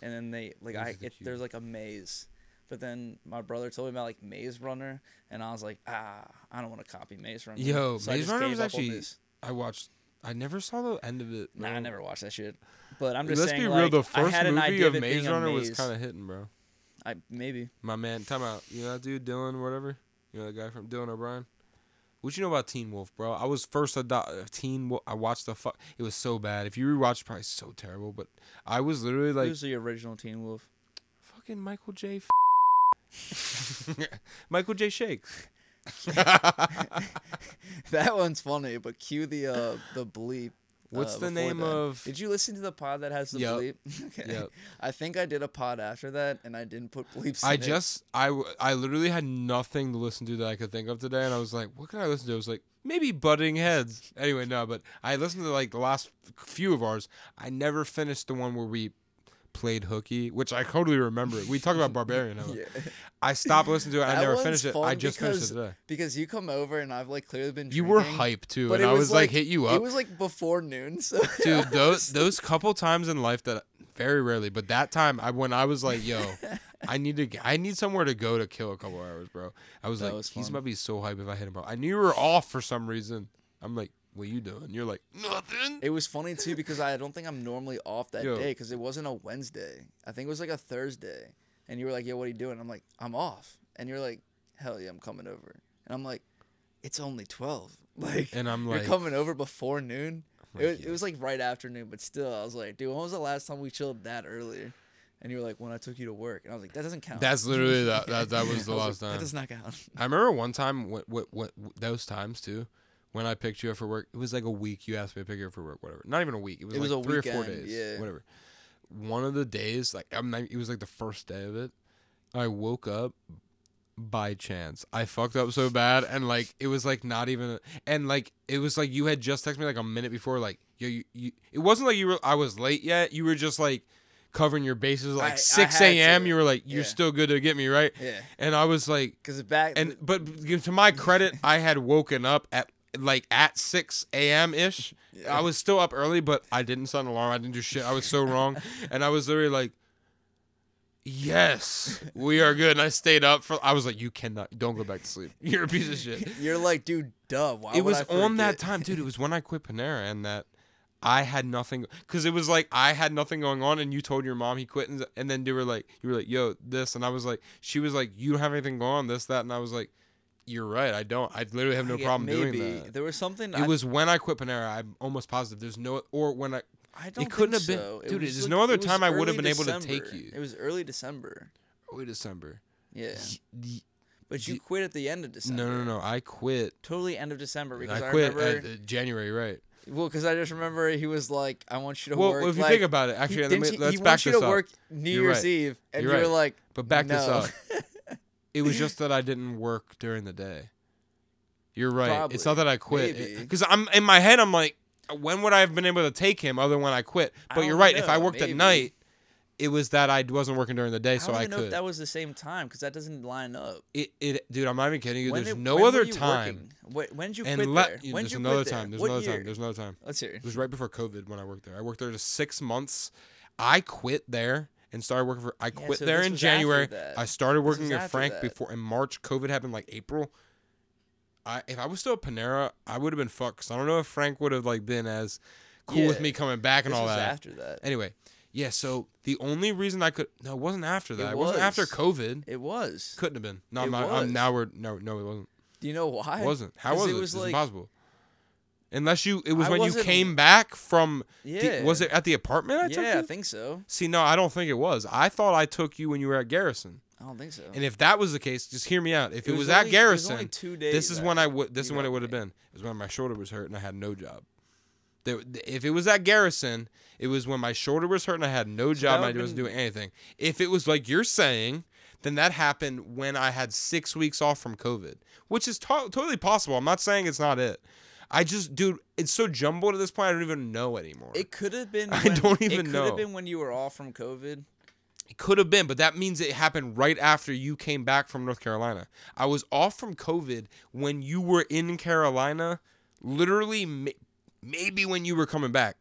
Speaker 2: and then they like
Speaker 1: What
Speaker 2: I
Speaker 1: is the
Speaker 2: it,
Speaker 1: cube?
Speaker 2: there's like a maze. But then my brother told me about like Maze Runner, and I was like, ah, I don't want to copy Maze Runner.
Speaker 1: Yo,
Speaker 2: So I
Speaker 1: Maze
Speaker 2: just
Speaker 1: Runner
Speaker 2: gave
Speaker 1: was
Speaker 2: up on
Speaker 1: actually.
Speaker 2: this.
Speaker 1: I watched. I never saw the end of it.
Speaker 2: Nah, I
Speaker 1: bro.
Speaker 2: never watched that shit. But I'm just
Speaker 1: Let's
Speaker 2: saying,
Speaker 1: be real.
Speaker 2: like,
Speaker 1: the
Speaker 2: I
Speaker 1: first
Speaker 2: had an
Speaker 1: movie
Speaker 2: idea
Speaker 1: of
Speaker 2: it
Speaker 1: Maze
Speaker 2: being a
Speaker 1: Runner was
Speaker 2: maze.
Speaker 1: kind of hitting, bro.
Speaker 2: I maybe
Speaker 1: My man, time out. You know that dude, Dylan, whatever. You know that guy from Dylan O'Brien. What you know about Teen Wolf, bro? I was first a do- Teen. Wolf. I watched the fuck. It was so bad. If you rewatch, it's probably so terrible. But I was literally like,
Speaker 2: who's the original Teen Wolf?
Speaker 1: fucking Michael J. F- Michael J. Shakes.
Speaker 2: that one's funny, but cue the uh the bleep
Speaker 1: What's
Speaker 2: uh,
Speaker 1: the
Speaker 2: before
Speaker 1: name
Speaker 2: then.
Speaker 1: of?
Speaker 2: Did you listen to the pod that has the
Speaker 1: Yep.
Speaker 2: bleep? okay.
Speaker 1: Yep.
Speaker 2: I think I did a pod after that, and I didn't put bleeps.
Speaker 1: I
Speaker 2: in it.
Speaker 1: just I w- I literally had nothing to listen to that I could think of today, and I was like, what can I listen to? I was like, maybe butting heads. Anyway, no, but I listened to like the last few of ours. I never finished the one where we played hooky, which I totally remember. We talked about barbarian. huh? I stopped listening to it. I
Speaker 2: That
Speaker 1: never
Speaker 2: one's
Speaker 1: finished it. I
Speaker 2: fun
Speaker 1: just finished it
Speaker 2: because-
Speaker 1: today.
Speaker 2: because you come over and I've like clearly been.
Speaker 1: You were
Speaker 2: drinking,
Speaker 1: hyped too,
Speaker 2: but
Speaker 1: and
Speaker 2: it
Speaker 1: I was like, hit you
Speaker 2: It
Speaker 1: up,
Speaker 2: was like before noon, so
Speaker 1: dude. Those those couple times in life that very rarely, but that time I when I was like, yo. I need to. g- I need somewhere to go to kill a couple hours, bro. I was
Speaker 2: That
Speaker 1: like,
Speaker 2: was
Speaker 1: he's
Speaker 2: fun.
Speaker 1: about to be so hype if I hit him up. I knew you were off for some reason. I'm like, what you doing? You're like nothing.
Speaker 2: It was funny too because I don't think I'm normally off that day
Speaker 1: Yo.
Speaker 2: 'cause day because it wasn't a Wednesday. I think it was like a Thursday. And you were like, "Yo, what are you doing?" I'm like, "I'm off." And you're like, "Hell yeah, I'm coming over." And I'm like, "It's only 12." Like,
Speaker 1: And I'm like-
Speaker 2: "You're coming over before noon?"
Speaker 1: I'm
Speaker 2: It
Speaker 1: like,
Speaker 2: was,
Speaker 1: "Yeah."
Speaker 2: it was like right after noon, but still, I was like, "Dude, when was the last time we chilled that early?" And you were like, "When I took you to work." And I was like, "That doesn't count."
Speaker 1: That's literally that. That, that was the
Speaker 2: I like,
Speaker 1: last
Speaker 2: That
Speaker 1: time.
Speaker 2: does not count.
Speaker 1: I remember one time what what what those times too, when I picked you up for work. It was like a week. You asked me to pick you up for work, whatever. Not even a week. It was
Speaker 2: It
Speaker 1: like
Speaker 2: was a
Speaker 1: three or four
Speaker 2: weekend,
Speaker 1: days.
Speaker 2: yeah.
Speaker 1: Whatever. One of the days, like I'm not, it was like the first day of it. I woke up by chance. I fucked up so bad, and like it was like not even, and like it was like you had just texted me like a minute before, like yo, you, you it wasn't like you were I was late yet. You were just like covering your bases
Speaker 2: I-
Speaker 1: like
Speaker 2: I
Speaker 1: six
Speaker 2: had
Speaker 1: a.m.
Speaker 2: to.
Speaker 1: You were like you're
Speaker 2: Yeah.
Speaker 1: still good to get me right,
Speaker 2: Yeah,
Speaker 1: and I was like
Speaker 2: because back
Speaker 1: and but b- to my credit, I had woken up at like at six a.m. ish. I was still up early, but I didn't set an alarm. I didn't do shit. I was so wrong, and I was literally like, "Yes, we are good." And I stayed up for. I was like, "You cannot. Don't go back to sleep. You're a piece of shit."
Speaker 2: you're like, "Dude, duh." Why
Speaker 1: it
Speaker 2: would
Speaker 1: was
Speaker 2: I
Speaker 1: on that
Speaker 2: forget?"
Speaker 1: time, dude. It was when I quit Panera and that I had nothing because it was like I had nothing going on, and you told your mom he quit, and, and then they were like, you were like, yo, this, and I was like, she was like, you don't have anything going on, this, that, and I was like, you're right, I don't. I literally have no
Speaker 2: Yeah,
Speaker 1: problem
Speaker 2: maybe.
Speaker 1: doing that.
Speaker 2: There was something.
Speaker 1: It was when I quit Panera. I'm almost positive. There's no or when I.
Speaker 2: I don't.
Speaker 1: couldn't
Speaker 2: think
Speaker 1: have been-
Speaker 2: so. It
Speaker 1: dude,
Speaker 2: was
Speaker 1: there's
Speaker 2: like-
Speaker 1: no other
Speaker 2: it was
Speaker 1: time I would have been
Speaker 2: early
Speaker 1: able to take
Speaker 2: December.
Speaker 1: you.
Speaker 2: It was early December.
Speaker 1: Early oh, December.
Speaker 2: Yeah,
Speaker 1: Y-
Speaker 2: but you
Speaker 1: d-
Speaker 2: quit at the end of December.
Speaker 1: No, no, no. I quit.
Speaker 2: Totally end of December because I,
Speaker 1: I quit
Speaker 2: remember.
Speaker 1: uh, uh, January, right?
Speaker 2: well, because I just remember he was like, "I want you to
Speaker 1: Well,
Speaker 2: work."
Speaker 1: if you
Speaker 2: like-
Speaker 1: think about it,
Speaker 2: he-
Speaker 1: actually, let
Speaker 2: didn't
Speaker 1: me-
Speaker 2: he-
Speaker 1: let's
Speaker 2: he
Speaker 1: back
Speaker 2: wants you
Speaker 1: this
Speaker 2: to
Speaker 1: up.
Speaker 2: work New
Speaker 1: You're
Speaker 2: Year's
Speaker 1: right.
Speaker 2: Eve, and
Speaker 1: You're
Speaker 2: you were
Speaker 1: right.
Speaker 2: like,
Speaker 1: But back this
Speaker 2: "No."
Speaker 1: up. It was just that I didn't work during the day. You're right. It's not
Speaker 2: Probably.
Speaker 1: that I quit.
Speaker 2: Maybe.
Speaker 1: Because I'm in my head, I'm like, when would I have been able to take him other than when I quit?
Speaker 2: I
Speaker 1: But you're
Speaker 2: don't
Speaker 1: right. if I
Speaker 2: know,
Speaker 1: worked
Speaker 2: maybe.
Speaker 1: at night, it was that I wasn't working during the day,
Speaker 2: I
Speaker 1: so
Speaker 2: don't
Speaker 1: I
Speaker 2: even know
Speaker 1: could.
Speaker 2: if that was the same time because that doesn't line up.
Speaker 1: it, it, dude, I'm not even kidding you.
Speaker 2: When
Speaker 1: There's
Speaker 2: did-
Speaker 1: no
Speaker 2: when were
Speaker 1: other
Speaker 2: you
Speaker 1: time.
Speaker 2: working? Wh- When did you
Speaker 1: And
Speaker 2: quit
Speaker 1: let-
Speaker 2: there?
Speaker 1: yeah,
Speaker 2: When did
Speaker 1: there's
Speaker 2: you
Speaker 1: another
Speaker 2: quit there?
Speaker 1: time. There's
Speaker 2: What
Speaker 1: another
Speaker 2: year?
Speaker 1: time. There's another time.
Speaker 2: Let's hear. it.
Speaker 1: It was right before COVID when I worked there. I worked there just six months. I quit there and started working for. I quit
Speaker 2: so
Speaker 1: there
Speaker 2: this
Speaker 1: in
Speaker 2: was after
Speaker 1: January.
Speaker 2: that.
Speaker 1: I started
Speaker 2: was
Speaker 1: working at
Speaker 2: after
Speaker 1: Frank
Speaker 2: that.
Speaker 1: before in March. COVID happened like April. I if I was still at Panera, I would have been fucked. 'cause I don't know if Frank would have like been as cool with
Speaker 2: Yeah.
Speaker 1: me coming back and
Speaker 2: This
Speaker 1: all
Speaker 2: was
Speaker 1: that.
Speaker 2: after that.
Speaker 1: Anyway, yeah. So the only reason I could no, it wasn't after that. It,
Speaker 2: It
Speaker 1: wasn't after
Speaker 2: was.
Speaker 1: COVID.
Speaker 2: It was.
Speaker 1: Couldn't have been. No, I'm
Speaker 2: It
Speaker 1: not. I'm,
Speaker 2: was.
Speaker 1: now we're no, no, it wasn't.
Speaker 2: Do you know why?
Speaker 1: It wasn't. How
Speaker 2: 'Cause
Speaker 1: was it?
Speaker 2: It was
Speaker 1: it's
Speaker 2: like
Speaker 1: impossible. Unless you, it was
Speaker 2: I
Speaker 1: when you
Speaker 2: wasn't-
Speaker 1: came back from. the-
Speaker 2: Yeah.
Speaker 1: was it at the apartment? I took
Speaker 2: yeah, I
Speaker 1: you?
Speaker 2: think so.
Speaker 1: See, no, I don't think it was. I thought I took you when you were at Garrison.
Speaker 2: I don't think so.
Speaker 1: And if that was the case, just hear me out. If it, was,
Speaker 2: only-
Speaker 1: at
Speaker 2: it was
Speaker 1: Garrison,
Speaker 2: only two
Speaker 1: this
Speaker 2: days
Speaker 1: is when I
Speaker 2: after
Speaker 1: would. This is
Speaker 2: you
Speaker 1: when it
Speaker 2: got
Speaker 1: would have
Speaker 2: me.
Speaker 1: been. It was when my shoulder was hurt and I had no job. There, if it was at Garrison, it was when my shoulder was hurt and I had no job.
Speaker 2: that
Speaker 1: and I
Speaker 2: would've
Speaker 1: wasn't
Speaker 2: been-
Speaker 1: doing anything. If it was like you're saying, then that happened when I had six weeks off from COVID, which is to- totally possible. I'm not saying it's not it. I just, dude, it's so jumbled at this point. I don't even know anymore.
Speaker 2: It could have been.
Speaker 1: I
Speaker 2: when-
Speaker 1: don't even
Speaker 2: It could
Speaker 1: know.
Speaker 2: have been when you were off from COVID.
Speaker 1: It could have been, but that means it happened right after you came back from North Carolina. I was off from COVID when you were in Carolina, literally ma- maybe when you were coming back.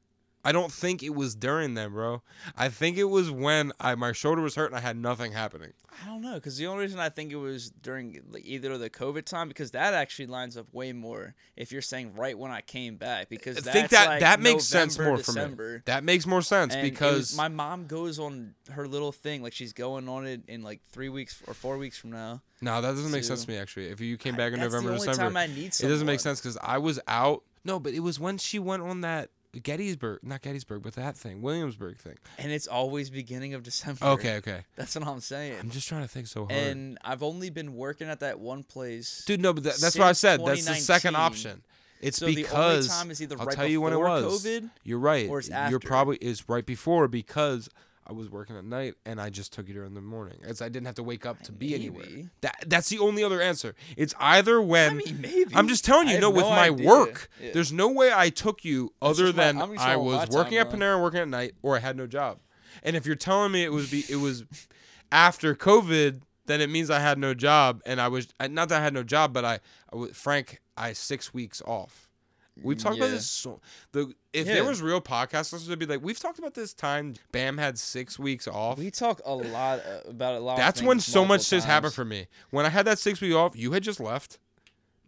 Speaker 1: I don't think it was during then, bro. I think it was when I my shoulder was hurt and I had nothing happening.
Speaker 2: I don't know because the only reason I think it was during like, either the COVID time because that actually lines up way more if you're saying right when I came back because
Speaker 1: I think
Speaker 2: that's,
Speaker 1: that
Speaker 2: like,
Speaker 1: that makes sense
Speaker 2: November,
Speaker 1: more for me.
Speaker 2: December.
Speaker 1: That makes more sense
Speaker 2: And it
Speaker 1: because
Speaker 2: was- my mom goes on her little thing like she's going on it in like three weeks or four weeks from now.
Speaker 1: No, that doesn't make
Speaker 2: to-
Speaker 1: sense to me actually. If you came
Speaker 2: I-
Speaker 1: back in
Speaker 2: that's the
Speaker 1: November,
Speaker 2: only
Speaker 1: December,
Speaker 2: time I need
Speaker 1: it doesn't make
Speaker 2: someone.
Speaker 1: sense because I was out. No, but it was when she went on that Gettysburg, not Gettysburg, but that thing, Williamsburg thing.
Speaker 2: And it's always beginning of December.
Speaker 1: Okay, okay.
Speaker 2: that's what I'm saying.
Speaker 1: I'm just trying to think so hard.
Speaker 2: and I've only been working at that one place.
Speaker 1: Dude, no, but that, that's what I
Speaker 2: since
Speaker 1: said. That's the second
Speaker 2: 2019,
Speaker 1: option. It's
Speaker 2: So the only
Speaker 1: because
Speaker 2: time is either
Speaker 1: I'll
Speaker 2: right
Speaker 1: tell you when it
Speaker 2: before
Speaker 1: was.
Speaker 2: COVID
Speaker 1: You're right.
Speaker 2: or it's
Speaker 1: You're
Speaker 2: after.
Speaker 1: probably it's right before because I was working at night and I just took it during the morning. As I didn't have to wake up to be anywhere.
Speaker 2: Maybe.
Speaker 1: That that's the only other answer. It's either when
Speaker 2: mean, maybe.
Speaker 1: I'm just telling
Speaker 2: I
Speaker 1: you,
Speaker 2: have
Speaker 1: no, with
Speaker 2: no
Speaker 1: my
Speaker 2: idea.
Speaker 1: work,
Speaker 2: Yeah.
Speaker 1: there's no way I took you other
Speaker 2: just my-
Speaker 1: than
Speaker 2: I'm just
Speaker 1: I
Speaker 2: on my
Speaker 1: was
Speaker 2: time,
Speaker 1: working at
Speaker 2: though.
Speaker 1: Panera working at night or I had no job. And if you're telling me it was be it was after COVID, then it means I had no job and I was I- not that I had no job, but I, I was, Frank, I had six weeks off. We've talked about
Speaker 2: Yeah.
Speaker 1: this. So, the if
Speaker 2: Yeah.
Speaker 1: there was real podcast listeners, would be like, we've talked about this time. Bam had six weeks off.
Speaker 2: We talk a lot uh, about a lot. of
Speaker 1: That's when
Speaker 2: things
Speaker 1: so much
Speaker 2: multiple
Speaker 1: shit's happened
Speaker 2: times.
Speaker 1: for me. When I had that six week off, you had just left.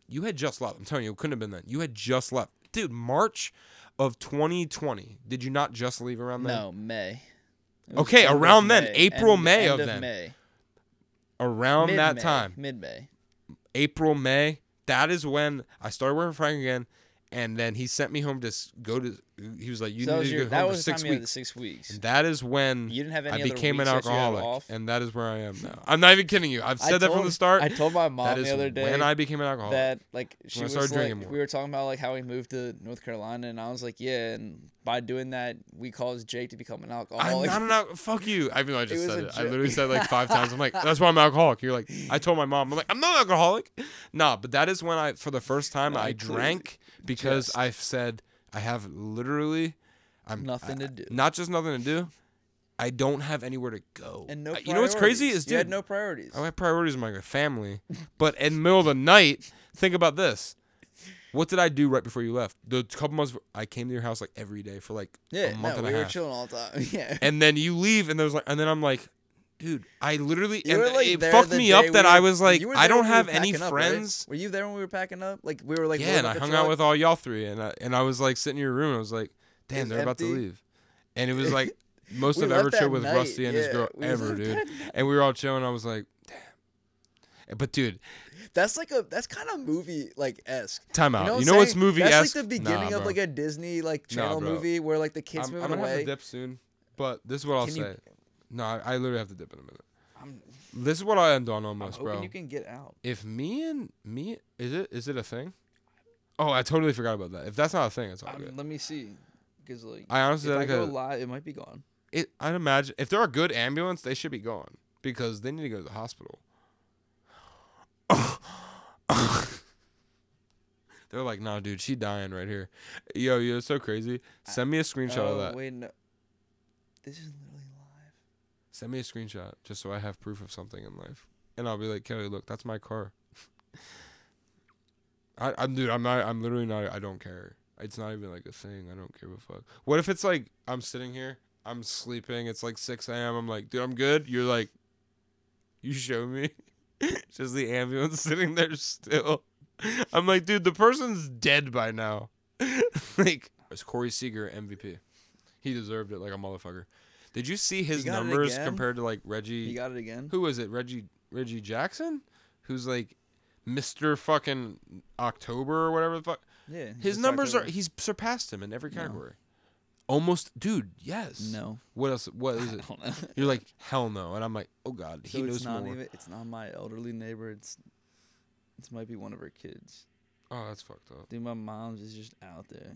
Speaker 1: You had just left. I'm telling you, it couldn't have been then. You had just left, dude. March of 2020. Did you not just leave around then?
Speaker 2: No, May. It was
Speaker 1: Okay,
Speaker 2: end of
Speaker 1: around then,
Speaker 2: May.
Speaker 1: April,
Speaker 2: End-
Speaker 1: May
Speaker 2: end
Speaker 1: of
Speaker 2: of
Speaker 1: then.
Speaker 2: May.
Speaker 1: Around that
Speaker 2: Mid-May.
Speaker 1: time,
Speaker 2: Mid-May.
Speaker 1: April, May. That is when I started working for Frank again, and then he sent me home to s- go to. He was like, "You
Speaker 2: So that
Speaker 1: need
Speaker 2: was,
Speaker 1: to
Speaker 2: your,
Speaker 1: go
Speaker 2: that
Speaker 1: home
Speaker 2: was
Speaker 1: for
Speaker 2: the
Speaker 1: six
Speaker 2: time you had the
Speaker 1: weeks."
Speaker 2: six weeks.
Speaker 1: And that is when
Speaker 2: You didn't have
Speaker 1: I
Speaker 2: any other
Speaker 1: became an
Speaker 2: weeks that you had
Speaker 1: alcoholic,
Speaker 2: off?
Speaker 1: and that is where I am now. I'm not even kidding you. I've
Speaker 2: I
Speaker 1: said that from
Speaker 2: told-
Speaker 1: the start.
Speaker 2: I told my mom
Speaker 1: that is
Speaker 2: the other day
Speaker 1: when I became an alcoholic.
Speaker 2: that like she
Speaker 1: I
Speaker 2: was
Speaker 1: started
Speaker 2: like
Speaker 1: drinking more.
Speaker 2: we were talking about like how we moved to North Carolina, and I was like, yeah, and by doing that, we caused Jake to become an
Speaker 1: I'm
Speaker 2: alcoholic.
Speaker 1: not an al- Fuck you. I mean, I just
Speaker 2: was
Speaker 1: said
Speaker 2: a
Speaker 1: it. I
Speaker 2: joke.
Speaker 1: literally said it like five times. I'm like, that's why I'm alcoholic. You're like, I told my mom. I'm like, I'm not an alcoholic. Nah, but that is when I, for the first time, I,
Speaker 2: I clearly
Speaker 1: drank because
Speaker 2: just-
Speaker 1: I've said I have literally, I'm
Speaker 2: Nothing
Speaker 1: I-
Speaker 2: to do.
Speaker 1: Not just nothing to do. I don't have anywhere to go.
Speaker 2: and no.
Speaker 1: I- you know what's crazy
Speaker 2: priorities.
Speaker 1: is, dude.
Speaker 2: you had no priorities.
Speaker 1: I have priorities in my family, but in the middle of the night, think about this. What did I do right before you left? The couple months I came to your house like every day for like
Speaker 2: yeah,
Speaker 1: a month
Speaker 2: no,
Speaker 1: and
Speaker 2: we
Speaker 1: a
Speaker 2: were
Speaker 1: half
Speaker 2: chilling all the time. Yeah.
Speaker 1: and then you leave and there's like and then i'm like dude i literally
Speaker 2: You
Speaker 1: and
Speaker 2: were, like,
Speaker 1: it
Speaker 2: there
Speaker 1: fucked
Speaker 2: the
Speaker 1: me
Speaker 2: day
Speaker 1: up
Speaker 2: we
Speaker 1: that
Speaker 2: were-
Speaker 1: i was like
Speaker 2: you were
Speaker 1: i
Speaker 2: there
Speaker 1: don't
Speaker 2: when we were
Speaker 1: have any
Speaker 2: packing up, right?
Speaker 1: friends
Speaker 2: Were you there when we were packing up? Like we were like
Speaker 1: yeah
Speaker 2: loading
Speaker 1: and i
Speaker 2: up the
Speaker 1: hung out
Speaker 2: truck?
Speaker 1: with all y'all three and I, and I was like sitting in your room and i was like damn
Speaker 2: was
Speaker 1: they're about to
Speaker 2: empty.
Speaker 1: leave and it was like most
Speaker 2: We
Speaker 1: of
Speaker 2: left
Speaker 1: ever chill
Speaker 2: that
Speaker 1: with
Speaker 2: night,
Speaker 1: rusty and his
Speaker 2: yeah,
Speaker 1: girl
Speaker 2: we
Speaker 1: ever
Speaker 2: left
Speaker 1: dude
Speaker 2: that
Speaker 1: and we were all chilling i was like damn but dude
Speaker 2: That's like a that's kind of movie like esque.
Speaker 1: Time out. You know
Speaker 2: what I'm
Speaker 1: what's
Speaker 2: saying?
Speaker 1: movie-esque?
Speaker 2: That's like the beginning
Speaker 1: Nah,
Speaker 2: of
Speaker 1: bro.
Speaker 2: like a Disney like channel
Speaker 1: bro.
Speaker 2: movie where like the kids
Speaker 1: i'm, I'm
Speaker 2: moving
Speaker 1: gonna have
Speaker 2: away.
Speaker 1: to dip soon but this is what i'll
Speaker 2: Can
Speaker 1: say
Speaker 2: you-
Speaker 1: no I, I literally have to dip in a minute
Speaker 2: I'm-
Speaker 1: this is what i end on
Speaker 2: I'm
Speaker 1: almost
Speaker 2: hoping
Speaker 1: bro
Speaker 2: you can get out.
Speaker 1: if me and me is it is it a thing? Oh, I totally forgot about that. If that's not a thing, it's all
Speaker 2: Um,
Speaker 1: good.
Speaker 2: let me see, because like
Speaker 1: I honestly
Speaker 2: if I
Speaker 1: like
Speaker 2: go
Speaker 1: a-
Speaker 2: live, it might be gone.
Speaker 1: It, I'd imagine if they're a good ambulance, they should be gone because they need to go to the hospital. they're like, nah, dude, she dying right here. Yo, yo, it's so crazy. Send me a screenshot
Speaker 2: oh
Speaker 1: of that.
Speaker 2: wait, no. This is literally live.
Speaker 1: Send me a screenshot just so I have proof of something in life, and I'll be like, Kelly, look, that's my car. I, I'm dude. I'm not. I'm literally not. I don't care. It's not even like a thing. I don't give a fuck. What if it's like I'm sitting here, I'm sleeping. It's like 6 a.m. I'm like, dude, I'm good. You're like, you show me. Just the ambulance sitting there still. I'm like, dude, the person's dead by now. like, it's Corey Seager MVP. He deserved it like a motherfucker. Did you see his
Speaker 2: He got it
Speaker 1: numbers
Speaker 2: again?
Speaker 1: compared to like
Speaker 2: You
Speaker 1: Reggie?
Speaker 2: got it again.
Speaker 1: Who was it? Reggie Reggie Jackson, who's like Mr. fucking October or whatever the fuck.
Speaker 2: Yeah.
Speaker 1: His
Speaker 2: it's
Speaker 1: numbers are
Speaker 2: October.
Speaker 1: he's surpassed him in every
Speaker 2: No.
Speaker 1: category. Almost, dude. Yes.
Speaker 2: No.
Speaker 1: What else? What is
Speaker 2: I
Speaker 1: it?
Speaker 2: don't know.
Speaker 1: You're like hell no, and I'm like, oh god,
Speaker 2: So
Speaker 1: he
Speaker 2: it's
Speaker 1: knows
Speaker 2: not
Speaker 1: more.
Speaker 2: even. It's not my elderly neighbor. It's. It might be one of her kids.
Speaker 1: Oh, that's fucked up.
Speaker 2: Dude, my mom's is just out there.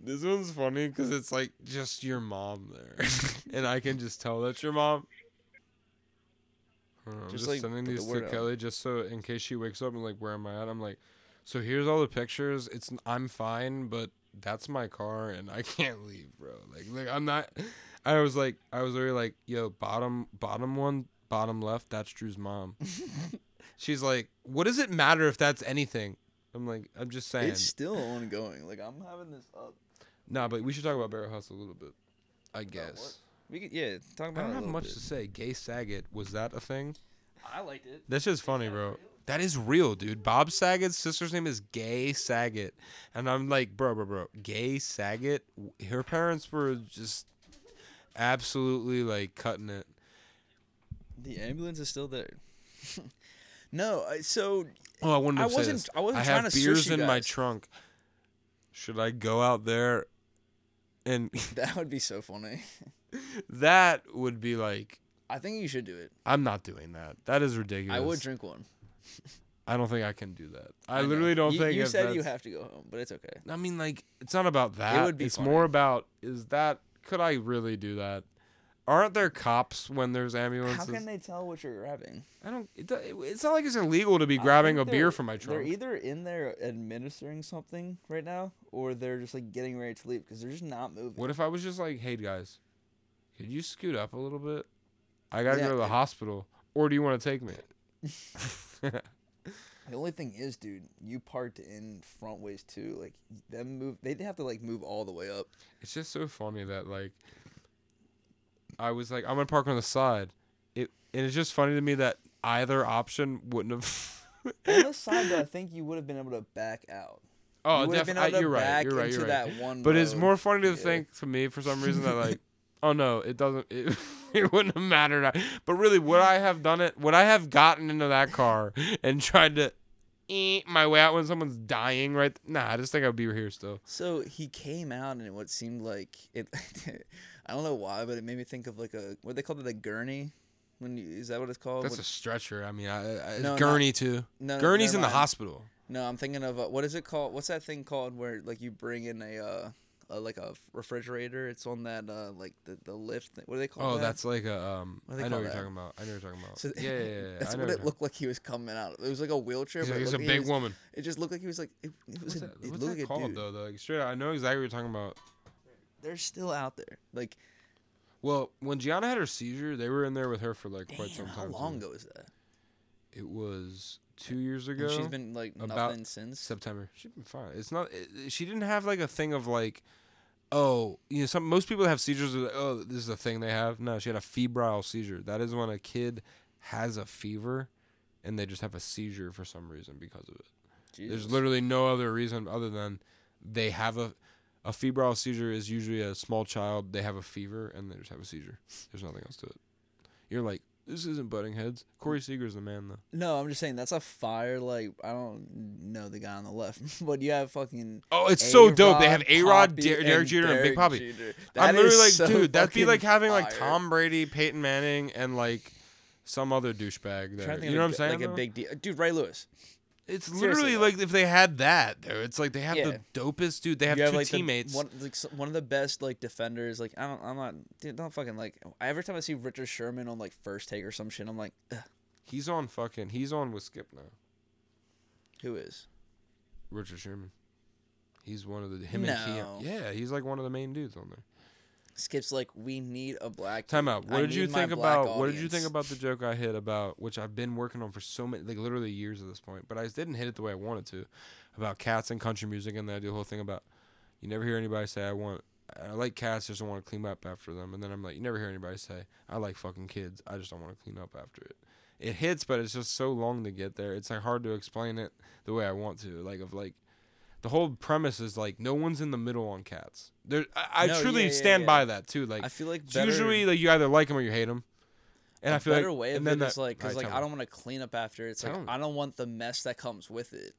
Speaker 1: This one's funny because it's like just your mom there, and I can just tell that's your mom. Hold on, I'm
Speaker 2: Just,
Speaker 1: just
Speaker 2: like,
Speaker 1: sending
Speaker 2: put the
Speaker 1: these to
Speaker 2: word out.
Speaker 1: Kelly just so in case she wakes up and like where am I at? I'm like, so here's all the pictures. It's I'm fine, but that's my car and I can't leave, bro. Like like I'm not. I was like I was already like yo bottom bottom one bottom left. That's Drew's mom. She's like, what does it matter if that's anything? I'm like, I'm just saying.
Speaker 2: It's still ongoing. Like I'm having this up.
Speaker 1: Nah, but we should talk about Barrel House a little bit. I guess.
Speaker 2: We could, yeah,
Speaker 1: I
Speaker 2: talk about. it
Speaker 1: don't
Speaker 2: a
Speaker 1: have
Speaker 2: little
Speaker 1: much
Speaker 2: bit.
Speaker 1: to say. Gay Saget, was that a thing?
Speaker 5: I liked it.
Speaker 1: That's just funny, bro. That is real, dude. Bob Saget's sister's name is Gay Saget. And I'm like, bro, bro, bro. Gay Saget? Her parents were just absolutely like cutting it.
Speaker 2: The ambulance is still there. no, I, so
Speaker 1: Oh, I wanted to
Speaker 2: I
Speaker 1: say
Speaker 2: wasn't-
Speaker 1: this.
Speaker 2: I wasn't
Speaker 1: I
Speaker 2: trying
Speaker 1: have
Speaker 2: to
Speaker 1: beers
Speaker 2: shush you
Speaker 1: in my
Speaker 2: guys.
Speaker 1: trunk. Should I go out there? And
Speaker 2: that would be so funny.
Speaker 1: that would be like,
Speaker 2: I think you should do it.
Speaker 1: I'm not doing that. That is ridiculous.
Speaker 2: I would drink one.
Speaker 1: I don't think I can do that. I,
Speaker 2: know.
Speaker 1: literally don't
Speaker 2: You-
Speaker 1: think.
Speaker 2: you
Speaker 1: if
Speaker 2: said you
Speaker 1: that's-
Speaker 2: have to go home, but it's okay.
Speaker 1: I mean, like, it's not about that.
Speaker 2: would be
Speaker 1: It's
Speaker 2: funny.
Speaker 1: more about is that could I really do that? Aren't there cops when there's ambulances?
Speaker 2: How can they tell what you're grabbing?
Speaker 1: I don't. It, do- it's not like it's illegal to be
Speaker 2: I
Speaker 1: grabbing a
Speaker 2: think
Speaker 1: beer
Speaker 2: they're-
Speaker 1: from my
Speaker 2: They're
Speaker 1: trunk.
Speaker 2: either in there administering something right now, or they're just like getting ready to leave because they're just not moving.
Speaker 1: What if I was just like, hey guys, could you scoot up a little bit? I gotta
Speaker 2: Yeah,
Speaker 1: go to the
Speaker 2: it-
Speaker 1: hospital, or do you want to take me?
Speaker 2: The only thing is, dude, you parked in front ways too. Like them move, they'd have to like move all the way up.
Speaker 1: It's just so funny that like I was like, I'm gonna park on the side. It and it's just funny to me that either option wouldn't have.
Speaker 2: On this side, though, I think you would have been able to back out.
Speaker 1: oh,
Speaker 2: you would have been
Speaker 1: definitely.
Speaker 2: able to
Speaker 1: You're right.
Speaker 2: back
Speaker 1: You're right.
Speaker 2: into
Speaker 1: You're right.
Speaker 2: that one.
Speaker 1: But it's
Speaker 2: road.
Speaker 1: more funny to
Speaker 2: Yeah.
Speaker 1: think to me for some reason that like, oh no, it doesn't. It, it wouldn't have mattered. But really, would I have done it? Would I have gotten into that car and tried to eat my way out when someone's dying? Right? Nah, I just think I'd be here still.
Speaker 2: So he came out and what seemed like it. I don't know why, but it made me think of like a what they called it a gurney. When you, is that what it's called?
Speaker 1: That's
Speaker 2: What-
Speaker 1: a stretcher. I mean, I, I,
Speaker 2: No,
Speaker 1: gurney too.
Speaker 2: no, no,
Speaker 1: Gurney's
Speaker 2: never
Speaker 1: in the
Speaker 2: mind.
Speaker 1: hospital.
Speaker 2: No, I'm thinking of uh, what is it called? What's that thing called where like you bring in a, uh, a like a refrigerator? It's on that uh, like the, the lift. Thing. What do they call
Speaker 1: Oh,
Speaker 2: that?
Speaker 1: that's like a um.
Speaker 2: What do they
Speaker 1: I know
Speaker 2: call
Speaker 1: what you're
Speaker 2: that?
Speaker 1: talking about. I know what you're talking about.
Speaker 2: So-
Speaker 1: yeah, yeah, yeah. yeah,
Speaker 2: That's
Speaker 1: I know
Speaker 2: what
Speaker 1: you're
Speaker 2: it
Speaker 1: talking-
Speaker 2: looked like he was coming out. of. It was like a wheelchair.
Speaker 1: He's
Speaker 2: but
Speaker 1: like,
Speaker 2: it
Speaker 1: It's a
Speaker 2: looked like he
Speaker 1: big
Speaker 2: was-
Speaker 1: woman.
Speaker 2: It just looked like he was like it, it was.
Speaker 1: What's
Speaker 2: a,
Speaker 1: that,
Speaker 2: it
Speaker 1: what's
Speaker 2: looked
Speaker 1: that
Speaker 2: like a
Speaker 1: called
Speaker 2: dude.
Speaker 1: though? Though, like straight out. I know exactly what you're talking about.
Speaker 2: They're still out there. Like
Speaker 1: Well, when Gianna had her seizure, they were in there with her for like quite some
Speaker 2: damn, how
Speaker 1: time. too.
Speaker 2: long ago is that?
Speaker 1: It was two years ago.
Speaker 2: And she's been like
Speaker 1: about
Speaker 2: nothing since.
Speaker 1: September. She's been fine. It's not. It, it- she didn't have like a thing of like, oh, you know, some most people have seizures. Are like, oh, this is a thing they have. No, she had a febrile seizure. That is when a kid has a fever, and they just have a seizure for some reason because of it.
Speaker 2: Jesus.
Speaker 1: There's literally no other reason other than they have a a febrile seizure is usually a small child. They have a fever and they just have a seizure. There's nothing else to it. You're like, this isn't butting heads. Corey Seager's the man though.
Speaker 2: No, I'm just saying that's a fire. Like I don't know the guy on the left, but you have fucking.
Speaker 1: Oh, it's so dope. They have
Speaker 2: A-Rod,
Speaker 1: A Rod,
Speaker 2: Poppy,
Speaker 1: Derek Jeter, and Big
Speaker 2: Derek
Speaker 1: Poppy.
Speaker 2: Jeter.
Speaker 1: I'm
Speaker 2: That
Speaker 1: literally
Speaker 2: is
Speaker 1: like,
Speaker 2: so
Speaker 1: dude, that'd be like
Speaker 2: fucking
Speaker 1: having like
Speaker 2: fire.
Speaker 1: Tom Brady, Peyton Manning, and like some other douchebag
Speaker 2: I'm trying
Speaker 1: there.
Speaker 2: to think
Speaker 1: You know what I'm
Speaker 2: of a-
Speaker 1: saying?
Speaker 2: Like a
Speaker 1: though?
Speaker 2: big deal, dude. Ray Lewis.
Speaker 1: it's
Speaker 2: seriously,
Speaker 1: literally
Speaker 2: though.
Speaker 1: like if they had that, though. It's like they have the dopest dude. They have,
Speaker 2: You
Speaker 1: two
Speaker 2: like, the-
Speaker 1: teammates.
Speaker 2: one, like, s- one of the best like defenders. Like I don't, I'm not, dude. Don't fucking like. Every time I see Richard Sherman on like first take or some shit, I'm like, Ugh,
Speaker 1: He's on fucking. He's on with Skip now.
Speaker 2: who is?
Speaker 1: Richard Sherman. He's one of the him
Speaker 2: No.
Speaker 1: and Keon. Yeah, he's like one of the main dudes on there.
Speaker 2: Skips like we need a black.
Speaker 1: Time
Speaker 2: dude.
Speaker 1: out.
Speaker 2: I
Speaker 1: What did you
Speaker 2: need my
Speaker 1: think
Speaker 2: black
Speaker 1: about? What did you think
Speaker 2: audience."
Speaker 1: about the joke I hit about which I've been working on for so many, like literally years at this point, but I just didn't hit it the way I wanted to, about cats and country music, and then I do the whole thing about you never hear anybody say I want. I like cats, just don't want to clean up after them. And then I'm like, you never hear anybody say, I like fucking kids. I just don't want to clean up after it. It hits, but it's just so long to get there. It's like hard to explain it the way I want to. Like of like, the whole premise is like no one's in the middle on cats. There, I, I
Speaker 2: No,
Speaker 1: truly
Speaker 2: yeah, yeah,
Speaker 1: stand
Speaker 2: yeah.
Speaker 1: by that too. Like
Speaker 2: I feel like
Speaker 1: it's
Speaker 2: better-
Speaker 1: usually like you either like them or you hate them. And I
Speaker 2: a
Speaker 1: feel
Speaker 2: better
Speaker 1: like
Speaker 2: way of
Speaker 1: and
Speaker 2: it
Speaker 1: then
Speaker 2: is
Speaker 1: that-
Speaker 2: like because
Speaker 1: Alright,
Speaker 2: like
Speaker 1: tell
Speaker 2: I
Speaker 1: me.
Speaker 2: don't want to clean up after. It's like
Speaker 1: Tell me.
Speaker 2: I don't want the mess that comes with it.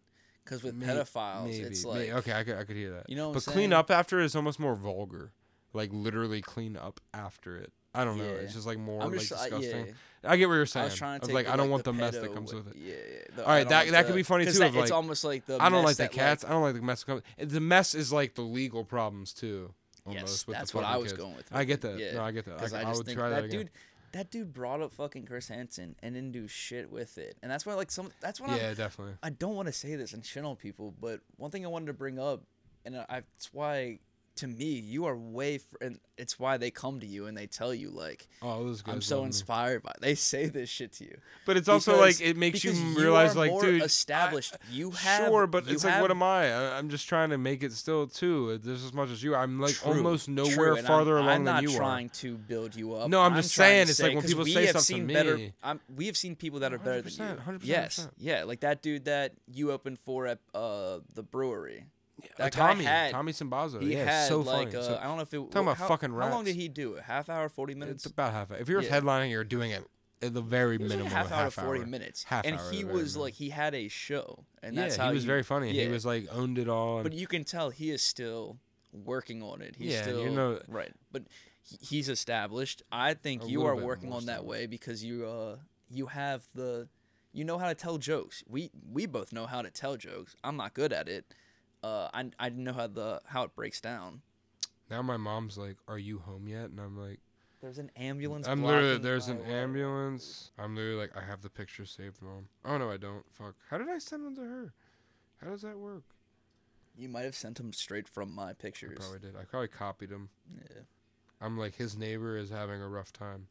Speaker 2: Because with
Speaker 1: May-
Speaker 2: pedophiles, it's
Speaker 1: maybe,
Speaker 2: like
Speaker 1: may- okay, I could, I could hear that.
Speaker 2: You know what I'm
Speaker 1: but clean
Speaker 2: saying?
Speaker 1: up after is almost more vulgar. Like literally clean up after it. I don't know.
Speaker 2: Yeah.
Speaker 1: It's just like more
Speaker 2: I'm
Speaker 1: like
Speaker 2: just I-
Speaker 1: disgusting.
Speaker 2: yeah.
Speaker 1: I get what you're saying.
Speaker 2: I was trying to take
Speaker 1: like
Speaker 2: the,
Speaker 1: I don't
Speaker 2: like,
Speaker 1: want the,
Speaker 2: the
Speaker 1: mess that
Speaker 2: pedo
Speaker 1: comes
Speaker 2: way-
Speaker 1: with it.
Speaker 2: Yeah, yeah. the-
Speaker 1: All right,
Speaker 2: I don't
Speaker 1: that-
Speaker 2: want
Speaker 1: that
Speaker 2: the-
Speaker 1: could be funny
Speaker 2: 'cause
Speaker 1: too
Speaker 2: that-
Speaker 1: of, like,
Speaker 2: it's almost like the.
Speaker 1: I don't
Speaker 2: mess
Speaker 1: like the
Speaker 2: that,
Speaker 1: cats. I don't like the mess. that Comes. The mess is like the legal problems too. Almost
Speaker 2: yes,
Speaker 1: with the
Speaker 2: that's what I
Speaker 1: fucking
Speaker 2: was
Speaker 1: kids.
Speaker 2: going with.
Speaker 1: I get
Speaker 2: it.
Speaker 1: that.
Speaker 2: Yeah.
Speaker 1: No, I get that.
Speaker 2: 'Cause
Speaker 1: I,
Speaker 2: I,
Speaker 1: I
Speaker 2: just
Speaker 1: would
Speaker 2: think
Speaker 1: try that,
Speaker 2: that,
Speaker 1: again.
Speaker 2: dude. That dude brought up fucking Chris Hansen and didn't do shit with it, and that's why like some. That's what
Speaker 1: Yeah,
Speaker 2: I'm,
Speaker 1: definitely.
Speaker 2: I don't want to say this and shit on people, but one thing I wanted to bring up, and I, it's why to me you are way, fr- and it's why they come to you and they tell you like,
Speaker 1: Oh, those guys.
Speaker 2: I'm so
Speaker 1: love me.
Speaker 2: inspired by. They say this shit to you.
Speaker 1: But it's also like
Speaker 2: Because-
Speaker 1: it makes you
Speaker 2: because
Speaker 1: m-
Speaker 2: you
Speaker 1: realize,
Speaker 2: are
Speaker 1: like,
Speaker 2: more
Speaker 1: dude,
Speaker 2: established. you have
Speaker 1: sure, but
Speaker 2: you
Speaker 1: it's like, what
Speaker 2: have
Speaker 1: am I? I? I'm just trying to make it still too. There's as much as you. I'm like
Speaker 2: True,
Speaker 1: almost
Speaker 2: true,
Speaker 1: nowhere
Speaker 2: and I'm-
Speaker 1: farther along
Speaker 2: I'm
Speaker 1: than
Speaker 2: not
Speaker 1: you
Speaker 2: trying
Speaker 1: are.
Speaker 2: to build you up.
Speaker 1: No, I'm just saying,
Speaker 2: trying to
Speaker 1: it's like when
Speaker 2: 'cause
Speaker 1: people
Speaker 2: we
Speaker 1: say
Speaker 2: have
Speaker 1: stuff to
Speaker 2: seen better-
Speaker 1: me-
Speaker 2: I'm, we have seen people that are better than you.
Speaker 1: 100%, 100%,
Speaker 2: Yes,
Speaker 1: 100%.
Speaker 2: yeah, like that dude that you opened for at uh, the brewery.
Speaker 1: Uh,
Speaker 2: That guy
Speaker 1: Tommy,
Speaker 2: had-
Speaker 1: Tommy Simbazo,
Speaker 2: He
Speaker 1: yeah, it's
Speaker 2: had
Speaker 1: so
Speaker 2: like
Speaker 1: funny.
Speaker 2: uh,
Speaker 1: So
Speaker 2: I don't know if it
Speaker 1: talking about
Speaker 2: how,
Speaker 1: fucking
Speaker 2: How long
Speaker 1: rats.
Speaker 2: did he do? it? Half hour, forty minutes.
Speaker 1: it's about half. If you're
Speaker 2: Yeah.
Speaker 1: headlining, you're doing it at the very
Speaker 2: It was like
Speaker 1: minimum.
Speaker 2: a half
Speaker 1: of
Speaker 2: hour,
Speaker 1: half
Speaker 2: to forty
Speaker 1: hour.
Speaker 2: minutes,
Speaker 1: Half
Speaker 2: and
Speaker 1: hour
Speaker 2: he
Speaker 1: to
Speaker 2: was
Speaker 1: very
Speaker 2: like he had a show, and
Speaker 1: minimum.
Speaker 2: that's
Speaker 1: yeah,
Speaker 2: how
Speaker 1: he was
Speaker 2: you-
Speaker 1: very funny.
Speaker 2: Yeah.
Speaker 1: He was like owned it all.
Speaker 2: but
Speaker 1: And,
Speaker 2: you can tell he is still working on it. He's
Speaker 1: Yeah, you
Speaker 2: still
Speaker 1: know-
Speaker 2: right, but he- he's established. I think
Speaker 1: A
Speaker 2: you
Speaker 1: little
Speaker 2: are
Speaker 1: bit
Speaker 2: working
Speaker 1: more
Speaker 2: on that
Speaker 1: established.
Speaker 2: way because you uh you have the You know how to tell jokes. We we both know how to tell jokes. I'm not good at it. Uh, I I know how the how it breaks down.
Speaker 1: Now my mom's like, "Are you home yet?" And I'm like,
Speaker 2: There's an ambulance.
Speaker 1: "I'm literally
Speaker 2: blocking
Speaker 1: there's
Speaker 2: my
Speaker 1: an
Speaker 2: way.
Speaker 1: ambulance." I'm literally like, "I have the picture saved, mom." Oh no, I don't. Fuck. How did I send them to her? How does that work?
Speaker 2: You might have sent them straight from my
Speaker 1: I
Speaker 2: pictures.
Speaker 1: probably did. I probably copied them.
Speaker 2: Yeah.
Speaker 1: I'm like, his neighbor is having a rough time.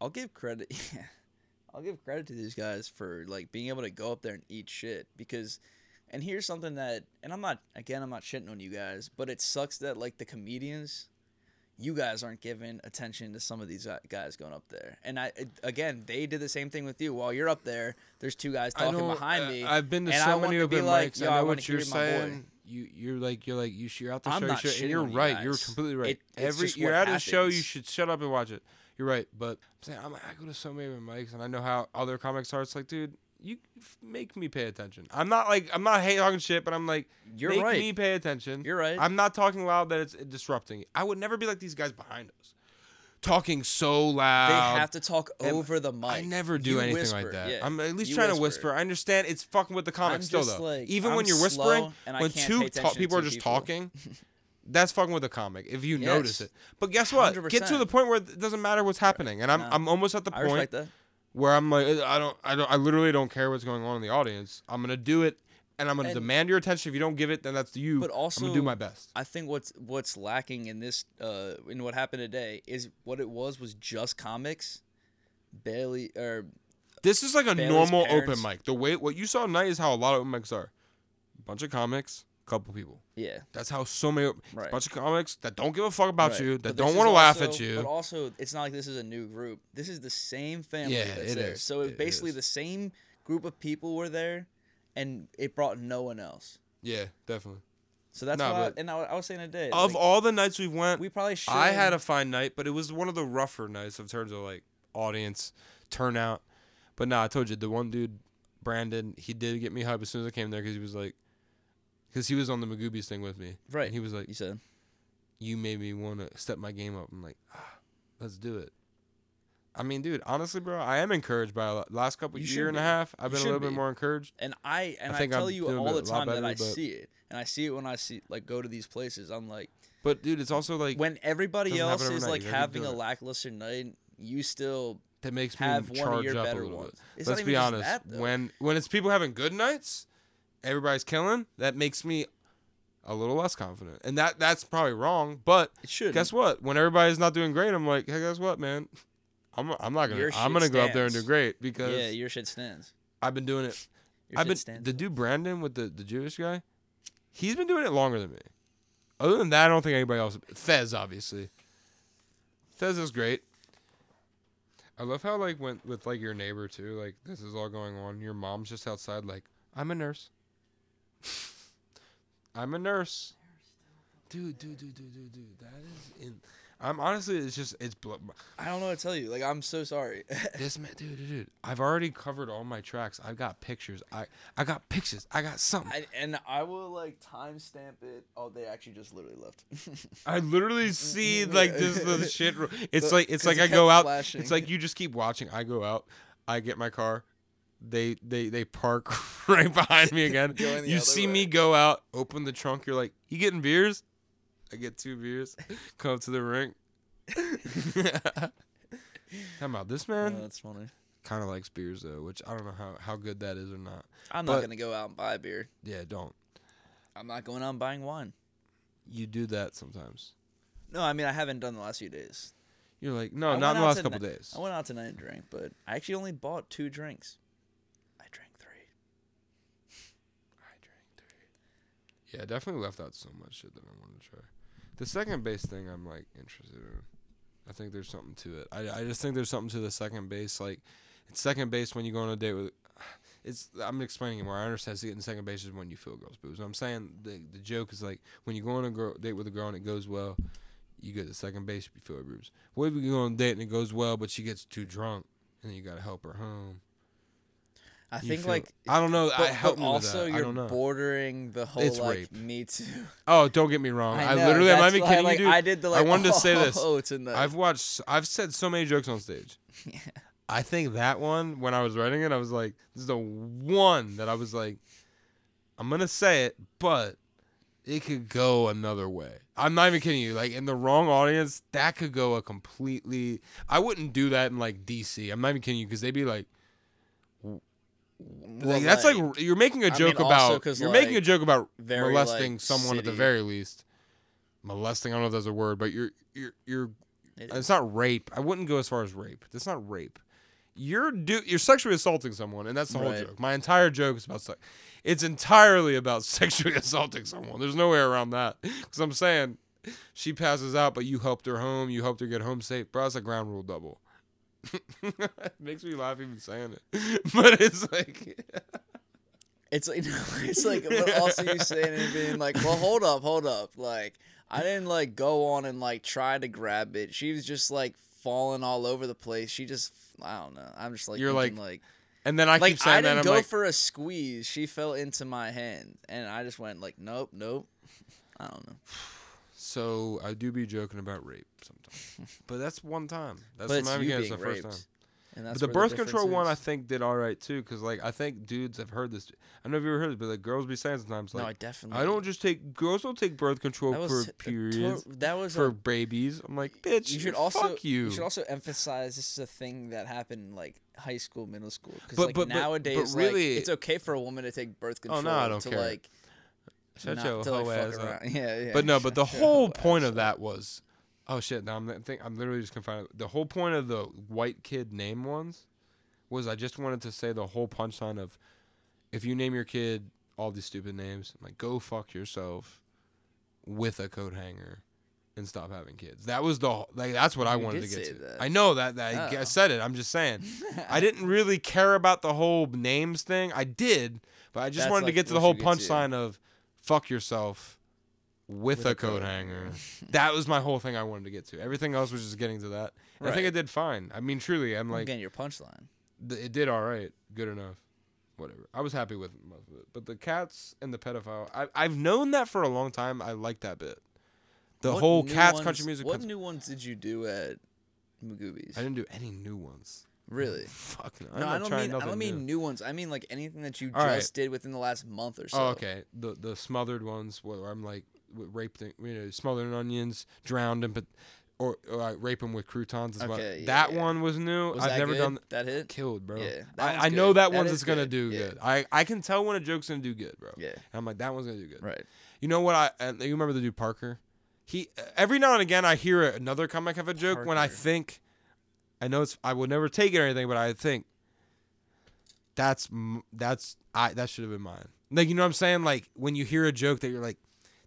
Speaker 2: I'll give credit. Yeah, I'll give credit to these guys for like being able to go up there and eat shit because. And here's something that, and I'm not again, I'm not shitting on you guys, but it sucks that like the comedians, you guys aren't giving attention to some of these gu- guys going up there. And I, it- again, they did the same thing with you. While you're up there, there's two guys
Speaker 1: I
Speaker 2: talking
Speaker 1: don't-
Speaker 2: behind
Speaker 1: uh,
Speaker 2: me.
Speaker 1: I've been to
Speaker 2: and I
Speaker 1: so
Speaker 2: want
Speaker 1: many
Speaker 2: to be
Speaker 1: open
Speaker 2: like,
Speaker 1: mics.
Speaker 2: "Yo,
Speaker 1: I know
Speaker 2: wanna
Speaker 1: what
Speaker 2: hear
Speaker 1: you're
Speaker 2: my boy."
Speaker 1: saying. You you're like you're like you should, you're out the
Speaker 2: I'm
Speaker 1: show. you
Speaker 2: not
Speaker 1: should- and
Speaker 2: shitting
Speaker 1: you're
Speaker 2: on you
Speaker 1: right. You're
Speaker 2: guys.
Speaker 1: completely right.
Speaker 2: It- it's
Speaker 1: Every
Speaker 2: just
Speaker 1: you're
Speaker 2: what
Speaker 1: at a show, you
Speaker 2: happens.
Speaker 1: should shut up and watch it. You're right, but I'm saying I'm, I go to so many open mics and I know how other comics are. It's like, dude, you f- make me pay attention. I'm not like I'm not hate talking shit, but I'm like
Speaker 2: You're
Speaker 1: make
Speaker 2: right.
Speaker 1: me pay attention.
Speaker 2: You're right.
Speaker 1: I'm not talking loud that it's disrupting. I would never be like these guys behind us, talking so loud.
Speaker 2: They have to talk
Speaker 1: and
Speaker 2: over the mic.
Speaker 1: I never do
Speaker 2: You
Speaker 1: anything
Speaker 2: whisper,
Speaker 1: like that.
Speaker 2: yeah.
Speaker 1: I'm at least
Speaker 2: You
Speaker 1: trying to whisper. I understand it's fucking with the comics still
Speaker 2: just
Speaker 1: though.
Speaker 2: like,
Speaker 1: Even when
Speaker 2: I'm
Speaker 1: you're whispering,
Speaker 2: slow and I
Speaker 1: when
Speaker 2: can't
Speaker 1: two
Speaker 2: pay
Speaker 1: ta-
Speaker 2: attention to
Speaker 1: people are
Speaker 2: two
Speaker 1: just
Speaker 2: people.
Speaker 1: talking, that's fucking with the comic. If you notice
Speaker 2: Yes.
Speaker 1: it, but guess what? Get to the
Speaker 2: 100%.
Speaker 1: point where it doesn't matter what's happening, and I'm
Speaker 2: Uh, No.
Speaker 1: I'm almost at the
Speaker 2: I
Speaker 1: point
Speaker 2: respect that.
Speaker 1: where I'm like I don't I don't I literally don't care what's going on in the audience. I'm gonna do it, and I'm gonna
Speaker 2: And-
Speaker 1: demand your attention. If you don't give it, then that's you.
Speaker 2: But
Speaker 1: I'm
Speaker 2: also-
Speaker 1: gonna do my best.
Speaker 2: I think what's what's lacking in this uh in what happened today is what it was was just comics, barely or
Speaker 1: This is like a
Speaker 2: Bailey's
Speaker 1: normal open
Speaker 2: parents-
Speaker 1: mic. The way what you saw tonight is how a lot of open mics are. Bunch of comics, couple people.
Speaker 2: yeah.
Speaker 1: That's how so many
Speaker 2: Right.
Speaker 1: bunch of comics that don't give a fuck about
Speaker 2: Right.
Speaker 1: you,
Speaker 2: But
Speaker 1: that
Speaker 2: this
Speaker 1: don't
Speaker 2: is
Speaker 1: want to laugh
Speaker 2: also-
Speaker 1: at you.
Speaker 2: But also, it's not like this is a new group. This is the same family.
Speaker 1: Yeah,
Speaker 2: that's
Speaker 1: it
Speaker 2: there.
Speaker 1: is.
Speaker 2: So it's
Speaker 1: It
Speaker 2: basically
Speaker 1: is.
Speaker 2: the same group of people were there, and it brought no one else.
Speaker 1: yeah, definitely.
Speaker 2: So that's
Speaker 1: No,
Speaker 2: why.
Speaker 1: but-
Speaker 2: and I, I was saying today,
Speaker 1: Of
Speaker 2: like,
Speaker 1: all the nights we've went,
Speaker 2: we probably should.
Speaker 1: I had a fine night, but it was one of the rougher nights in terms of like audience turnout. But nah, I told you the one dude, Brandon, he did get me hype as soon as I came there because he was like, because he was on the Magoobies thing with me,
Speaker 2: Right.
Speaker 1: And he was like,
Speaker 2: You said
Speaker 1: "You made me want to step my game up." I'm like, ah, let's do it. I mean, dude, honestly, bro, I am encouraged by a lot. last couple
Speaker 2: You should
Speaker 1: year and a
Speaker 2: be.
Speaker 1: half. I've
Speaker 2: You
Speaker 1: been a
Speaker 2: should
Speaker 1: little bit
Speaker 2: be.
Speaker 1: more encouraged.
Speaker 2: And I and
Speaker 1: I
Speaker 2: I,
Speaker 1: think
Speaker 2: tell
Speaker 1: I'm
Speaker 2: you
Speaker 1: doing
Speaker 2: all
Speaker 1: a
Speaker 2: the
Speaker 1: lot
Speaker 2: time that
Speaker 1: better,
Speaker 2: I
Speaker 1: but-
Speaker 2: see it, and I see it when I see like go to these places. I'm like,
Speaker 1: But dude, it's also like
Speaker 2: when everybody
Speaker 1: Doesn't happen
Speaker 2: else is
Speaker 1: overnight,
Speaker 2: like
Speaker 1: you gotta
Speaker 2: having
Speaker 1: do
Speaker 2: a
Speaker 1: it.
Speaker 2: lackluster night, you still
Speaker 1: that makes me
Speaker 2: have one of
Speaker 1: charge
Speaker 2: your
Speaker 1: up a
Speaker 2: better
Speaker 1: little
Speaker 2: ones.
Speaker 1: bit. Let's
Speaker 2: It's not even
Speaker 1: be
Speaker 2: just
Speaker 1: honest.
Speaker 2: that, though.
Speaker 1: when when it's people having good nights, everybody's killing. That makes me a little less confident, and that that's probably wrong. But
Speaker 2: it should.
Speaker 1: guess what? When everybody's not doing great, I'm like, hey, guess what, man? I'm I'm not gonna
Speaker 2: Your
Speaker 1: I'm
Speaker 2: shit
Speaker 1: gonna go out there and do
Speaker 2: stands.
Speaker 1: great because
Speaker 2: Yeah, your shit stands.
Speaker 1: I've been doing it.
Speaker 2: Your
Speaker 1: I've
Speaker 2: shit
Speaker 1: been
Speaker 2: stands.
Speaker 1: the dude Brandon with the the Jewish guy. He's been doing it longer than me. Other than that, I don't think anybody else. Fez, obviously. Fez is great. I love how like when with like your neighbor too. Like this is all going on. Your mom's just outside. Like I'm a nurse. I'm a nurse. Dude, dude, dude, dude, dude, dude. That is in. I'm honestly, it's just it's blo-
Speaker 2: I don't know what to tell you. Like, I'm so sorry.
Speaker 1: this man, dude, dude, dude. I've already covered all my tracks. I've got pictures. I I got pictures. I got something.
Speaker 2: I, and I will like timestamp it. Oh, they actually just literally left.
Speaker 1: I literally see like this the shit. ro- It's
Speaker 2: The-
Speaker 1: like it's
Speaker 2: 'cause
Speaker 1: like
Speaker 2: it
Speaker 1: I go
Speaker 2: kept
Speaker 1: out.
Speaker 2: flashing.
Speaker 1: It's like you just keep watching. I go out. I get my car. They they they park right behind me again.
Speaker 2: Going the
Speaker 1: you
Speaker 2: other
Speaker 1: see
Speaker 2: way.
Speaker 1: me go out, open the trunk. You're like, you getting beers? I get two beers. Come up to the rink. Come out. This man
Speaker 2: Oh, that's funny.
Speaker 1: kind of likes beers though, which I don't know how how good that is or not.
Speaker 2: I'm
Speaker 1: But-
Speaker 2: not gonna go out and buy beer.
Speaker 1: Yeah, don't.
Speaker 2: I'm not going out and buying wine.
Speaker 1: You do that sometimes.
Speaker 2: No, I mean I haven't done the last few days.
Speaker 1: You're like, no,
Speaker 2: I
Speaker 1: not in
Speaker 2: went
Speaker 1: the
Speaker 2: out
Speaker 1: last
Speaker 2: to
Speaker 1: couple
Speaker 2: ni-
Speaker 1: days.
Speaker 2: I went out tonight and drank, but I actually only bought two drinks. I drank three.
Speaker 1: I drank three. Yeah, I definitely left out so much shit that I wanted to try. The second base thing, I'm like interested in. I think there's something to it. I, I just think there's something to the second base. Like, it's second base when you go on a date with. It's I'm explaining it more. I understand it's getting second base is when you feel girls' boobs. I'm saying the the joke is like when you go on a girl, date with a girl and it goes well, you get to second base, you feel her boobs. What if you go on a date and it goes well, but she gets too drunk and then you gotta help her home?
Speaker 2: I
Speaker 1: You
Speaker 2: think
Speaker 1: feel-
Speaker 2: like
Speaker 1: I don't know. I
Speaker 2: but,
Speaker 1: help
Speaker 2: but
Speaker 1: me with
Speaker 2: also
Speaker 1: that. I
Speaker 2: you're
Speaker 1: don't know.
Speaker 2: bordering the whole
Speaker 1: It's
Speaker 2: like
Speaker 1: rape.
Speaker 2: me too.
Speaker 1: Oh, don't get me wrong. I,
Speaker 2: know,
Speaker 1: literally, I'm not
Speaker 2: that's
Speaker 1: even
Speaker 2: why,
Speaker 1: kidding
Speaker 2: like, Oh,
Speaker 1: you, dude.
Speaker 2: I did the like.
Speaker 1: wanted to say this.
Speaker 2: Oh, it's in the.
Speaker 1: I've watched, I've said so many jokes on stage. I think that one when I was writing it, I was like, this is the one that I was like, I'm gonna say it, but it could go another way. I'm not even kidding you. Like in the wrong audience, that could go a completely. I wouldn't do that in like DC. I'm not even kidding you because they'd be like. w- w-
Speaker 4: Well,
Speaker 1: like, that's like,
Speaker 4: like-
Speaker 1: you're making a
Speaker 4: mean,
Speaker 1: joke
Speaker 4: also
Speaker 1: about
Speaker 4: 'cause,
Speaker 1: you're making a
Speaker 4: like,
Speaker 1: joke about
Speaker 4: very,
Speaker 1: molesting
Speaker 4: like,
Speaker 1: someone at the
Speaker 4: city-
Speaker 1: very least. Molesting, I don't know if that's a word, but you're you're you're
Speaker 2: It
Speaker 1: it's not rape. I wouldn't go as far as rape. That's not rape. You're do you're sexually assaulting someone, and that's the whole
Speaker 4: Right.
Speaker 1: joke. My entire joke is about sex. It's entirely about sexually assaulting someone. There's no way around that. Because I'm saying she passes out, but you helped her home. You helped her get home safe. Bro, that's a ground rule double. it makes me laugh even saying it, but it's like
Speaker 2: It's like it's like what also you saying and being like, well, hold up, hold up. Like I didn't like go on and like try to grab it. She was just like falling all over the place. She just I don't know. I'm just like
Speaker 1: You're
Speaker 2: thinking,
Speaker 1: like,
Speaker 2: like
Speaker 1: And then I keep
Speaker 2: like
Speaker 1: saying
Speaker 2: I
Speaker 1: that
Speaker 2: didn't
Speaker 1: I'm
Speaker 2: go
Speaker 1: like,
Speaker 2: for a squeeze. She fell into my hand, and I just went like, nope, nope. I don't know.
Speaker 1: so I do be joking about rape sometimes, but that's one time. That's
Speaker 2: but it's
Speaker 1: not
Speaker 2: you
Speaker 1: even
Speaker 2: being
Speaker 1: it's the first
Speaker 2: raped.
Speaker 1: time.
Speaker 2: And
Speaker 1: But
Speaker 2: that's
Speaker 1: the
Speaker 2: where
Speaker 1: birth control
Speaker 2: difference
Speaker 1: one I
Speaker 2: is.
Speaker 1: think did all right too, because like I think dudes have heard this. I don't know if you ever heard this, but like girls be saying sometimes
Speaker 2: no, I
Speaker 1: like
Speaker 2: definitely.
Speaker 1: I don't just take girls don't take birth control
Speaker 2: That was
Speaker 1: for
Speaker 2: a tor-
Speaker 1: periods
Speaker 2: that was
Speaker 1: for
Speaker 2: a
Speaker 1: babies. I'm like bitch.
Speaker 2: you should also
Speaker 1: fuck you.
Speaker 2: should also emphasize this is a thing that happened in, like high school, middle school. Because
Speaker 1: But-
Speaker 2: like
Speaker 1: but- but- but
Speaker 2: nowadays,
Speaker 1: really-
Speaker 2: like, it's okay for a woman to take birth
Speaker 1: Oh, no,
Speaker 2: control.
Speaker 1: I don't
Speaker 2: to,
Speaker 1: care.
Speaker 2: Like,
Speaker 1: Shut
Speaker 2: not
Speaker 1: your
Speaker 2: to, like,
Speaker 1: hoe
Speaker 2: fuck
Speaker 1: ass up.
Speaker 2: around. Yeah, yeah. Oh,
Speaker 1: but no, but the
Speaker 2: shut your
Speaker 1: whole
Speaker 2: hoe
Speaker 1: point
Speaker 2: ass
Speaker 1: of that was, oh shit. Now I'm think I'm literally just confined. The whole point of the white kid name ones was I just wanted to say the whole punchline of, if you name your kid all these stupid names, I'm like go fuck yourself, with a coat hanger, and stop having kids. That was the wh- like that's what I
Speaker 2: You
Speaker 1: wanted to
Speaker 2: did
Speaker 1: get
Speaker 2: say
Speaker 1: to.
Speaker 2: that.
Speaker 1: I know that that I- I
Speaker 2: Oh.
Speaker 1: said it. I'm just saying. I didn't really care about the whole names thing. I did, but I just
Speaker 2: That's,
Speaker 1: wanted to
Speaker 2: like,
Speaker 1: get to the
Speaker 2: what
Speaker 1: whole
Speaker 2: you get to.
Speaker 1: punchline of fuck yourself with, a, coat hanger. that was my whole thing I wanted to get to. Everything else was just getting to that. And I think
Speaker 2: Right.
Speaker 1: I did fine. I mean, truly, I'm
Speaker 2: I'm
Speaker 1: like,
Speaker 2: getting your punchline.
Speaker 1: th- it did all right. Good enough. Whatever. I was happy with most of it. But the cats and the pedophile, I, I've known that for a long time. I like that bit. The
Speaker 2: What
Speaker 1: whole
Speaker 2: new
Speaker 1: cats
Speaker 2: ones-
Speaker 1: country music.
Speaker 2: What
Speaker 1: cons-
Speaker 2: new ones did you do at Magoobies?
Speaker 1: I didn't do any new ones.
Speaker 2: Really?
Speaker 1: Fuck no. I'm
Speaker 2: No,
Speaker 1: not
Speaker 2: I don't
Speaker 1: trying
Speaker 2: mean I
Speaker 1: nothing
Speaker 2: don't
Speaker 1: new.
Speaker 2: mean new ones. I mean like anything that you
Speaker 1: All right.
Speaker 2: just did within the last month or so.
Speaker 1: Oh, okay. The the smothered ones where I'm like w- raped, in- you know, smothered in onions, drowned in, pot- or, or I rape them with croutons as well.
Speaker 2: Okay, yeah,
Speaker 1: that
Speaker 2: yeah.
Speaker 1: one was new.
Speaker 2: Was
Speaker 1: I've
Speaker 2: that
Speaker 1: never
Speaker 2: good?
Speaker 1: done th-
Speaker 2: that hit.
Speaker 1: killed, bro.
Speaker 2: Yeah, that
Speaker 1: I,
Speaker 2: one's
Speaker 1: I know
Speaker 2: good.
Speaker 1: that
Speaker 2: That
Speaker 1: one's
Speaker 2: is
Speaker 1: is gonna
Speaker 2: good,
Speaker 1: do
Speaker 2: yeah.
Speaker 1: good. I I can tell when a joke's gonna do good, bro.
Speaker 2: Yeah.
Speaker 1: And I'm like that one's gonna do good.
Speaker 2: Right.
Speaker 1: You know what? I and you remember the dude Parker? He every now and again I hear another comic have a joke when I
Speaker 2: Parker.
Speaker 1: think I know it's I would never take it or anything, but I think that's m- that's I that should have been mine. Like you know what I'm saying? Like when you hear a joke that you're like,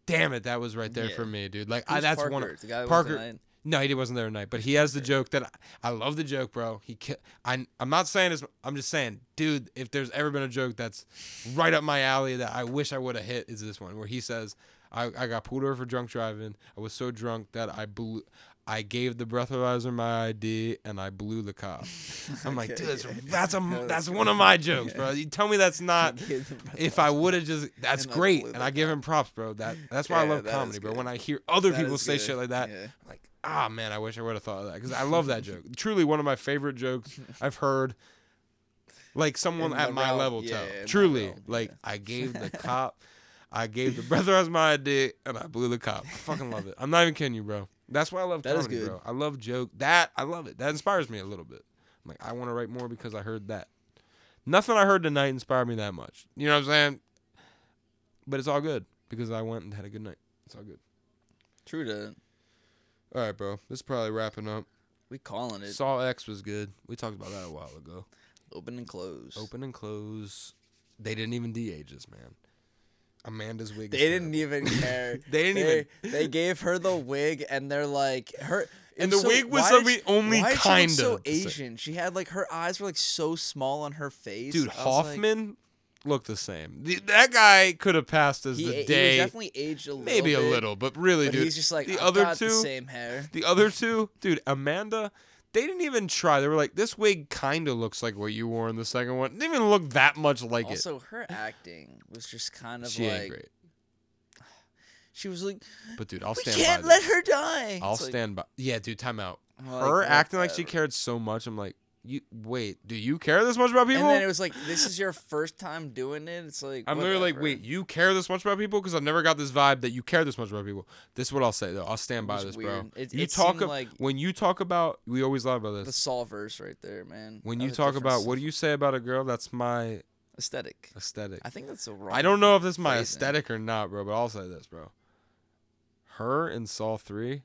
Speaker 1: damn it, that was right there
Speaker 2: Yeah.
Speaker 1: for me, dude. Like I,
Speaker 2: Who's
Speaker 1: Ah, that's one.
Speaker 2: Parker?
Speaker 1: Of,
Speaker 2: The guy that was
Speaker 1: Parker.
Speaker 2: tonight?
Speaker 1: No, he wasn't there tonight, but he has the joke that I, I love the joke, bro. He ki- I I'm not saying it's I'm just saying, dude, if there's ever been a joke that's right up my alley that I wish I would have hit is this one where he says, I, I got pulled over for drunk driving. I was so drunk that I blew I gave the breathalyzer my ID and I blew the cop. I'm like, dude, that's, that's a that's one of my jokes, bro. You tell me that's not
Speaker 2: gave the breathalyzer.
Speaker 1: if I would have just that's
Speaker 2: And I
Speaker 1: great,
Speaker 2: blew
Speaker 1: and
Speaker 2: the
Speaker 1: I give him props, bro. That that's why I
Speaker 2: Yeah,
Speaker 1: love
Speaker 2: that is
Speaker 1: comedy, bro.
Speaker 2: good.
Speaker 1: When I hear other
Speaker 2: That
Speaker 1: people
Speaker 2: is
Speaker 1: say
Speaker 2: good.
Speaker 1: shit like that,
Speaker 2: Yeah.
Speaker 1: I'm like, ah, man, I wish I would have thought of that because I love that joke. Truly, one of my favorite jokes I've heard. Like someone
Speaker 2: In
Speaker 1: at
Speaker 2: the
Speaker 1: my
Speaker 2: realm-
Speaker 1: level
Speaker 2: yeah,
Speaker 1: tell.
Speaker 2: in my
Speaker 1: Truly,
Speaker 2: realm,
Speaker 1: like
Speaker 2: yeah.
Speaker 1: I gave the cop, I gave the breathalyzer my dick, and I blew the cop. I fucking love it. I'm not even kidding you, bro. That's why I love
Speaker 2: That is
Speaker 1: comedy,
Speaker 2: good.
Speaker 1: bro. I love joke. That I love it. That inspires me a little bit. I'm like, I want to write more because I heard that. Nothing I heard tonight inspired me that much. You know what I'm saying? But it's all good because I went and had a good night. It's all good.
Speaker 2: True to
Speaker 1: All right, bro. This is probably wrapping up.
Speaker 2: we calling it
Speaker 1: Saw X was good. We talked about that a while ago.
Speaker 2: open and close.
Speaker 1: Open and close. They didn't even de-age us, man. Amanda's wig.
Speaker 2: They
Speaker 1: is
Speaker 2: didn't
Speaker 1: terrible.
Speaker 2: even care.
Speaker 1: They didn't
Speaker 2: even. They gave her the wig, and they're like her.
Speaker 1: And
Speaker 2: it
Speaker 1: the wig was
Speaker 2: why did
Speaker 1: something
Speaker 2: she-
Speaker 1: only
Speaker 2: why did she look
Speaker 1: kinda
Speaker 2: so
Speaker 1: the same.
Speaker 2: Asian. She had like her eyes were like so small on her face.
Speaker 1: Dude,
Speaker 2: I was like-
Speaker 1: Hoffman looked the same. The- that guy could have passed as
Speaker 2: he,
Speaker 1: the
Speaker 2: he was
Speaker 1: day,
Speaker 2: definitely aged a little,
Speaker 1: maybe
Speaker 2: bit,
Speaker 1: a little, but really,
Speaker 2: But
Speaker 1: dude.
Speaker 2: he's just like
Speaker 1: the
Speaker 2: I've
Speaker 1: other
Speaker 2: got
Speaker 1: two.
Speaker 2: the same hair.
Speaker 1: The other two, dude, Amanda, they didn't even try. They were like, this wig kind of looks like what you wore in the second one. Didn't even look that much like
Speaker 2: Also, her acting was just kind
Speaker 1: it.
Speaker 2: of
Speaker 1: She
Speaker 2: like
Speaker 1: ain't great.
Speaker 2: she was like,
Speaker 1: But dude, I'll
Speaker 2: we
Speaker 1: stand
Speaker 2: can't
Speaker 1: by.
Speaker 2: let
Speaker 1: this.
Speaker 2: her die.
Speaker 1: I'll
Speaker 2: It's like,
Speaker 1: stand by. Yeah, dude, time out.
Speaker 2: I'm
Speaker 1: her
Speaker 2: like,
Speaker 1: acting like she
Speaker 2: whatever.
Speaker 1: cared so much. I'm like, You wait. Do you care this much about people?
Speaker 2: And then it was like, this is your first time doing it. It's like
Speaker 1: I'm literally like,
Speaker 2: whatever.
Speaker 1: wait, you care this much about people? Because I've never got this vibe that you care this much about people. This is what I'll say though. I'll stand by
Speaker 2: was
Speaker 1: this, bro.
Speaker 2: weird. It-
Speaker 1: you
Speaker 2: it
Speaker 1: talk
Speaker 2: seemed
Speaker 1: ab-
Speaker 2: like-
Speaker 1: when you talk about. We always lie about
Speaker 2: the
Speaker 1: this.
Speaker 2: Saw-verse right there, man.
Speaker 1: When
Speaker 2: That
Speaker 1: you
Speaker 2: was
Speaker 1: talk
Speaker 2: different
Speaker 1: about
Speaker 2: s-
Speaker 1: what do you say about a girl? That's my
Speaker 2: aesthetic,
Speaker 1: aesthetic.
Speaker 2: I think that's a wrong.
Speaker 1: I don't know if this is my
Speaker 2: phrasing.
Speaker 1: aesthetic or not, bro. But I'll say this, bro. Her and Saw Three,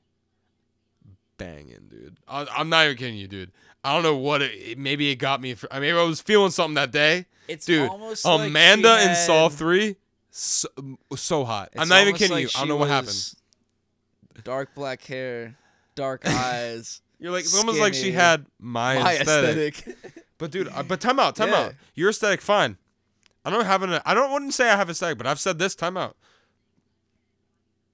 Speaker 1: banging, dude. I, I'm not even kidding you, dude. I don't know what it, it- maybe it got me. For, I mean, I was feeling something that day,
Speaker 2: It's
Speaker 1: dude.
Speaker 2: almost like she
Speaker 1: Amanda in Saw
Speaker 2: had-
Speaker 1: Three, so, so hot. I'm
Speaker 2: It's
Speaker 1: not even
Speaker 2: almost
Speaker 1: kidding
Speaker 2: like
Speaker 1: you. I don't
Speaker 2: she
Speaker 1: know what happened.
Speaker 2: was Dark black hair, dark eyes,
Speaker 1: You're like it's almost like she
Speaker 2: skinny.
Speaker 1: had my,
Speaker 2: my
Speaker 1: aesthetic.
Speaker 2: aesthetic.
Speaker 1: But dude, I- but time out, time
Speaker 2: Yeah.
Speaker 1: out. Your aesthetic, fine. I don't have an. I don't wouldn't say I have aesthetic, but I've said this time out.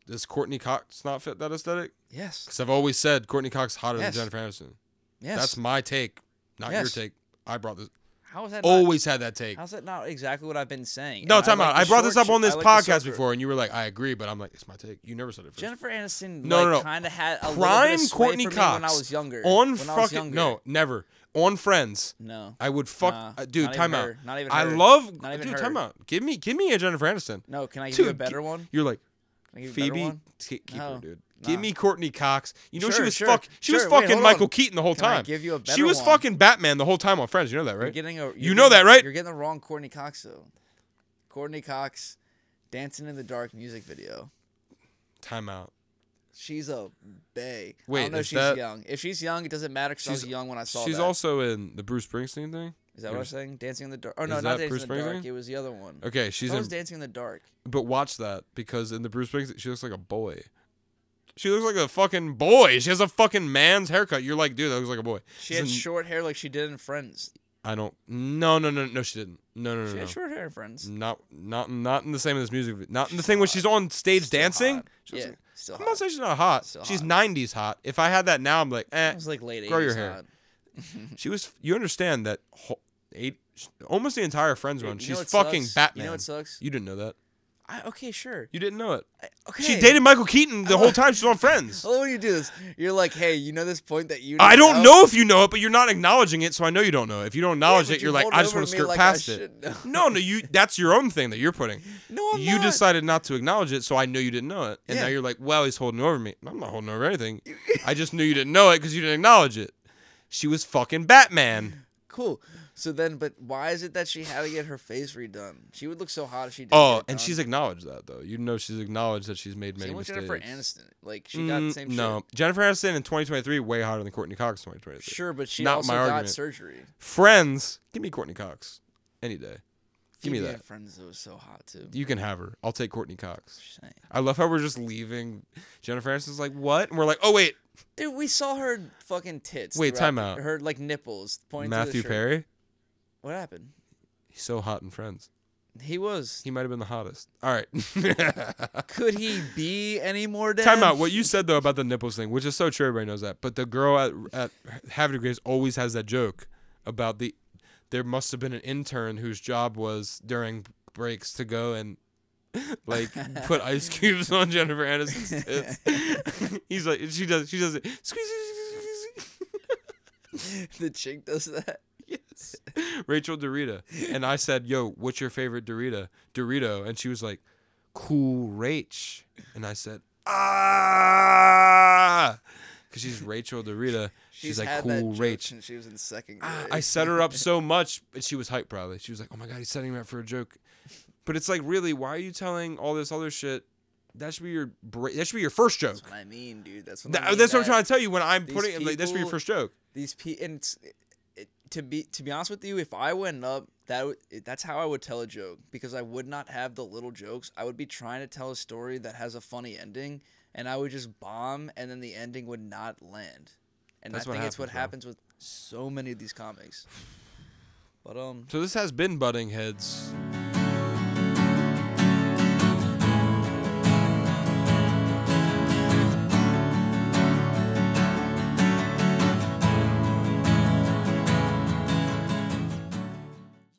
Speaker 1: Does Courtney Cox not fit that aesthetic?
Speaker 2: Yes,
Speaker 1: Because I've always said Courtney Cox hotter
Speaker 2: Yes.
Speaker 1: than Jennifer Aniston.
Speaker 2: yes.
Speaker 1: That's my take, not your
Speaker 2: Yes.
Speaker 1: take. I brought this.
Speaker 2: how is that? Not,
Speaker 1: Always had that take.
Speaker 2: how's that not exactly what I've been saying?
Speaker 1: No,
Speaker 2: And
Speaker 1: time
Speaker 2: like
Speaker 1: out.
Speaker 2: the
Speaker 1: I brought this
Speaker 2: short
Speaker 1: up on
Speaker 2: short-
Speaker 1: this
Speaker 2: I like the
Speaker 1: podcast
Speaker 2: short-
Speaker 1: before, and you were like, "I agree," but I'm like, "It's my take." You never said it first.
Speaker 2: Jennifer Aniston.
Speaker 1: No,
Speaker 2: like,
Speaker 1: no, no.
Speaker 2: Kind of had a
Speaker 1: Prime Courtney
Speaker 2: Courtney
Speaker 1: Cox
Speaker 2: when I was younger.
Speaker 1: on
Speaker 2: when I was
Speaker 1: fucking
Speaker 2: younger.
Speaker 1: no, never on Friends.
Speaker 2: no.
Speaker 1: I would fuck,
Speaker 2: Nah,
Speaker 1: uh, dude.
Speaker 2: not even
Speaker 1: Time
Speaker 2: her.
Speaker 1: out.
Speaker 2: Not even
Speaker 1: I
Speaker 2: her.
Speaker 1: love,
Speaker 2: Not even
Speaker 1: dude.
Speaker 2: her.
Speaker 1: Time out. Give me, give me a Jennifer Aniston.
Speaker 2: No, can I give
Speaker 1: Dude,
Speaker 2: you a
Speaker 1: gi-
Speaker 2: better one?
Speaker 1: You're like
Speaker 2: Can I give you a better
Speaker 1: Phoebe
Speaker 2: one?
Speaker 1: t- keep her,
Speaker 2: No,
Speaker 1: dude.
Speaker 2: nah.
Speaker 1: Give me Courtney Cox. You know she
Speaker 2: Sure,
Speaker 1: was
Speaker 2: sure,
Speaker 1: fuck. She was
Speaker 2: sure. Wait,
Speaker 1: fucking
Speaker 2: hold
Speaker 1: Michael
Speaker 2: on.
Speaker 1: Keaton the whole
Speaker 2: Can I
Speaker 1: time.
Speaker 2: give you a
Speaker 1: she
Speaker 2: better
Speaker 1: was
Speaker 2: one?
Speaker 1: fucking Batman the whole time on Friends. You know that,
Speaker 2: You're
Speaker 1: right?
Speaker 2: getting a.
Speaker 1: You
Speaker 2: you're
Speaker 1: know
Speaker 2: getting-
Speaker 1: that, right?
Speaker 2: You're getting the wrong Courtney Cox though. Courtney Cox, dancing in the dark music video.
Speaker 1: Time out.
Speaker 2: She's a bay. I
Speaker 1: Wait,
Speaker 2: don't know
Speaker 1: is
Speaker 2: if she's
Speaker 1: that-
Speaker 2: young. If she's young, it doesn't matter because I was
Speaker 1: She's-
Speaker 2: young when I saw
Speaker 1: She's
Speaker 2: that.
Speaker 1: also in the Bruce Springsteen thing.
Speaker 2: Is that what I was saying? Dancing in the dark. Oh no,
Speaker 1: Is
Speaker 2: not
Speaker 1: that
Speaker 2: dancing
Speaker 1: Bruce
Speaker 2: in the dark.
Speaker 1: Springsteen?
Speaker 2: It was the other one.
Speaker 1: Okay, she's
Speaker 2: I
Speaker 1: in.
Speaker 2: was dancing in the dark.
Speaker 1: But watch that because in the Bruce Springsteen, she looks like a boy. She looks like a fucking boy. She has a fucking man's haircut. You're like, dude, that looks like a boy.
Speaker 2: She
Speaker 1: This
Speaker 2: had
Speaker 1: is-
Speaker 2: short hair like she did in Friends.
Speaker 1: I don't. No, no, no, no. She didn't. No, no, no,
Speaker 2: She
Speaker 1: no.
Speaker 2: had short hair in Friends.
Speaker 1: Not, not, not in the same as this music. video. Not in the thing when she's on stage
Speaker 2: Still
Speaker 1: dancing.
Speaker 2: hot.
Speaker 1: She looks
Speaker 2: Yeah,
Speaker 1: like-
Speaker 2: still
Speaker 1: I'm not
Speaker 2: hot.
Speaker 1: saying she's not hot.
Speaker 2: Still
Speaker 1: she's
Speaker 2: hot.
Speaker 1: 90s hot. If I had that now, I'm like, eh.
Speaker 2: It was like late 80s.
Speaker 1: Grow your hair.
Speaker 2: hot.
Speaker 1: She was. You understand that? Whole, eight, almost the entire Friends
Speaker 2: Dude,
Speaker 1: run.
Speaker 2: you
Speaker 1: She's
Speaker 2: know what
Speaker 1: fucking
Speaker 2: sucks?
Speaker 1: Batman.
Speaker 2: You know what sucks?
Speaker 1: You didn't know that.
Speaker 2: I, okay, sure.
Speaker 1: You didn't know it.
Speaker 2: I- Okay.
Speaker 1: She dated Michael Keaton the whole time she's on Friends.
Speaker 2: I love when you do this. You're like, hey, you know this point that you.
Speaker 1: I
Speaker 2: didn't
Speaker 1: don't know if you know it, but you're not acknowledging it, so I know you don't know it. If you don't acknowledge
Speaker 2: but
Speaker 1: it,
Speaker 2: you
Speaker 1: you're like,
Speaker 2: rolled
Speaker 1: I just
Speaker 2: over
Speaker 1: want
Speaker 2: to
Speaker 1: to skirt
Speaker 2: me like I
Speaker 1: past it.
Speaker 2: should
Speaker 1: No,
Speaker 2: know.
Speaker 1: no, you. That's your own thing that you're putting.
Speaker 2: No, I'm
Speaker 1: you
Speaker 2: not.
Speaker 1: decided not to acknowledge it, so I know you didn't know it, and now
Speaker 2: Yeah.
Speaker 1: you're like, well, he's holding over me. I'm not holding over anything. I just knew you didn't know it because you didn't acknowledge it. She was fucking Batman.
Speaker 2: Cool. So then, but why is it that she had to get her face redone? She would look so hot if she did.
Speaker 1: Oh, and she's acknowledged that though. You know, she's acknowledged that she's made many
Speaker 2: same with
Speaker 1: mistakes.
Speaker 2: Jennifer Aniston. Like she got the
Speaker 1: Mm,
Speaker 2: same.
Speaker 1: no,
Speaker 2: shit.
Speaker 1: Jennifer Aniston in 2023 way hotter than Courtney Cox in 2023.
Speaker 2: Sure, but she
Speaker 1: Not
Speaker 2: also
Speaker 1: my
Speaker 2: got
Speaker 1: argument.
Speaker 2: surgery.
Speaker 1: Friends, give me Courtney Cox any day. Give me
Speaker 2: Phoebe
Speaker 1: that.
Speaker 2: and Friends was so hot too.
Speaker 1: You can have her. I'll take Courtney Cox.
Speaker 2: Just saying.
Speaker 1: I love how we're just leaving. Jennifer Aniston's like, what? And we're like, oh wait,
Speaker 2: Dude, we saw her fucking tits.
Speaker 1: Wait,
Speaker 2: throughout
Speaker 1: time
Speaker 2: the-
Speaker 1: out.
Speaker 2: Her like nipples pointing. through the
Speaker 1: Matthew
Speaker 2: shirt.
Speaker 1: Perry.
Speaker 2: What happened?
Speaker 1: He's so hot in Friends.
Speaker 2: He was.
Speaker 1: He might have been the hottest. All right.
Speaker 2: Could he be any more dead?
Speaker 1: Time out. What you said though about the nipples thing, which is so true, everybody knows that. But the girl at at Havre Grace always has that joke about the there must have been an intern whose job was during breaks to go and like put ice cubes on Jennifer Aniston's tits. He's like she does she does it. Squeeze, squeeze, squeeze, squeeze.
Speaker 2: the chick does that.
Speaker 1: Yes. Rachel Dorita. And I said, Yo, what's your favorite Dorita? Dorito. And she was like, Cool Rach. And I said, Ah. Because she's Rachel Dorita. She's, like,
Speaker 2: had that
Speaker 1: Cool
Speaker 2: joke
Speaker 1: Rach.
Speaker 2: since she was in second grade.
Speaker 1: Ah, I set her up so much, but she was hyped probably. She was like, Oh my God, he's setting me up for a joke. But it's like, really, why are you telling all this other shit? That should be your bra- that should be your first joke.
Speaker 2: That's what I mean, dude. That's what
Speaker 1: Th- uh,
Speaker 2: I mean,
Speaker 1: that's what I'm
Speaker 2: that
Speaker 1: trying to tell you when I'm
Speaker 2: these
Speaker 1: putting it, like that should be your
Speaker 2: people-
Speaker 1: first joke.
Speaker 2: These pe and it's, it, to be to be honest with you, if I went up, that w- it- that's how I would tell a joke because I would not have the little jokes. I would be trying to tell a story that has a funny ending, and I would just bomb, and then the ending would not land. And
Speaker 1: That's
Speaker 2: I
Speaker 1: what
Speaker 2: think it's what
Speaker 1: happens,
Speaker 2: happens with so many of these comics. But um,
Speaker 1: So this has been Butting Heads.